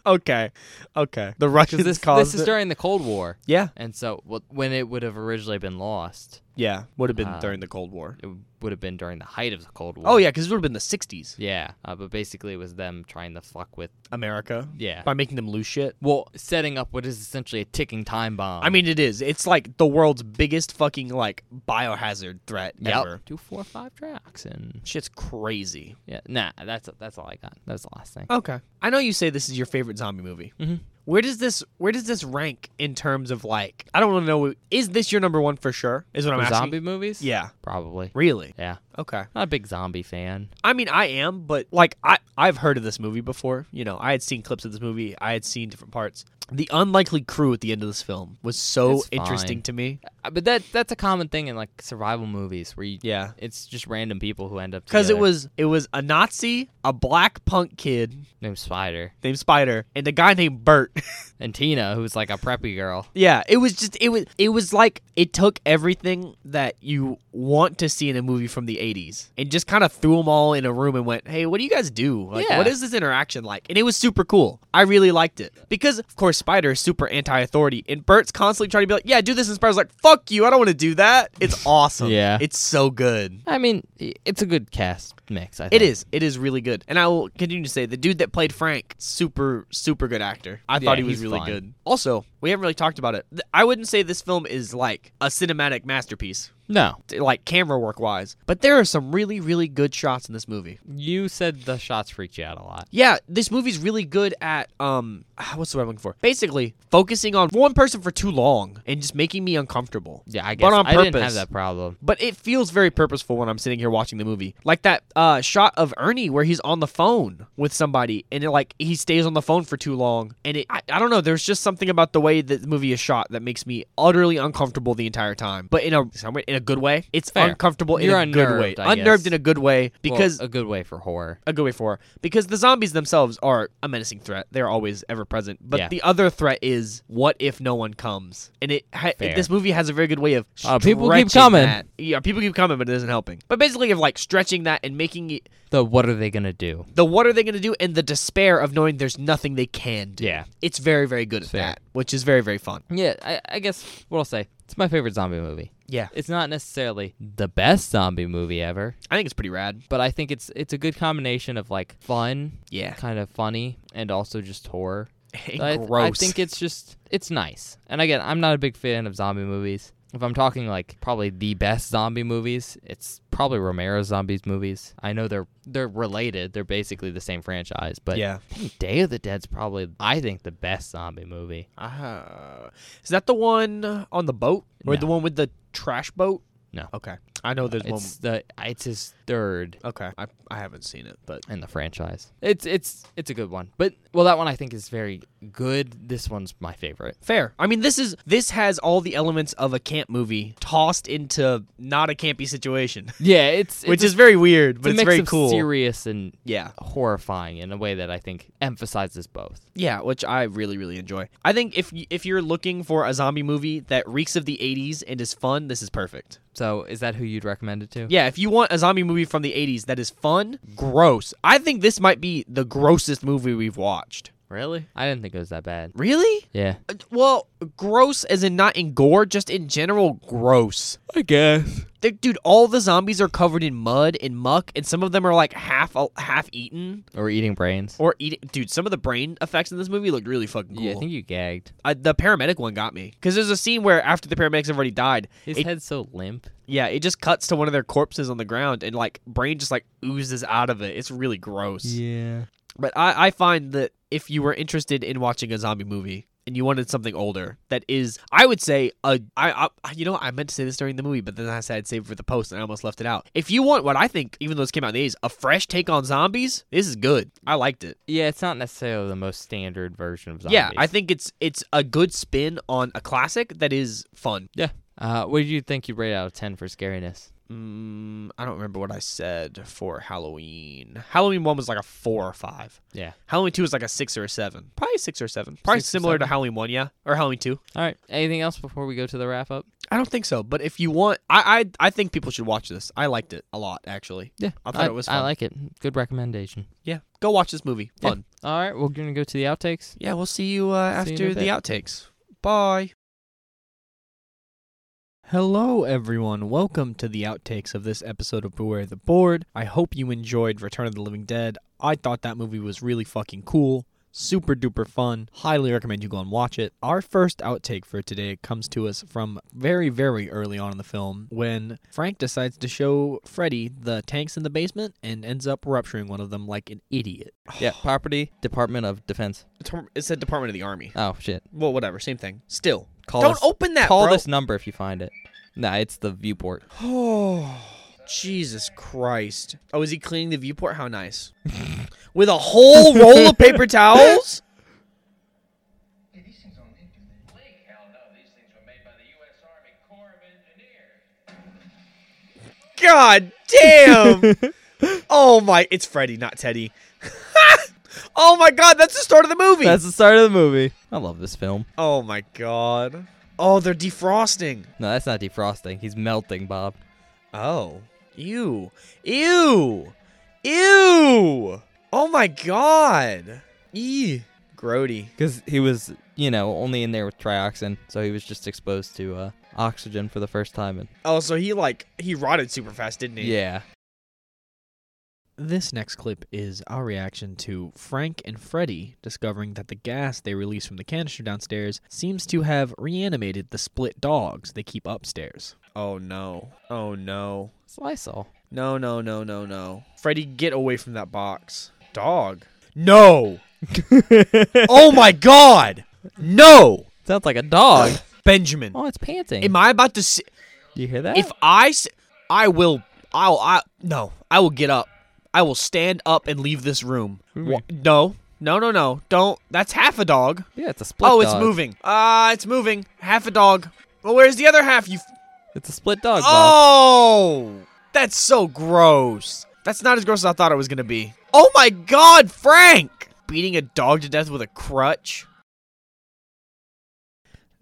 [SPEAKER 1] okay. Okay. The
[SPEAKER 2] 'Cause
[SPEAKER 1] Russians
[SPEAKER 2] this,
[SPEAKER 1] caused
[SPEAKER 2] this is
[SPEAKER 1] it.
[SPEAKER 2] during the Cold War,
[SPEAKER 1] yeah.
[SPEAKER 2] and so well, when it would have originally been lost,
[SPEAKER 1] Yeah. Would have been
[SPEAKER 2] Uh,
[SPEAKER 1] during the Cold War.
[SPEAKER 2] it would have been during the height of the Cold War.
[SPEAKER 1] Oh yeah, because it would have been the '60s.
[SPEAKER 2] yeah. Uh, but basically, it was them trying to fuck with
[SPEAKER 1] America.
[SPEAKER 2] yeah.
[SPEAKER 1] By making them lose shit.
[SPEAKER 2] Well, setting up what is essentially a ticking time bomb.
[SPEAKER 1] I mean, it is. It's like the world's biggest fucking like biohazard threat ever.
[SPEAKER 2] Two, four, five trioxin.
[SPEAKER 1] Shit's crazy.
[SPEAKER 2] Yeah, nah, that's that's all I got. That was the last thing.
[SPEAKER 1] Okay. I know you say this is your favorite zombie movie.
[SPEAKER 2] Mhm.
[SPEAKER 1] Where does this where does this rank in terms of like I don't really know is this your number 1 for sure? Is what I'm
[SPEAKER 2] For
[SPEAKER 1] asking.
[SPEAKER 2] zombie movies?
[SPEAKER 1] Yeah.
[SPEAKER 2] probably.
[SPEAKER 1] Really?
[SPEAKER 2] Yeah,
[SPEAKER 1] Okay.
[SPEAKER 2] not a big zombie fan.
[SPEAKER 1] I mean, I am, but like I I've heard of this movie before. You know, I had seen clips of this movie. I had seen different parts. The unlikely crew at the end of this film was so
[SPEAKER 2] It's fine.
[SPEAKER 1] interesting to me.
[SPEAKER 2] Uh, But that that's a common thing in like survival movies where you,
[SPEAKER 1] Yeah.
[SPEAKER 2] it's just random people who end
[SPEAKER 1] Cuz
[SPEAKER 2] up
[SPEAKER 1] it
[SPEAKER 2] together.
[SPEAKER 1] was it was a Nazi, a black punk kid
[SPEAKER 2] named Spider
[SPEAKER 1] named Spider, and a guy named Bert.
[SPEAKER 2] and Tina, who's like a preppy girl.
[SPEAKER 1] Yeah, it was just it was it was like it took everything that you want to see in a movie from the 80s and just kind of threw them all in a room and went, "Hey, what do you guys do? Like
[SPEAKER 2] Yeah.
[SPEAKER 1] what is this interaction like?" And it was super cool. I really liked it. Because of course Spider is super anti-authority and Bert's constantly trying to be like, "Yeah, do this." And Spider's like, "Fuck you. I don't want to do that." It's awesome.
[SPEAKER 2] Yeah.
[SPEAKER 1] It's so good.
[SPEAKER 2] I mean, i- it's a good cast mix. I
[SPEAKER 1] It
[SPEAKER 2] think.
[SPEAKER 1] is. It is really good. And I will continue to say the dude that played Frank, super, super good actor. I
[SPEAKER 2] Yeah,
[SPEAKER 1] thought he was
[SPEAKER 2] he's
[SPEAKER 1] really
[SPEAKER 2] fine.
[SPEAKER 1] good. Also, We haven't really talked about it. Th- I wouldn't say this film is like a cinematic masterpiece,
[SPEAKER 2] No,
[SPEAKER 1] t- like camera work wise, but there are some really, really good shots in this movie.
[SPEAKER 2] you said the shots freaked you out a lot.
[SPEAKER 1] Yeah, this movie's really good at um, what's the word I'm looking for? Basically, focusing on one person for too long and just making me uncomfortable.
[SPEAKER 2] Yeah, I guess
[SPEAKER 1] But on
[SPEAKER 2] I didn't have
[SPEAKER 1] purpose.
[SPEAKER 2] that problem.
[SPEAKER 1] But it feels very purposeful when I'm sitting here watching the movie. Like that uh, shot of Ernie where he's on the phone with somebody and it, like he stays on the phone for too long. And it, I, I don't know, there's just something about the way that the movie is shot that makes me utterly uncomfortable the entire time. But in a somewhere- in a good way. It's
[SPEAKER 2] Fair.
[SPEAKER 1] uncomfortable
[SPEAKER 2] You're
[SPEAKER 1] in a good way.
[SPEAKER 2] unnerved, I
[SPEAKER 1] Unnerved
[SPEAKER 2] guess.
[SPEAKER 1] in a good way
[SPEAKER 2] Well,
[SPEAKER 1] because
[SPEAKER 2] a good way for horror.
[SPEAKER 1] a good way for because the zombies themselves are a menacing threat. They're always ever present. But
[SPEAKER 2] Yeah.
[SPEAKER 1] the other threat is what if no one comes? And it, ha-
[SPEAKER 2] Fair.
[SPEAKER 1] this movie has a very good way of
[SPEAKER 2] Uh, people keep
[SPEAKER 1] stretching
[SPEAKER 2] coming.
[SPEAKER 1] that. Yeah, people keep coming, but it isn't helping. But basically, of like stretching that and making it
[SPEAKER 2] The what are they gonna do?
[SPEAKER 1] the what are they going to do and the despair of knowing there's nothing they can do.
[SPEAKER 2] Yeah.
[SPEAKER 1] it's very very good at
[SPEAKER 2] Fair.
[SPEAKER 1] that, which is very very fun.
[SPEAKER 2] Yeah, I, I guess what I'll say. It's my favorite zombie movie.
[SPEAKER 1] Yeah,
[SPEAKER 2] It's not necessarily the best zombie movie ever,
[SPEAKER 1] I think it's pretty rad.
[SPEAKER 2] but I think it's it's a good combination of like fun,
[SPEAKER 1] Yeah,
[SPEAKER 2] kind of funny, and also just horror.
[SPEAKER 1] And
[SPEAKER 2] I, th-
[SPEAKER 1] gross.
[SPEAKER 2] I think it's just it's nice. And again, I'm not a big fan of zombie movies. If I'm talking like probably the best zombie movies, it's probably Romero's zombies movies. I know they're they're related. They're basically the same franchise, but
[SPEAKER 1] yeah.
[SPEAKER 2] I think Day of the Dead's probably I think the best zombie movie.
[SPEAKER 1] Uh, is that the one on the boat or
[SPEAKER 2] No.
[SPEAKER 1] the one with the trash boat?
[SPEAKER 2] No.
[SPEAKER 1] Okay, I know there's one.
[SPEAKER 2] It's the it's his third
[SPEAKER 1] Okay, Uh, I, I haven't seen it, but
[SPEAKER 2] in the franchise. It's it's it's a good one. But well that one I think is very good. This one's my favorite.
[SPEAKER 1] fair. I mean, this is this has all the elements of a camp movie tossed into not a campy situation,
[SPEAKER 2] Yeah, it's, it's
[SPEAKER 1] which
[SPEAKER 2] a-
[SPEAKER 1] is very weird,
[SPEAKER 2] it's a
[SPEAKER 1] but it's
[SPEAKER 2] mix
[SPEAKER 1] very
[SPEAKER 2] of
[SPEAKER 1] cool.
[SPEAKER 2] serious and
[SPEAKER 1] yeah,
[SPEAKER 2] horrifying in a way that I think emphasizes both.
[SPEAKER 1] yeah, which I really really enjoy. I think if y- if you're looking for a zombie movie that reeks of the '80s and is fun, this is perfect.
[SPEAKER 2] So, is that who you'd recommend it to?
[SPEAKER 1] Yeah, if you want a zombie movie from the '80s that is fun, gross. I think this might be the grossest movie we've watched.
[SPEAKER 2] Really? I didn't think it was that bad.
[SPEAKER 1] Really?
[SPEAKER 2] Yeah.
[SPEAKER 1] Uh, Well, gross as in not in gore, just in general gross.
[SPEAKER 2] I guess.
[SPEAKER 1] They're- dude, all the zombies are covered in mud and muck, and some of them are like half uh, half eaten
[SPEAKER 2] Or eating brains.
[SPEAKER 1] or eating. Dude, some of the brain effects in this movie looked really fucking cool.
[SPEAKER 2] Yeah, I think you gagged.
[SPEAKER 1] I- the paramedic one got me because there's a scene where after the paramedics have already died,
[SPEAKER 2] His
[SPEAKER 1] it-
[SPEAKER 2] head's so limp.
[SPEAKER 1] yeah, it just cuts to one of their corpses on the ground, and like brain just like oozes out of it. It's really gross.
[SPEAKER 2] Yeah.
[SPEAKER 1] But I, I find that if you were interested in watching a zombie movie and you wanted something older, that is, I would say, a, I, I, you know, what? I meant to say this during the movie, but then I said I'd save it for the post and I almost left it out. If you want what I think, even though this came out in the 80s, a fresh take on zombies, this is good. I liked it.
[SPEAKER 2] Yeah, it's not necessarily the most standard version of zombies.
[SPEAKER 1] Yeah, I think it's it's a good spin on a classic that is fun.
[SPEAKER 2] Yeah. Uh, what did you think you rate out of 10 for scariness?
[SPEAKER 1] Mm, I don't remember what I said for Halloween. Halloween 1 was like a 4 or 5.
[SPEAKER 2] Yeah.
[SPEAKER 1] Halloween 2 was like a 6 or a 7. Probably 6 or 7. Probably
[SPEAKER 2] Six or
[SPEAKER 1] similar to
[SPEAKER 2] seven.
[SPEAKER 1] Halloween 1, yeah? Or Halloween 2.
[SPEAKER 2] All right. Anything else before we go to the wrap up?
[SPEAKER 1] I don't think so. But if you want, I I, I think people should watch this. I liked it a lot, actually.
[SPEAKER 2] Yeah.
[SPEAKER 1] I thought it was
[SPEAKER 2] I
[SPEAKER 1] fun.
[SPEAKER 2] like it. Good recommendation.
[SPEAKER 1] Yeah, go watch this movie.
[SPEAKER 2] Yeah.
[SPEAKER 1] Fun.
[SPEAKER 2] All right. We're going to go to the outtakes.
[SPEAKER 1] Yeah, we'll see you uh,
[SPEAKER 2] See you in
[SPEAKER 1] after
[SPEAKER 2] a
[SPEAKER 1] the outtakes. Bye. Hello, everyone. Welcome to the outtakes of this episode of Beware the Board. I hope you enjoyed Return of the Living Dead. I thought that movie was really fucking cool. Super duper fun. Highly recommend you go and watch it. Our first outtake for today comes to us from very, very early on in the film when Frank decides to show Freddy the tanks in the basement and ends up rupturing one of them like an idiot.
[SPEAKER 2] Yeah. Property, Department of Defense.
[SPEAKER 1] It said Department of the Army.
[SPEAKER 2] Oh, shit.
[SPEAKER 1] Well, whatever, same thing. Still,
[SPEAKER 2] Call
[SPEAKER 1] don't
[SPEAKER 2] us-
[SPEAKER 1] open that.
[SPEAKER 2] Call
[SPEAKER 1] bro.
[SPEAKER 2] this number if you find it. Nah, it's the viewport.
[SPEAKER 1] Oh, Jesus Christ! Oh, is he cleaning the viewport? How nice. With a whole roll of paper towels.
[SPEAKER 3] Hey, these things don't hit, do they? Blake, hell no. These things were made by the U.S. Army Corps of Engineers.
[SPEAKER 1] God damn! oh my, it's Freddy, not Teddy. oh my God, that's the start of the movie.
[SPEAKER 2] That's the start of the movie. I love this film.
[SPEAKER 1] oh my God. Oh, they're defrosting.
[SPEAKER 2] No, that's not defrosting. He's melting, Bob.
[SPEAKER 1] Oh. Ew. Ew. Ew. Oh my God. Eee. Grody.
[SPEAKER 2] Because he was, you know, only in there with trioxin, so he was just exposed to uh, oxygen for the first time. And
[SPEAKER 1] Oh, so he like he rotted super fast, didn't he?
[SPEAKER 2] yeah,
[SPEAKER 4] This next clip is our reaction to Frank and Freddy discovering that the gas they release from the canister downstairs seems to have reanimated the split dogs they keep upstairs.
[SPEAKER 1] Oh no. Oh no.
[SPEAKER 2] It's Lysol.
[SPEAKER 1] No, no, no, no, no. Freddy, get away from that box. Dog. No. oh my god. No.
[SPEAKER 2] Sounds like a dog.
[SPEAKER 1] Benjamin.
[SPEAKER 2] Oh, it's panting.
[SPEAKER 1] Am I about to see
[SPEAKER 2] Do you hear that?
[SPEAKER 1] if I s- I will I'll I no, I will get up. I will stand up and leave this room. Wha- No. No, no, no. Don't. That's half a dog.
[SPEAKER 2] yeah, it's a split.
[SPEAKER 1] oh, it's
[SPEAKER 2] dog.
[SPEAKER 1] moving. Ah, it's moving. Half a dog. Well, where's the other half? You f-
[SPEAKER 2] It's a split dog. Bob.
[SPEAKER 1] Oh, that's so gross. That's not as gross as I thought it was going to be. Oh my god, Frank! Beating a dog to death with a crutch?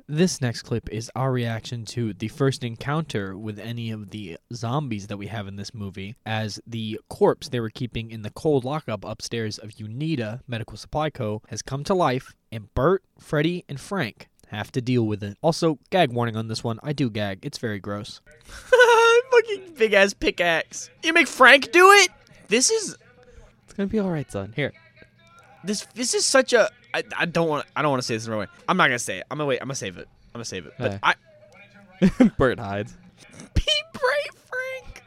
[SPEAKER 4] This next clip is our reaction to the first encounter with any of the zombies that we have in this movie, as the corpse they were keeping in the cold lockup upstairs of Unita Medical Supply Co. has come to life, and Bert, Freddy, and Frank have to deal with it. Also, gag warning on this one. I do gag, it's very gross.
[SPEAKER 1] Fucking big ass pickaxe. You make Frank do it? This is
[SPEAKER 2] It's gonna be all right, son. Here.
[SPEAKER 1] this this is such a I, I don't want I don't want to say this the wrong way. I'm not gonna say it. I'm gonna wait. I'm gonna save it. I'm gonna save it. But
[SPEAKER 2] Okay.
[SPEAKER 1] I
[SPEAKER 2] Bert hides.
[SPEAKER 1] be brave, Frank.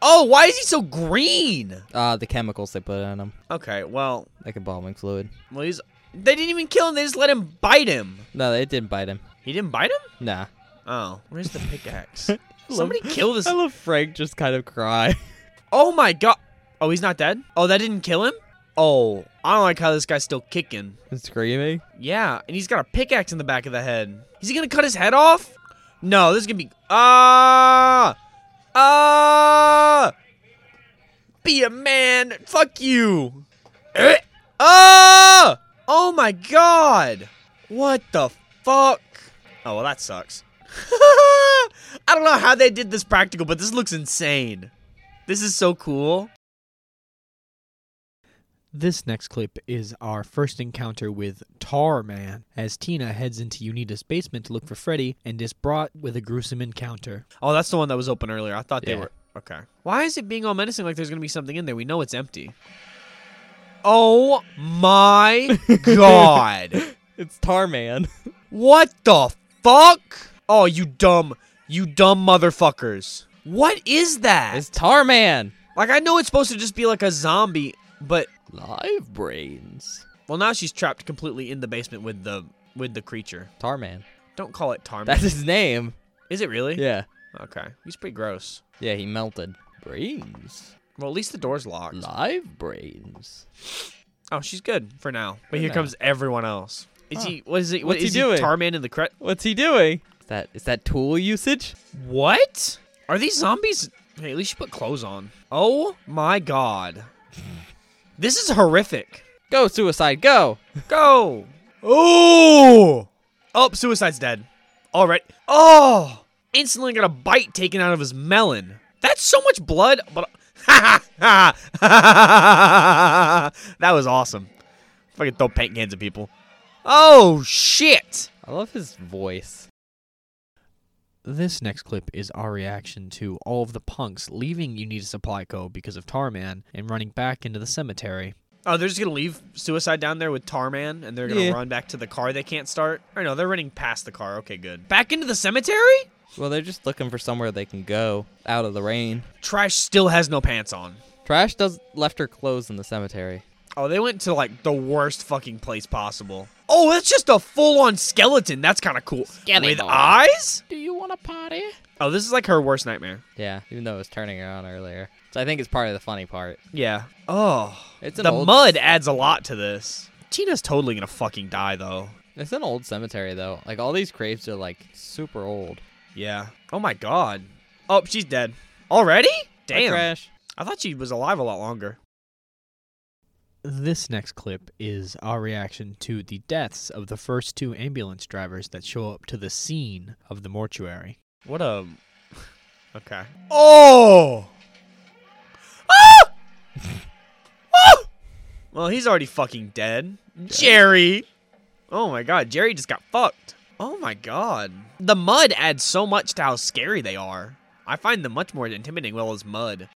[SPEAKER 1] Oh, why is he so green?
[SPEAKER 2] Uh, the chemicals they put on him,
[SPEAKER 1] Okay, well,
[SPEAKER 2] like embalming fluid.
[SPEAKER 1] well he's they didn't even kill him. They just let him bite him.
[SPEAKER 2] No, it didn't bite him.
[SPEAKER 1] He didn't bite him?
[SPEAKER 2] Nah.
[SPEAKER 1] Oh, where's the pickaxe? Somebody kill this.
[SPEAKER 2] I love Frank just kind of cry.
[SPEAKER 1] Oh my god. Oh, he's not dead? Oh, that didn't kill him? Oh, I don't like how this guy's still kicking.
[SPEAKER 2] Screaming.
[SPEAKER 1] Yeah, and he's got a pickaxe in the back of the head. Is he gonna cut his head off? No, this is gonna be. Ah! ah! Be a man! Fuck you! Eh! Ah! Oh my god! What the fuck? Oh, well, that sucks. I don't know how they did this practical, but this looks insane. This is so cool.
[SPEAKER 4] This next clip is our first encounter with Tar Man, as Tina heads into Unita's basement to look for Freddy and is brought with a gruesome encounter.
[SPEAKER 1] Oh, that's the one that was open earlier. I thought they
[SPEAKER 2] Yeah.
[SPEAKER 1] were okay. Why is it being all menacing like there's gonna be something in there? We know it's empty. Oh my god.
[SPEAKER 2] It's Tarman.
[SPEAKER 1] What the fuck? Oh, you dumb you dumb motherfuckers. What is that?
[SPEAKER 2] It's Tarman.
[SPEAKER 1] like I know it's supposed to just be like a zombie, but
[SPEAKER 2] Live brains.
[SPEAKER 1] well now she's trapped completely in the basement with the with the creature.
[SPEAKER 2] Tarman.
[SPEAKER 1] Don't call it Tarman.
[SPEAKER 2] That's his name.
[SPEAKER 1] Is it really?
[SPEAKER 2] Yeah.
[SPEAKER 1] Okay. He's pretty gross.
[SPEAKER 2] Yeah, he melted. Brains.
[SPEAKER 1] Well, at least the door's locked.
[SPEAKER 2] Live brains.
[SPEAKER 1] Oh, she's good for now. But
[SPEAKER 2] For
[SPEAKER 1] here
[SPEAKER 2] now.
[SPEAKER 1] comes everyone else. Is
[SPEAKER 2] Huh.
[SPEAKER 1] he? What is he? What,
[SPEAKER 2] What's he
[SPEAKER 1] is
[SPEAKER 2] doing?
[SPEAKER 1] Tarman in the cre-
[SPEAKER 2] What's he doing? Is that is that tool usage?
[SPEAKER 1] What? Are these zombies? Hey, at least she put clothes on. Oh my god, this is horrific.
[SPEAKER 2] Go suicide. Go.
[SPEAKER 1] Go. Ooh. Oh, suicide's dead. All right. Oh, instantly got a bite taken out of his melon. That's so much blood. But that was awesome. Fucking throw paint cans at people. Oh shit.
[SPEAKER 2] I love his voice.
[SPEAKER 4] This next clip is our reaction to all of the punks leaving Unita Supply Co. because of Tarman and running back into the cemetery.
[SPEAKER 1] Oh, they're just gonna leave Suicide down there with Tarman, and they're gonna
[SPEAKER 2] Yeah.
[SPEAKER 1] run back to the car they can't start. Or no, they're running past the car. Okay, good. Back into the cemetery.
[SPEAKER 2] Well, they're just looking for somewhere they can go out of the rain.
[SPEAKER 1] Trash still has no pants on.
[SPEAKER 2] Trash does left her clothes in the cemetery.
[SPEAKER 1] Oh, they went to like the worst fucking place possible. Oh, that's just a full-on skeleton. That's kind of cool. With
[SPEAKER 2] Skeleton.
[SPEAKER 1] eyes?
[SPEAKER 2] Do you want a party?
[SPEAKER 1] Oh, this is like her worst nightmare.
[SPEAKER 2] Yeah, even though it was turning her on earlier. So I think it's part of the funny part.
[SPEAKER 1] Yeah. Oh,
[SPEAKER 2] It's an
[SPEAKER 1] the
[SPEAKER 2] old
[SPEAKER 1] mud adds a lot to this. Tina's totally gonna fucking die though.
[SPEAKER 2] It's an old cemetery though. Like all these graves are like super old.
[SPEAKER 1] Yeah. Oh my god. Oh, she's dead already.
[SPEAKER 2] Hi,
[SPEAKER 1] Damn.
[SPEAKER 2] Trash.
[SPEAKER 1] I thought she was alive a lot longer.
[SPEAKER 4] This next clip is our reaction to the deaths of the first two ambulance drivers that show up to the scene of the mortuary.
[SPEAKER 1] What a. Okay. Oh. Ah! Ah! Well, he's already fucking dead. Jerry. Oh my god, Jerry just got fucked. Oh my god. The mud adds so much to how scary they are. I find them much more intimidating. Well, as mud.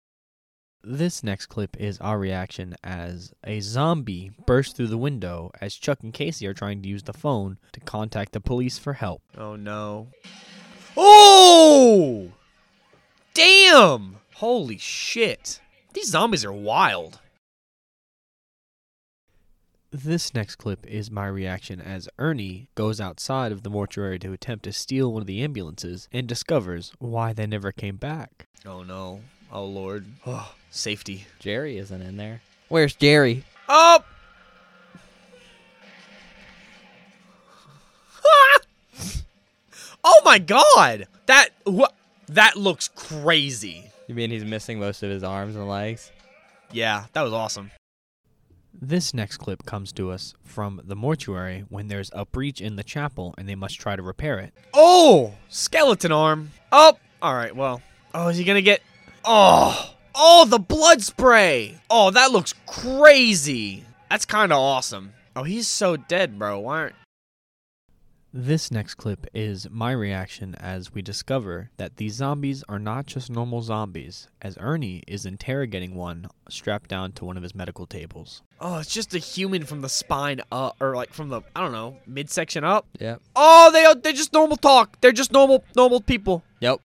[SPEAKER 1] This next clip is our reaction as a zombie bursts through the window as Chuck and Casey are trying to use the phone to contact the police for help.
[SPEAKER 5] Oh no. Oh! Damn! Holy shit. These zombies are wild.
[SPEAKER 1] This next clip is my reaction as Ernie goes outside of the mortuary to attempt to steal one of the ambulances and discovers why they never came back.
[SPEAKER 5] Oh no. Oh lord. Oh, safety.
[SPEAKER 2] Jerry isn't in there. Where's Jerry?
[SPEAKER 5] Up! Ah! oh my god! That wha- that looks crazy.
[SPEAKER 2] You mean he's missing most of his arms and legs?
[SPEAKER 5] Yeah, that was awesome.
[SPEAKER 1] This next clip comes to us from the mortuary when there's a breach in the chapel and they must try to repair it.
[SPEAKER 5] Oh, skeleton arm. Oh, all right. Well, oh, is he gonna get? Oh, oh, the blood spray. Oh, that looks crazy. That's kind of awesome. Oh, he's so dead, bro. Why aren't?
[SPEAKER 1] This next clip is my reaction as we discover that these zombies are not just normal zombies, as Ernie is interrogating one strapped down to one of his medical tables.
[SPEAKER 5] Oh, it's just a human from the spine up, or like from the I don't know midsection up.
[SPEAKER 2] Yep.
[SPEAKER 5] Oh, they are- they're just normal talk. They're just normal normal people.
[SPEAKER 2] Yep.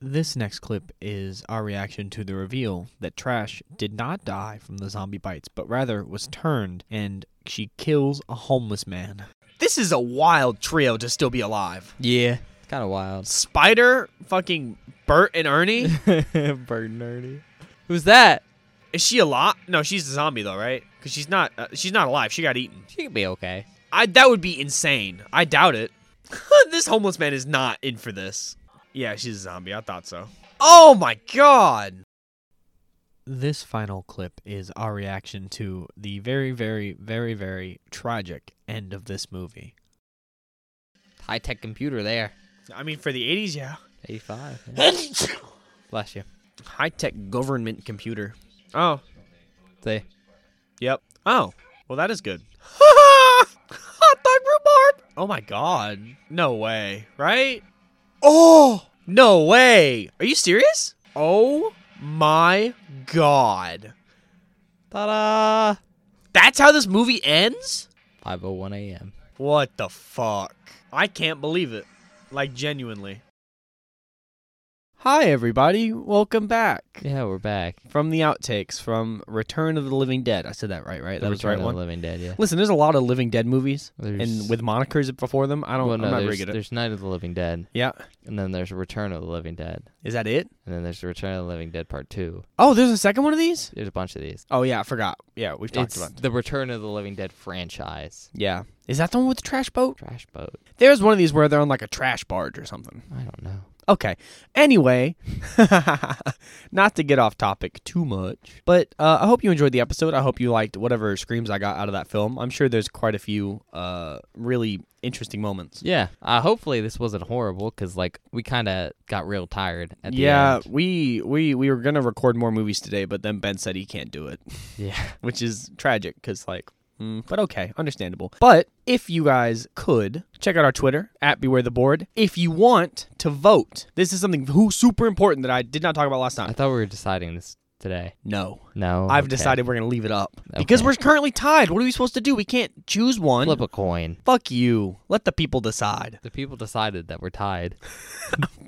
[SPEAKER 1] This next clip is our reaction to the reveal that Trash did not die from the zombie bites, but rather was turned and she kills a homeless man.
[SPEAKER 5] This is a wild trio to still be alive.
[SPEAKER 2] Yeah. It's kind of wild.
[SPEAKER 5] Spider, fucking Bert and Ernie.
[SPEAKER 2] Bird nerdy. Who's that?
[SPEAKER 5] Is she alive? No, she's a zombie though, right? Because she's not. Uh, she's not alive. She got eaten.
[SPEAKER 2] She could be okay.
[SPEAKER 5] I that would be insane. I doubt it. this homeless man is not in for this. Yeah, she's a zombie. I thought so. Oh my god.
[SPEAKER 1] This final clip is our reaction to the very, very, very, very tragic end of this movie.
[SPEAKER 2] High tech computer there.
[SPEAKER 5] I mean, for the '80s, yeah.
[SPEAKER 2] 85. yeah. Bless you.
[SPEAKER 5] High tech government computer. Oh.
[SPEAKER 2] See?
[SPEAKER 5] Yep. Oh. Well, that is good. Hot dog rhubarb. Oh my god. No way. Right? Oh. No way. Are you serious? Oh my god.
[SPEAKER 2] Ta da!
[SPEAKER 5] That's how this movie ends?
[SPEAKER 2] 5:01 a.m.
[SPEAKER 5] What the fuck? I can't believe it. Like genuinely.
[SPEAKER 1] Hi, everybody. Welcome back
[SPEAKER 2] Yeah, we're back.
[SPEAKER 1] from the outtakes from Return of the Living Dead. I said that right, right? That was the
[SPEAKER 2] Return
[SPEAKER 1] right
[SPEAKER 2] of
[SPEAKER 1] one.
[SPEAKER 2] the Living Dead. Yeah.
[SPEAKER 1] Listen, there's a lot of Living Dead movies
[SPEAKER 2] There's-
[SPEAKER 1] and with monikers before them. I don't.
[SPEAKER 2] Well, no,
[SPEAKER 1] I'm not very
[SPEAKER 2] there's,
[SPEAKER 1] good at.
[SPEAKER 2] there's Night of the Living Dead,
[SPEAKER 1] Yeah.
[SPEAKER 2] and then there's Return of the Living Dead,
[SPEAKER 1] Is that it?
[SPEAKER 2] and then there's Return of the Living Dead Part Two.
[SPEAKER 1] Oh, there's a second one of these.
[SPEAKER 2] There's a bunch of these.
[SPEAKER 1] Oh yeah, I forgot. Yeah, we've talked
[SPEAKER 2] It's
[SPEAKER 1] about.
[SPEAKER 2] the Return of the Living Dead franchise.
[SPEAKER 1] Yeah. Is that the one with the trash boat?
[SPEAKER 2] Trash boat.
[SPEAKER 1] There's one of these where they're on like a trash barge or something.
[SPEAKER 2] I don't know.
[SPEAKER 1] Okay. Anyway, not to get off topic too much, but uh, I hope you enjoyed the episode. I hope you liked whatever screams I got out of that film. I'm sure there's quite a few uh, really interesting moments.
[SPEAKER 2] Yeah. Uh, hopefully this wasn't horrible because like we kind of got real tired at the
[SPEAKER 1] yeah,
[SPEAKER 2] end.
[SPEAKER 1] we we we were gonna record more movies today, but then Ben said he can't do it.
[SPEAKER 2] Yeah.
[SPEAKER 1] which is tragic because like mm, but okay understandable but if you guys could check out our twitter at beware the board if you want to vote this is something who super important that i did not talk about last
[SPEAKER 2] I
[SPEAKER 1] time
[SPEAKER 2] thought we were deciding this today.
[SPEAKER 1] no
[SPEAKER 2] No.
[SPEAKER 1] i've
[SPEAKER 2] Okay.
[SPEAKER 1] decided we're gonna leave it up because
[SPEAKER 2] Okay.
[SPEAKER 1] we're currently tied what are we supposed to do we can't choose one
[SPEAKER 2] Flip a coin.
[SPEAKER 1] fuck you let the people decide
[SPEAKER 2] The people decided that we're tied.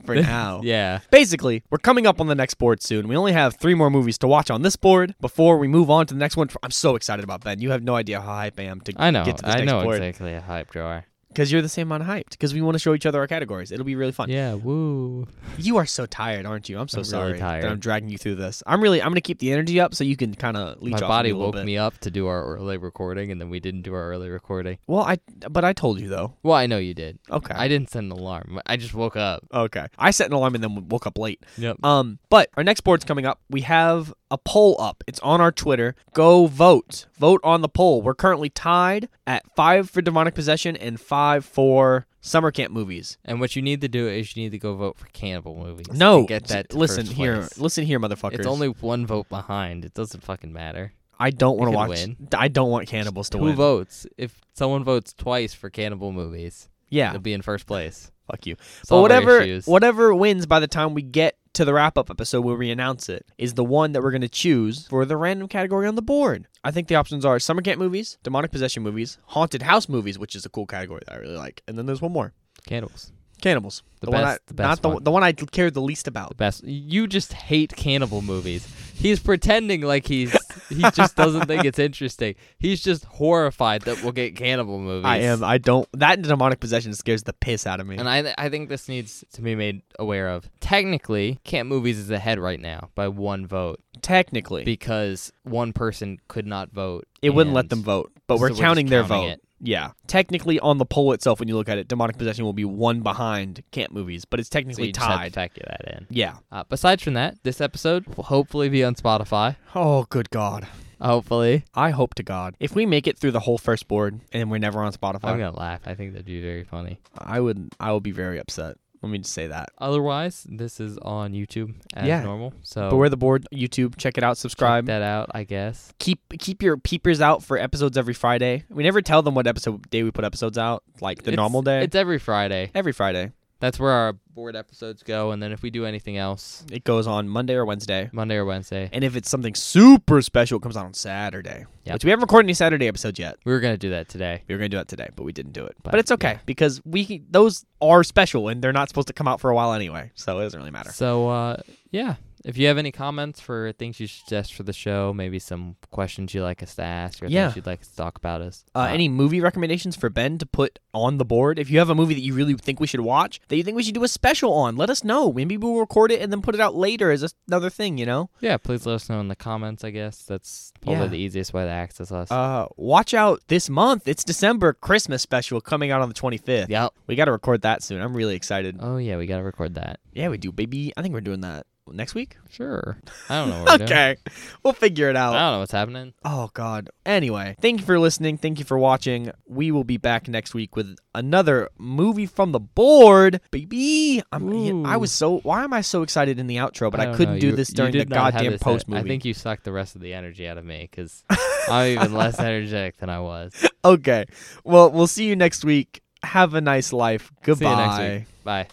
[SPEAKER 1] for now
[SPEAKER 2] Yeah.
[SPEAKER 1] Basically, we're coming up on the next board soon. We only have three more movies to watch on this board before we move on to the next one. I'm so excited about Ben. You have no idea how hype I am to
[SPEAKER 2] I know.
[SPEAKER 1] get to this
[SPEAKER 2] I
[SPEAKER 1] next
[SPEAKER 2] know
[SPEAKER 1] board.
[SPEAKER 2] exactly a hype drawer.
[SPEAKER 1] Because you're the same amount of hyped. Because we want to show each other our categories. It'll be really fun.
[SPEAKER 2] Yeah. Woo.
[SPEAKER 1] You are so tired, aren't you? I'm so
[SPEAKER 2] I'm really
[SPEAKER 1] sorry
[SPEAKER 2] tired.
[SPEAKER 1] that I'm dragging you through this. I'm really. I'm gonna keep the energy up so you can kind of leech
[SPEAKER 2] My
[SPEAKER 1] off of
[SPEAKER 2] body
[SPEAKER 1] me a little
[SPEAKER 2] woke
[SPEAKER 1] bit.
[SPEAKER 2] me up to do our early recording, and then we didn't do our early recording.
[SPEAKER 1] Well, I. But I told you though.
[SPEAKER 2] Well, I know you did.
[SPEAKER 1] Okay.
[SPEAKER 2] I didn't set an alarm. I just woke up.
[SPEAKER 1] okay. I set an alarm and then woke up late.
[SPEAKER 2] Yep.
[SPEAKER 1] Um, but our next board's coming up. We have a poll up. It's on our Twitter. Go vote. Vote on the poll. We're currently tied at five for demonic possession and five for summer camp movies.
[SPEAKER 2] And what you need to do is you need to go vote for cannibal movies.
[SPEAKER 1] No,
[SPEAKER 2] and get that. to
[SPEAKER 1] Listen
[SPEAKER 2] first
[SPEAKER 1] here.
[SPEAKER 2] place.
[SPEAKER 1] Listen here, motherfuckers.
[SPEAKER 2] It's only one vote behind. It doesn't fucking matter.
[SPEAKER 1] I don't want to watch.
[SPEAKER 2] could win.
[SPEAKER 1] I don't want cannibals to
[SPEAKER 2] Who
[SPEAKER 1] win.
[SPEAKER 2] votes? If someone votes twice for cannibal movies,
[SPEAKER 1] Yeah,
[SPEAKER 2] they'll be in first place.
[SPEAKER 1] fuck you. But
[SPEAKER 2] Solve our
[SPEAKER 1] whatever,
[SPEAKER 2] issues.
[SPEAKER 1] whatever wins by the time we get to the wrap up episode where we announce it is the one that we're going to choose for the random category on the board. I think the options are summer camp movies, demonic possession movies, haunted house movies, which is a cool category that I really like, and then there's one more
[SPEAKER 2] Candles.
[SPEAKER 1] cannibals.
[SPEAKER 2] The
[SPEAKER 1] one
[SPEAKER 2] best-
[SPEAKER 1] I-
[SPEAKER 2] the best
[SPEAKER 1] not the
[SPEAKER 2] one.
[SPEAKER 1] the one I cared the least about.
[SPEAKER 2] The best. You just hate cannibal movies. He's pretending like he's he just doesn't think it's interesting. He's just horrified that we'll get cannibal movies.
[SPEAKER 1] I am. I don't. That and demonic possession scares the piss out of me.
[SPEAKER 2] And I, I think this needs to be made aware of. Technically, Camp Movies is ahead right now by one vote
[SPEAKER 1] Technically,
[SPEAKER 2] because one person could not vote.
[SPEAKER 1] it wouldn't let
[SPEAKER 2] and-
[SPEAKER 1] them vote, but
[SPEAKER 2] so
[SPEAKER 1] we're
[SPEAKER 2] we're just
[SPEAKER 1] counting their
[SPEAKER 2] counting
[SPEAKER 1] vote.
[SPEAKER 2] it.
[SPEAKER 1] Yeah, technically on the poll itself, when you look at it, demonic possession will be one behind camp movies, but it's
[SPEAKER 2] So
[SPEAKER 1] technically
[SPEAKER 2] you just have to
[SPEAKER 1] tied.
[SPEAKER 2] factor that in.
[SPEAKER 1] Yeah.
[SPEAKER 2] Uh, besides from that, this episode will hopefully be on Spotify.
[SPEAKER 1] Oh, good God.
[SPEAKER 2] Hopefully,
[SPEAKER 1] I hope to God if we make it through the whole first board and we're never on Spotify,
[SPEAKER 2] I'm gonna laugh. I think that'd be very funny.
[SPEAKER 1] I would I would be very upset. Let me just say that.
[SPEAKER 2] Otherwise, this is on YouTube as
[SPEAKER 1] Yeah.
[SPEAKER 2] normal. So
[SPEAKER 1] But we're the board YouTube. Check it out.
[SPEAKER 2] Oh. check
[SPEAKER 1] Subscribe.
[SPEAKER 2] that out, I guess.
[SPEAKER 1] keep keep your peepers out for episodes every Friday. We never tell them what episode day we put episodes out, like the
[SPEAKER 2] It's-
[SPEAKER 1] normal day.
[SPEAKER 2] It's every Friday.
[SPEAKER 1] every Friday.
[SPEAKER 2] That's where our board episodes go, and then if we do anything else,
[SPEAKER 1] It goes on Monday or Wednesday.
[SPEAKER 2] Monday or Wednesday.
[SPEAKER 1] And if it's something super special, it comes out on Saturday.
[SPEAKER 2] Yep.
[SPEAKER 1] Which we haven't recorded any Saturday episodes yet.
[SPEAKER 2] We were gonna do that today.
[SPEAKER 1] We were going to do that today, but we didn't do it. But,
[SPEAKER 2] But,
[SPEAKER 1] it's okay
[SPEAKER 2] yeah.
[SPEAKER 1] because we those are special and they're not supposed to come out for a while anyway, so it doesn't really matter.
[SPEAKER 2] So uh, yeah, if you have any comments for things you suggest for the show, maybe some questions you'd like us to ask or
[SPEAKER 1] Yeah.
[SPEAKER 2] things you'd like us to talk about us.
[SPEAKER 1] Uh, any movie recommendations for Ben to put on the board? If you have a movie that you really think we should watch, that you think we should do a special on, let us know. Maybe we'll record it and then put it out later as a- another thing, you know?
[SPEAKER 2] yeah, please let us know in the comments. I guess that's probably
[SPEAKER 1] Yeah.
[SPEAKER 2] the easiest way to access us.
[SPEAKER 1] Uh, watch out this month. It's December Christmas special coming out on the 25th.
[SPEAKER 2] yep.
[SPEAKER 1] We got to record that soon. I'm really excited.
[SPEAKER 2] Oh yeah, we gotta record that.
[SPEAKER 1] Yeah, we do, baby. I think we're doing that next week.
[SPEAKER 2] Sure. I don't know. What we're doing.
[SPEAKER 1] We'll figure it
[SPEAKER 2] I
[SPEAKER 1] out.
[SPEAKER 2] don't know what's happening.
[SPEAKER 1] Oh, God. Anyway, thank you for listening. Thank you for watching. We will be back next week with another movie from the board, baby. I'm,
[SPEAKER 2] Ooh.
[SPEAKER 1] I was so. Why am I so excited in the outro, but I,
[SPEAKER 2] don't
[SPEAKER 1] couldn't
[SPEAKER 2] know.
[SPEAKER 1] do
[SPEAKER 2] You-
[SPEAKER 1] this
[SPEAKER 2] you
[SPEAKER 1] during the
[SPEAKER 2] did not have
[SPEAKER 1] goddamn
[SPEAKER 2] this en-
[SPEAKER 1] post movie?
[SPEAKER 2] I think you sucked the rest of the energy out of me because I'm even less energetic than I was.
[SPEAKER 1] okay. Well, we'll see you next week. Have a nice life. Goodbye.
[SPEAKER 2] See you next week. Bye.